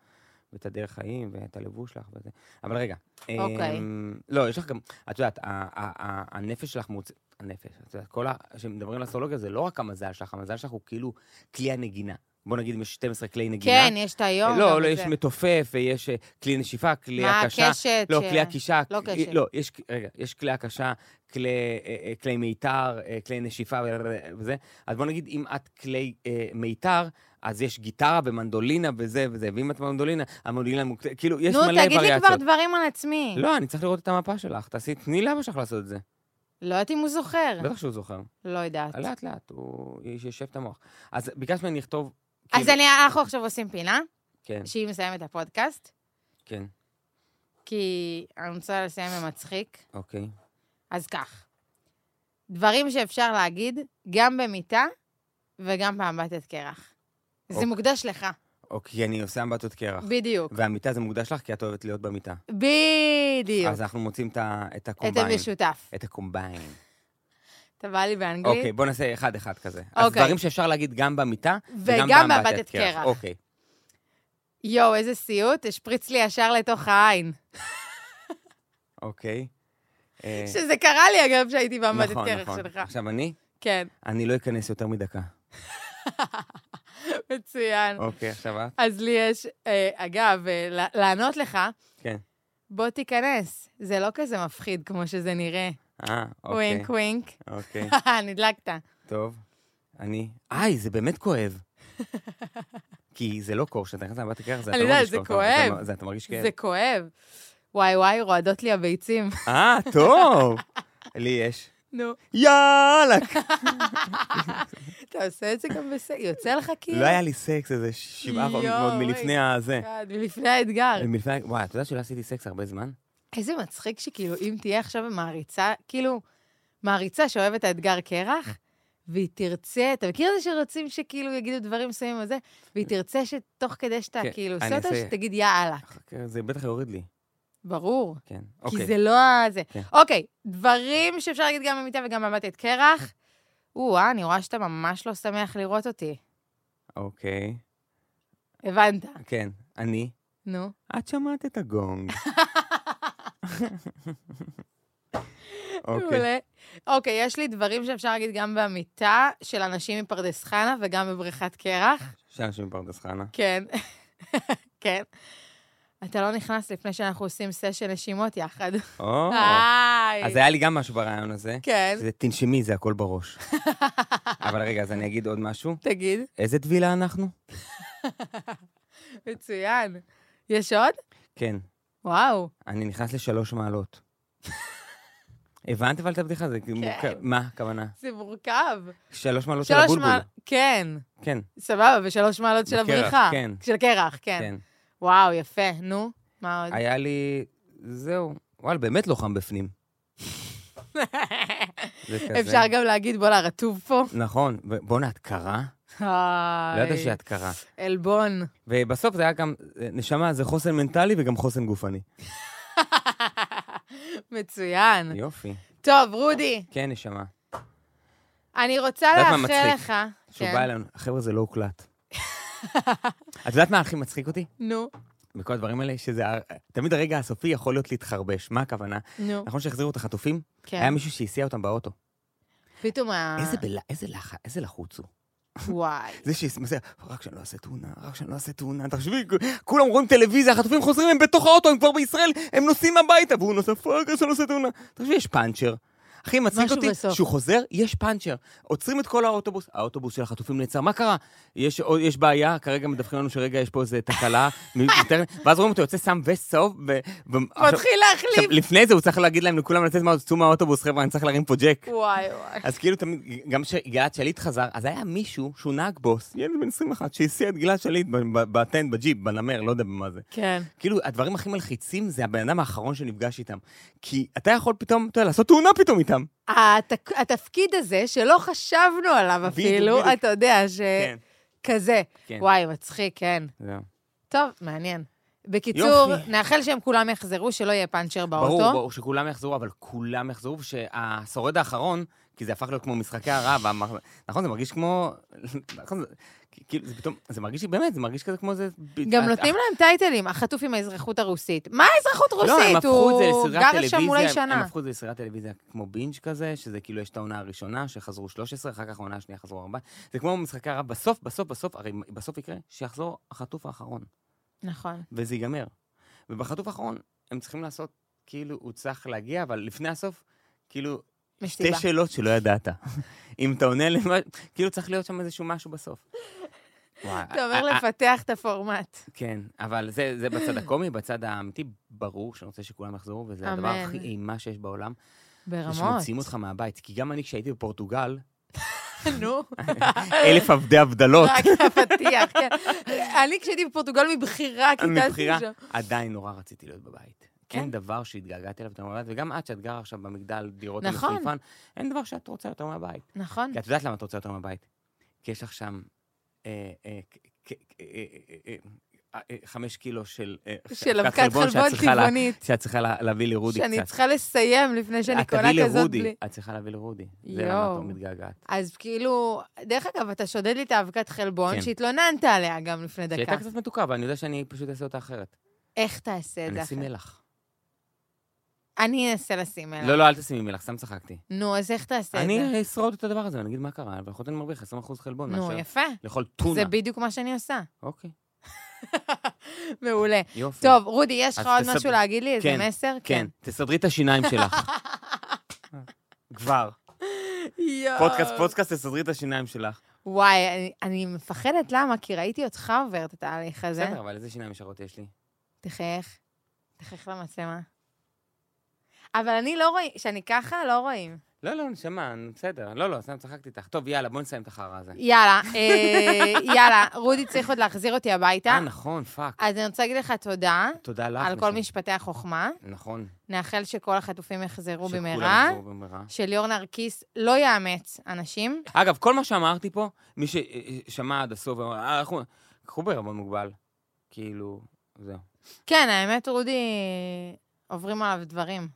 [SPEAKER 2] ואת הדרך חיים, ואת הלבוש שלך וזה. אבל רגע.
[SPEAKER 3] אוקיי.
[SPEAKER 2] אמ, לא, יש לך גם, את יודעת, ה- ה- ה- הנפש שלך מוצ... הנפש, את יודעת, כל ה... כשמדברים על אסטרולוגיה זה לא רק המזל שלך, המזל שלך הוא כאילו כלי הנגינה. בוא נגיד אם יש 12 כלי נגינה.
[SPEAKER 3] כן, יש את היום.
[SPEAKER 2] לא,
[SPEAKER 3] גם
[SPEAKER 2] לא,
[SPEAKER 3] את
[SPEAKER 2] יש
[SPEAKER 3] זה.
[SPEAKER 2] מתופף, ויש אה, כלי נשיפה, כלי
[SPEAKER 3] מה
[SPEAKER 2] הקשה.
[SPEAKER 3] הקשת?
[SPEAKER 2] לא,
[SPEAKER 3] ש-
[SPEAKER 2] כלי הקישה.
[SPEAKER 3] לא
[SPEAKER 2] כלי-
[SPEAKER 3] קשת.
[SPEAKER 2] לא, יש, רגע, יש כלי הקשה, כלי, אה, אה, כלי מיתר, אה, כלי נשיפה ו- וזה. אז בוא נגיד, אם את כלי אה, מיתר, אז יש גיטרה ומנדולינה וזה וזה, ואם את מנדולינה, המנדולינה מוקלטת, כאילו, יש מלא
[SPEAKER 3] נו,
[SPEAKER 2] וריאציות.
[SPEAKER 3] תגיד לי כבר דברים על עצמי.
[SPEAKER 2] לא, אני צריך לראות את המפה שלך. תעשי, תני לאבא שלך לעשות את זה.
[SPEAKER 3] לא יודעת אם הוא זוכר.
[SPEAKER 2] בטח שהוא זוכר.
[SPEAKER 3] לא יודעת.
[SPEAKER 2] לאט לאט, הוא יישב את המוח. אז ביקשת ממני לכתוב...
[SPEAKER 3] אז
[SPEAKER 2] כאילו-
[SPEAKER 3] אני, אנחנו עכשיו עושים פינה,
[SPEAKER 2] כן,
[SPEAKER 3] שהיא מסיימת את הפודקאסט,
[SPEAKER 2] כן,
[SPEAKER 3] כי אני רוצה לסיים במצחיק.
[SPEAKER 2] אוקיי.
[SPEAKER 3] אז כך, דברים שאפשר להגיד, גם במיטה וגם באמבטת קרח. זה
[SPEAKER 2] אוקיי.
[SPEAKER 3] מוקדש לך,
[SPEAKER 2] אוקיי, אני עושה אמבטות קרח.
[SPEAKER 3] בדיוק.
[SPEAKER 2] והמיטה זה מוקדש לך, כי את אוהבת להיות במיטה.
[SPEAKER 3] בדיוק.
[SPEAKER 2] אז אנחנו מוצאים את ה- את
[SPEAKER 3] את
[SPEAKER 2] הקומביין.
[SPEAKER 3] המשותף.
[SPEAKER 2] את הקומביין.
[SPEAKER 3] אתה בא לי באנגלית?
[SPEAKER 2] אוקיי, בוא נעשה אחד-אחד כזה. אז
[SPEAKER 3] אוקיי.
[SPEAKER 2] דברים שאפשר להגיד גם במיטה,
[SPEAKER 3] וגם
[SPEAKER 2] וגם
[SPEAKER 3] באמבטת
[SPEAKER 2] באמבטת
[SPEAKER 3] קרח.
[SPEAKER 2] קרח. אוקיי.
[SPEAKER 3] יואו, איזה סיוט, השפריץ לי ישר לתוך העין.
[SPEAKER 2] אוקיי. אה,
[SPEAKER 3] שזה קרה לי, אגב, שהייתי באמבטת
[SPEAKER 2] נכון,
[SPEAKER 3] קרח
[SPEAKER 2] נכון.
[SPEAKER 3] שלך.
[SPEAKER 2] עכשיו אני,
[SPEAKER 3] כן,
[SPEAKER 2] אני לא אכנס יותר מדקה.
[SPEAKER 3] מצוין.
[SPEAKER 2] אוקיי, עכשיו את?
[SPEAKER 3] אז לי יש, אה, אגב, אה, לה- לענות לך,
[SPEAKER 2] כן.
[SPEAKER 3] בוא תיכנס. זה לא כזה מפחיד כמו שזה נראה.
[SPEAKER 2] אה, אוקיי.
[SPEAKER 3] ווינק ווינק.
[SPEAKER 2] אוקיי,
[SPEAKER 3] נדלקת.
[SPEAKER 2] טוב. אני... איי, זה באמת כואב. כי זה לא קור, כשאתה נכנס לאמבטת קרח, זה אתה
[SPEAKER 3] אני
[SPEAKER 2] לא
[SPEAKER 3] יודעת,
[SPEAKER 2] מרגיש
[SPEAKER 3] זה
[SPEAKER 2] קור, אתה-
[SPEAKER 3] כואב.
[SPEAKER 2] זה- זה אתה מרגיש כאב.
[SPEAKER 3] זה כואב. וואי וואי, רועדות לי הביצים.
[SPEAKER 2] אה, טוב. לי יש.
[SPEAKER 3] נו,
[SPEAKER 2] יאללה,
[SPEAKER 3] אתה עושה את זה גם בסדר, יוצא לך כאילו?
[SPEAKER 2] לא היה לי סקס איזה שבעה חודשים
[SPEAKER 3] יואו,
[SPEAKER 2] עוד מלפני הזה.
[SPEAKER 3] אחד, מלפני האתגר.
[SPEAKER 2] מלפני- וואי, אתה יודע שלא עשיתי סקס הרבה זמן?
[SPEAKER 3] איזה מצחיק שכאילו, אם תהיה עכשיו מעריצה, כאילו, מעריצה שאוהבת את האתגר קרח, והיא תרצה, אתה מכיר את זה שרוצים שכאילו יגידו דברים מסוימים על זה? והיא תרצה שתוך כדי שאתה
[SPEAKER 2] כן,
[SPEAKER 3] כאילו
[SPEAKER 2] אני
[SPEAKER 3] עושה אותה,
[SPEAKER 2] אעשה-
[SPEAKER 3] שתגיד יאללה.
[SPEAKER 2] זה בטח יוריד לי.
[SPEAKER 3] ברור.
[SPEAKER 2] כן.
[SPEAKER 3] כי
[SPEAKER 2] אוקיי.
[SPEAKER 3] זה לא ה... זה.
[SPEAKER 2] כן.
[SPEAKER 3] אוקיי, דברים שאפשר להגיד גם במיטה וגם במטת קרח. או אני רואה שאתה ממש לא שמח לראות אותי.
[SPEAKER 2] אוקיי.
[SPEAKER 3] הבנת.
[SPEAKER 2] כן, אני.
[SPEAKER 3] נו.
[SPEAKER 2] את שמעת את הגונג. אוקיי.
[SPEAKER 3] מעולה. אוקיי, יש לי דברים שאפשר להגיד גם במיטה של אנשים מפרדס חנה וגם בבריכת קרח.
[SPEAKER 2] שאלה מפרדס חנה.
[SPEAKER 3] כן. כן. אתה לא נכנס לפני שאנחנו עושים סשן נשימות יחד.
[SPEAKER 2] או.
[SPEAKER 3] היי.
[SPEAKER 2] אז היה לי גם משהו ברעיון הזה.
[SPEAKER 3] כן,
[SPEAKER 2] זה תנשמי, זה הכל בראש. אבל רגע, אז אני אגיד עוד משהו.
[SPEAKER 3] תגיד.
[SPEAKER 2] איזה טבילה אנחנו?
[SPEAKER 3] מצוין. יש עוד?
[SPEAKER 2] כן,
[SPEAKER 3] וואו.
[SPEAKER 2] אני נכנס לשלוש מעלות. הבנת אבל את הבדיחה? זה כאילו
[SPEAKER 3] כן.
[SPEAKER 2] מורכב. מה הכוונה?
[SPEAKER 3] זה מורכב.
[SPEAKER 2] שלוש מעלות של
[SPEAKER 3] שלוש
[SPEAKER 2] הבולבול.
[SPEAKER 3] מעל- כן.
[SPEAKER 2] כן,
[SPEAKER 3] סבבה, ושלוש מעלות של
[SPEAKER 2] בקרח,
[SPEAKER 3] הבריכה.
[SPEAKER 2] כן.
[SPEAKER 3] של קרח, כן.
[SPEAKER 2] כן.
[SPEAKER 3] וואו, יפה. נו, מה עוד?
[SPEAKER 2] היה לי... זהו. וואלה, באמת לא חם בפנים. זה כזה.
[SPEAKER 3] אפשר גם להגיד, בואנה, רטוב פה.
[SPEAKER 2] נכון. בואנה, את קרה? לא ידעתי שאת קרה.
[SPEAKER 3] עלבון.
[SPEAKER 2] ובסוף זה היה גם... נשמה, זה חוסן מנטלי וגם חוסן גופני.
[SPEAKER 3] מצוין.
[SPEAKER 2] יופי.
[SPEAKER 3] טוב, רודי,
[SPEAKER 2] כן, נשמה.
[SPEAKER 3] אני רוצה
[SPEAKER 2] יודעת מה
[SPEAKER 3] לאחל
[SPEAKER 2] מצחיק?
[SPEAKER 3] לך...
[SPEAKER 2] שהוא
[SPEAKER 3] כן.
[SPEAKER 2] בא אלינו, חבר'ה, זה לא הוקלט. את יודעת מה הכי מצחיק אותי?
[SPEAKER 3] נו,
[SPEAKER 2] בכל הדברים האלה, שזה... ה- תמיד הרגע הסופי יכול להיות להתחרבש. מה הכוונה?
[SPEAKER 3] נו.
[SPEAKER 2] נכון שהחזירו את החטופים?
[SPEAKER 3] אוקיי. כן. אה.
[SPEAKER 2] היה מישהו שהסיע אותם באוטו.
[SPEAKER 3] פתאום ה...
[SPEAKER 2] איזה בלה- איזה לחץ, איזה לחוץ הוא.
[SPEAKER 3] וואי.
[SPEAKER 2] זה שמסייע, רק שאני לא אעשה תאונה, רק שאני לא אעשה תאונה. תחשבי, כולם רואים טלוויזיה, החטופים חוזרים, הם בתוך האוטו, הם כבר בישראל, הם נוסעים הביתה, והוא נוסע, פאק, אני לא עושה תאונה. תחשבי, יש פאנצ'ר. הכי מצחיק
[SPEAKER 3] משהו
[SPEAKER 2] אותי,
[SPEAKER 3] בסוף.
[SPEAKER 2] שהוא חוזר, יש פאנצ'ר. עוצרים את כל האוטובוס, האוטובוס של החטופים נעצר, מה קרה? יש, או- יש בעיה, כרגע מדווחים לנו שרגע יש פה איזה תקלה, מ- מטר- ואז רואים אותו יוצא, שם וסט צהוב, ו... ו- עכשיו-
[SPEAKER 3] מתחיל
[SPEAKER 2] עכשיו,
[SPEAKER 3] להחליף.
[SPEAKER 2] לפני זה הוא צריך להגיד להם, לכולם לצאת מה- צאו מהאוטובוס, חבר'ה, אני צריך להרים פה ג'ק.
[SPEAKER 3] וואי, וואי.
[SPEAKER 2] אז כאילו תמיד, גם כשגלעד שליט חזר, אז היה מישהו שהוא נהג בוס, ילד בן 21, שהסיע את גלעד שליט ב- ב- בטנט, בג'יפ, בנמר, לא יודע במה זה.
[SPEAKER 3] כן.
[SPEAKER 2] כאילו, הדברים הכי מלחיצים זה הבן אדם האחרון שנפגש איתם. כי אתה יכול פתאום, אתה יודע, לעשות תאונה פתאום איתם.
[SPEAKER 3] התק- התפקיד הזה, שלא חשבנו עליו
[SPEAKER 2] בדיוק,
[SPEAKER 3] אפילו,
[SPEAKER 2] בדיוק.
[SPEAKER 3] אה, אתה יודע, ש... כזה.
[SPEAKER 2] כן.
[SPEAKER 3] וואי, מצחיק, כן.
[SPEAKER 2] זהו.
[SPEAKER 3] טוב, מעניין. בקיצור,
[SPEAKER 2] יופי.
[SPEAKER 3] נאחל שהם כולם יחזרו, שלא יהיה פאנצ'ר באוטו.
[SPEAKER 2] ברור, ברור שכולם יחזרו, אבל כולם יחזרו, ושהשורד האחרון, כי זה הפך להיות כמו משחקי הרעב, המח- נכון? זה מרגיש כמו... נכון, זה- כאילו, זה פתאום, זה מרגיש, באמת, זה מרגיש כזה כמו זה... אה,
[SPEAKER 3] גם נותנים להם טייטלים, החטוף עם האזרחות הרוסית. מה האזרחות
[SPEAKER 2] לא, הם
[SPEAKER 3] רוסית?
[SPEAKER 2] הפכו את זה
[SPEAKER 3] הוא
[SPEAKER 2] לסדרת
[SPEAKER 3] גר
[SPEAKER 2] טלוויזיה,
[SPEAKER 3] שם אולי
[SPEAKER 2] הם- הם
[SPEAKER 3] שנה.
[SPEAKER 2] הפכו את זה לסדרת טלוויזיה כמו בינג' כזה, שזה כאילו יש את העונה הראשונה, שחזרו 13, אחר כך העונה השנייה חזרו 4. זה כמו משחקי הרב, בסוף, בסוף, בסוף, הרי בסוף יקרה שיחזור החטוף האחרון,
[SPEAKER 3] נכון.
[SPEAKER 2] וזה ייגמר. ובחטוף האחרון הם צריכים לעשות, כאילו, הוא צריך להגיע, אבל לפני הסוף, כאילו, שתי
[SPEAKER 3] מסיבה.
[SPEAKER 2] שאלות שלא ידעת. אם אתה עונה למה, כאילו צריך להיות שם איזשהו משהו בסוף. וואי,
[SPEAKER 3] אתה
[SPEAKER 2] אה,
[SPEAKER 3] אומר
[SPEAKER 2] אה,
[SPEAKER 3] לפתח את הפורמט.
[SPEAKER 2] כן, אבל זה, זה בצד הקומי, בצד האמיתי, ברור שאני רוצה שכולם יחזרו, וזה הדבר
[SPEAKER 3] אמן.
[SPEAKER 2] הכי אימה שיש בעולם. זה
[SPEAKER 3] ברמות.
[SPEAKER 2] שמוציאים אותך מהבית, כי גם אני כשהייתי בפורטוגל,
[SPEAKER 3] נו.
[SPEAKER 2] אלף עבדי הבדלות.
[SPEAKER 3] רק הפתיח, כן. אני כשהייתי בפורטוגל מבחירה, קיטלתי
[SPEAKER 2] מבחירה,
[SPEAKER 3] שם.
[SPEAKER 2] עדיין נורא רציתי להיות בבית.
[SPEAKER 3] כן?
[SPEAKER 2] אין דבר שהתגעגעתי אליו, אתה מהבית, וגם את, שאת גרה עכשיו במגדל דירות
[SPEAKER 3] נכון.
[SPEAKER 2] המחליפן, אין דבר שאת רוצה יותר מהבית.
[SPEAKER 3] נכון.
[SPEAKER 2] כי את יודעת למה את רוצה יותר מהבית. כי יש לך שם אה, אה, כ- כ- אה, אה, אה, אה, אה, חמש קילו של אה,
[SPEAKER 3] של
[SPEAKER 2] אבקת
[SPEAKER 3] אבקת חלבון
[SPEAKER 2] שאת צריכה לה-
[SPEAKER 3] טבעונית,
[SPEAKER 2] שאת צריכה לה- להביא לרודי קצת.
[SPEAKER 3] שאני צריכה לסיים לפני שאני
[SPEAKER 2] את
[SPEAKER 3] קונה
[SPEAKER 2] תביאי
[SPEAKER 3] כזאת
[SPEAKER 2] אה, לרודי,
[SPEAKER 3] בלי.
[SPEAKER 2] את צריכה להביא לרודי. זה למה
[SPEAKER 3] יואו.
[SPEAKER 2] את מתגעגעת.
[SPEAKER 3] אז כאילו, דרך אגב, אתה שודד לי את האבקת חלבון,
[SPEAKER 2] כן.
[SPEAKER 3] שהתלוננת עליה גם לפני
[SPEAKER 2] שהיא
[SPEAKER 3] דקה.
[SPEAKER 2] הייתה קצת מתוקה, אבל אני יודע שאני פשוט אעשה אותה אחרת.
[SPEAKER 3] אה, איך תעשה את
[SPEAKER 2] אני
[SPEAKER 3] זה?
[SPEAKER 2] אשים
[SPEAKER 3] אחרת?
[SPEAKER 2] מלח.
[SPEAKER 3] אני אנסה לשים אליו.
[SPEAKER 2] לא, לא, אל תשימי מלח, סתם צחקתי.
[SPEAKER 3] נו, אז איך תעשה את זה?
[SPEAKER 2] אני אשרוד את הדבר הזה, אני אגיד מה קרה, ולכן אני מרוויח 20% חלבון
[SPEAKER 3] נו,
[SPEAKER 2] מאשר
[SPEAKER 3] יפה.
[SPEAKER 2] לאכול טונה.
[SPEAKER 3] זה בדיוק מה שאני עושה.
[SPEAKER 2] אוקיי,
[SPEAKER 3] מעולה.
[SPEAKER 2] יופי.
[SPEAKER 3] טוב, רודי, יש
[SPEAKER 2] אז
[SPEAKER 3] לך עוד
[SPEAKER 2] תספר-
[SPEAKER 3] משהו להגיד לי? איזה
[SPEAKER 2] כן,
[SPEAKER 3] מסר?
[SPEAKER 2] כן, תסדרי את השיניים שלך. אה, כבר.
[SPEAKER 3] כן. יואו.
[SPEAKER 2] פודקאסט, פודקאסט, תסדרי את השיניים שלך.
[SPEAKER 3] וואי, אני- אני מפחדת למה? כי ראיתי אותך עובר את התהליך הזה.
[SPEAKER 2] בסדר, אבל איזה שיניים ישרות יש לי?
[SPEAKER 3] תחייך. תחייך למצלמה. אבל אני לא רואים, כשאני ככה, לא רואים.
[SPEAKER 2] לא, לא, נשמה, בסדר. לא, לא, סתם צחקתי איתך. טוב, יאללה, בואי נסיים את החרא הזה.
[SPEAKER 3] יאללה, אה, יאללה, רודי צריך עוד להחזיר אותי הביתה.
[SPEAKER 2] אה, נכון, פאק.
[SPEAKER 3] אז אני רוצה להגיד לך תודה
[SPEAKER 2] תודה לך.
[SPEAKER 3] על כל
[SPEAKER 2] נשמה.
[SPEAKER 3] משפטי החוכמה.
[SPEAKER 2] נכון.
[SPEAKER 3] נאחל שכל החטופים יחזרו
[SPEAKER 2] שכולם
[SPEAKER 3] במהרה,
[SPEAKER 2] יחזרו במהרה.
[SPEAKER 3] שליאור נרקיס לא יאמץ אנשים.
[SPEAKER 2] אגב, כל מה שאמרתי פה, מי ששמע עד הסוף, אמר, "אה, אנחנו... קחו בערבון מוגבל. כאילו, זהו.
[SPEAKER 3] כן, האמת, רודי, עוברים עליו דברים.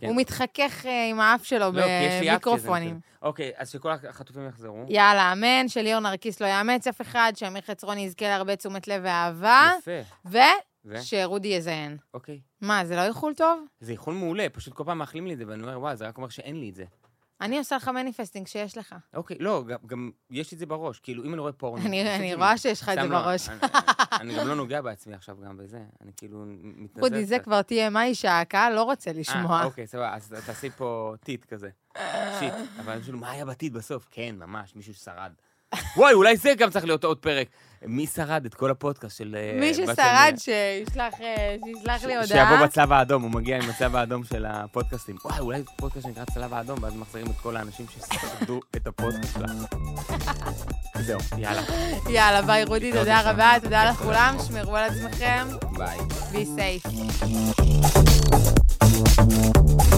[SPEAKER 2] כן.
[SPEAKER 3] הוא מתחכך אה, עם האף שלו
[SPEAKER 2] לא, כי יש לי יד כזה,
[SPEAKER 3] במיקרופונים.
[SPEAKER 2] אני כזה. אוקיי, אז שכל החטופים יחזרו.
[SPEAKER 3] יאללה, אמן, שליאור נרקיס לא יאמץ אף אחד, שאמיר חצרוני יזכה להרבה תשומת לב ואהבה,
[SPEAKER 2] יפה. ו?
[SPEAKER 3] ושרודי יזיין.
[SPEAKER 2] אוקיי.
[SPEAKER 3] מה, זה לא איחול טוב?
[SPEAKER 2] זה איחול מעולה, פשוט כל פעם מאחלים לי את זה, ואני אומר, וואי, זה רק אומר שאין לי את זה.
[SPEAKER 3] אני עושה לך מניפסטינג שיש לך.
[SPEAKER 2] אוקיי, לא, גם- גם יש לי את זה בראש. כאילו, אם אני רואה פורנו...
[SPEAKER 3] אני אני רואה שיש לך את זה בראש.
[SPEAKER 2] לא- אני גם לא נוגע בעצמי עכשיו גם בזה. אני כאילו מתנזר.
[SPEAKER 3] רודי, זה
[SPEAKER 2] קצת.
[SPEAKER 3] כבר תהיה מאישה, הקהל לא רוצה לשמוע.
[SPEAKER 2] אה, אוקיי, סבבה, אז תעשי פה טיט כזה. שיט, אבל אני שואל, מה היה בטיט בסוף? כן, ממש, מישהו שרד. וואי, אולי זה גם צריך להיות עוד פרק. מי שרד את כל הפודקאסט של... אה,
[SPEAKER 3] מי
[SPEAKER 2] בת של-
[SPEAKER 3] ששרד, שישלח אה, שישלח לי
[SPEAKER 2] שיבוא
[SPEAKER 3] הודעה.
[SPEAKER 2] בצלב האדום, הוא מגיע עם הצלב האדום של הפודקאסטים. וואי, אולי פודקאסט שנקרא צלב האדום, ואז מחזירים את כל האנשים ששרדו את הפודקאסט שלנו. זהו, יאללה,
[SPEAKER 3] יאללה, ביי, רודי,
[SPEAKER 2] להתראות
[SPEAKER 3] תודה
[SPEAKER 2] לשם.
[SPEAKER 3] רבה, תודה לכולם, שמרו על עצמכם,
[SPEAKER 2] ביי.
[SPEAKER 3] be safe.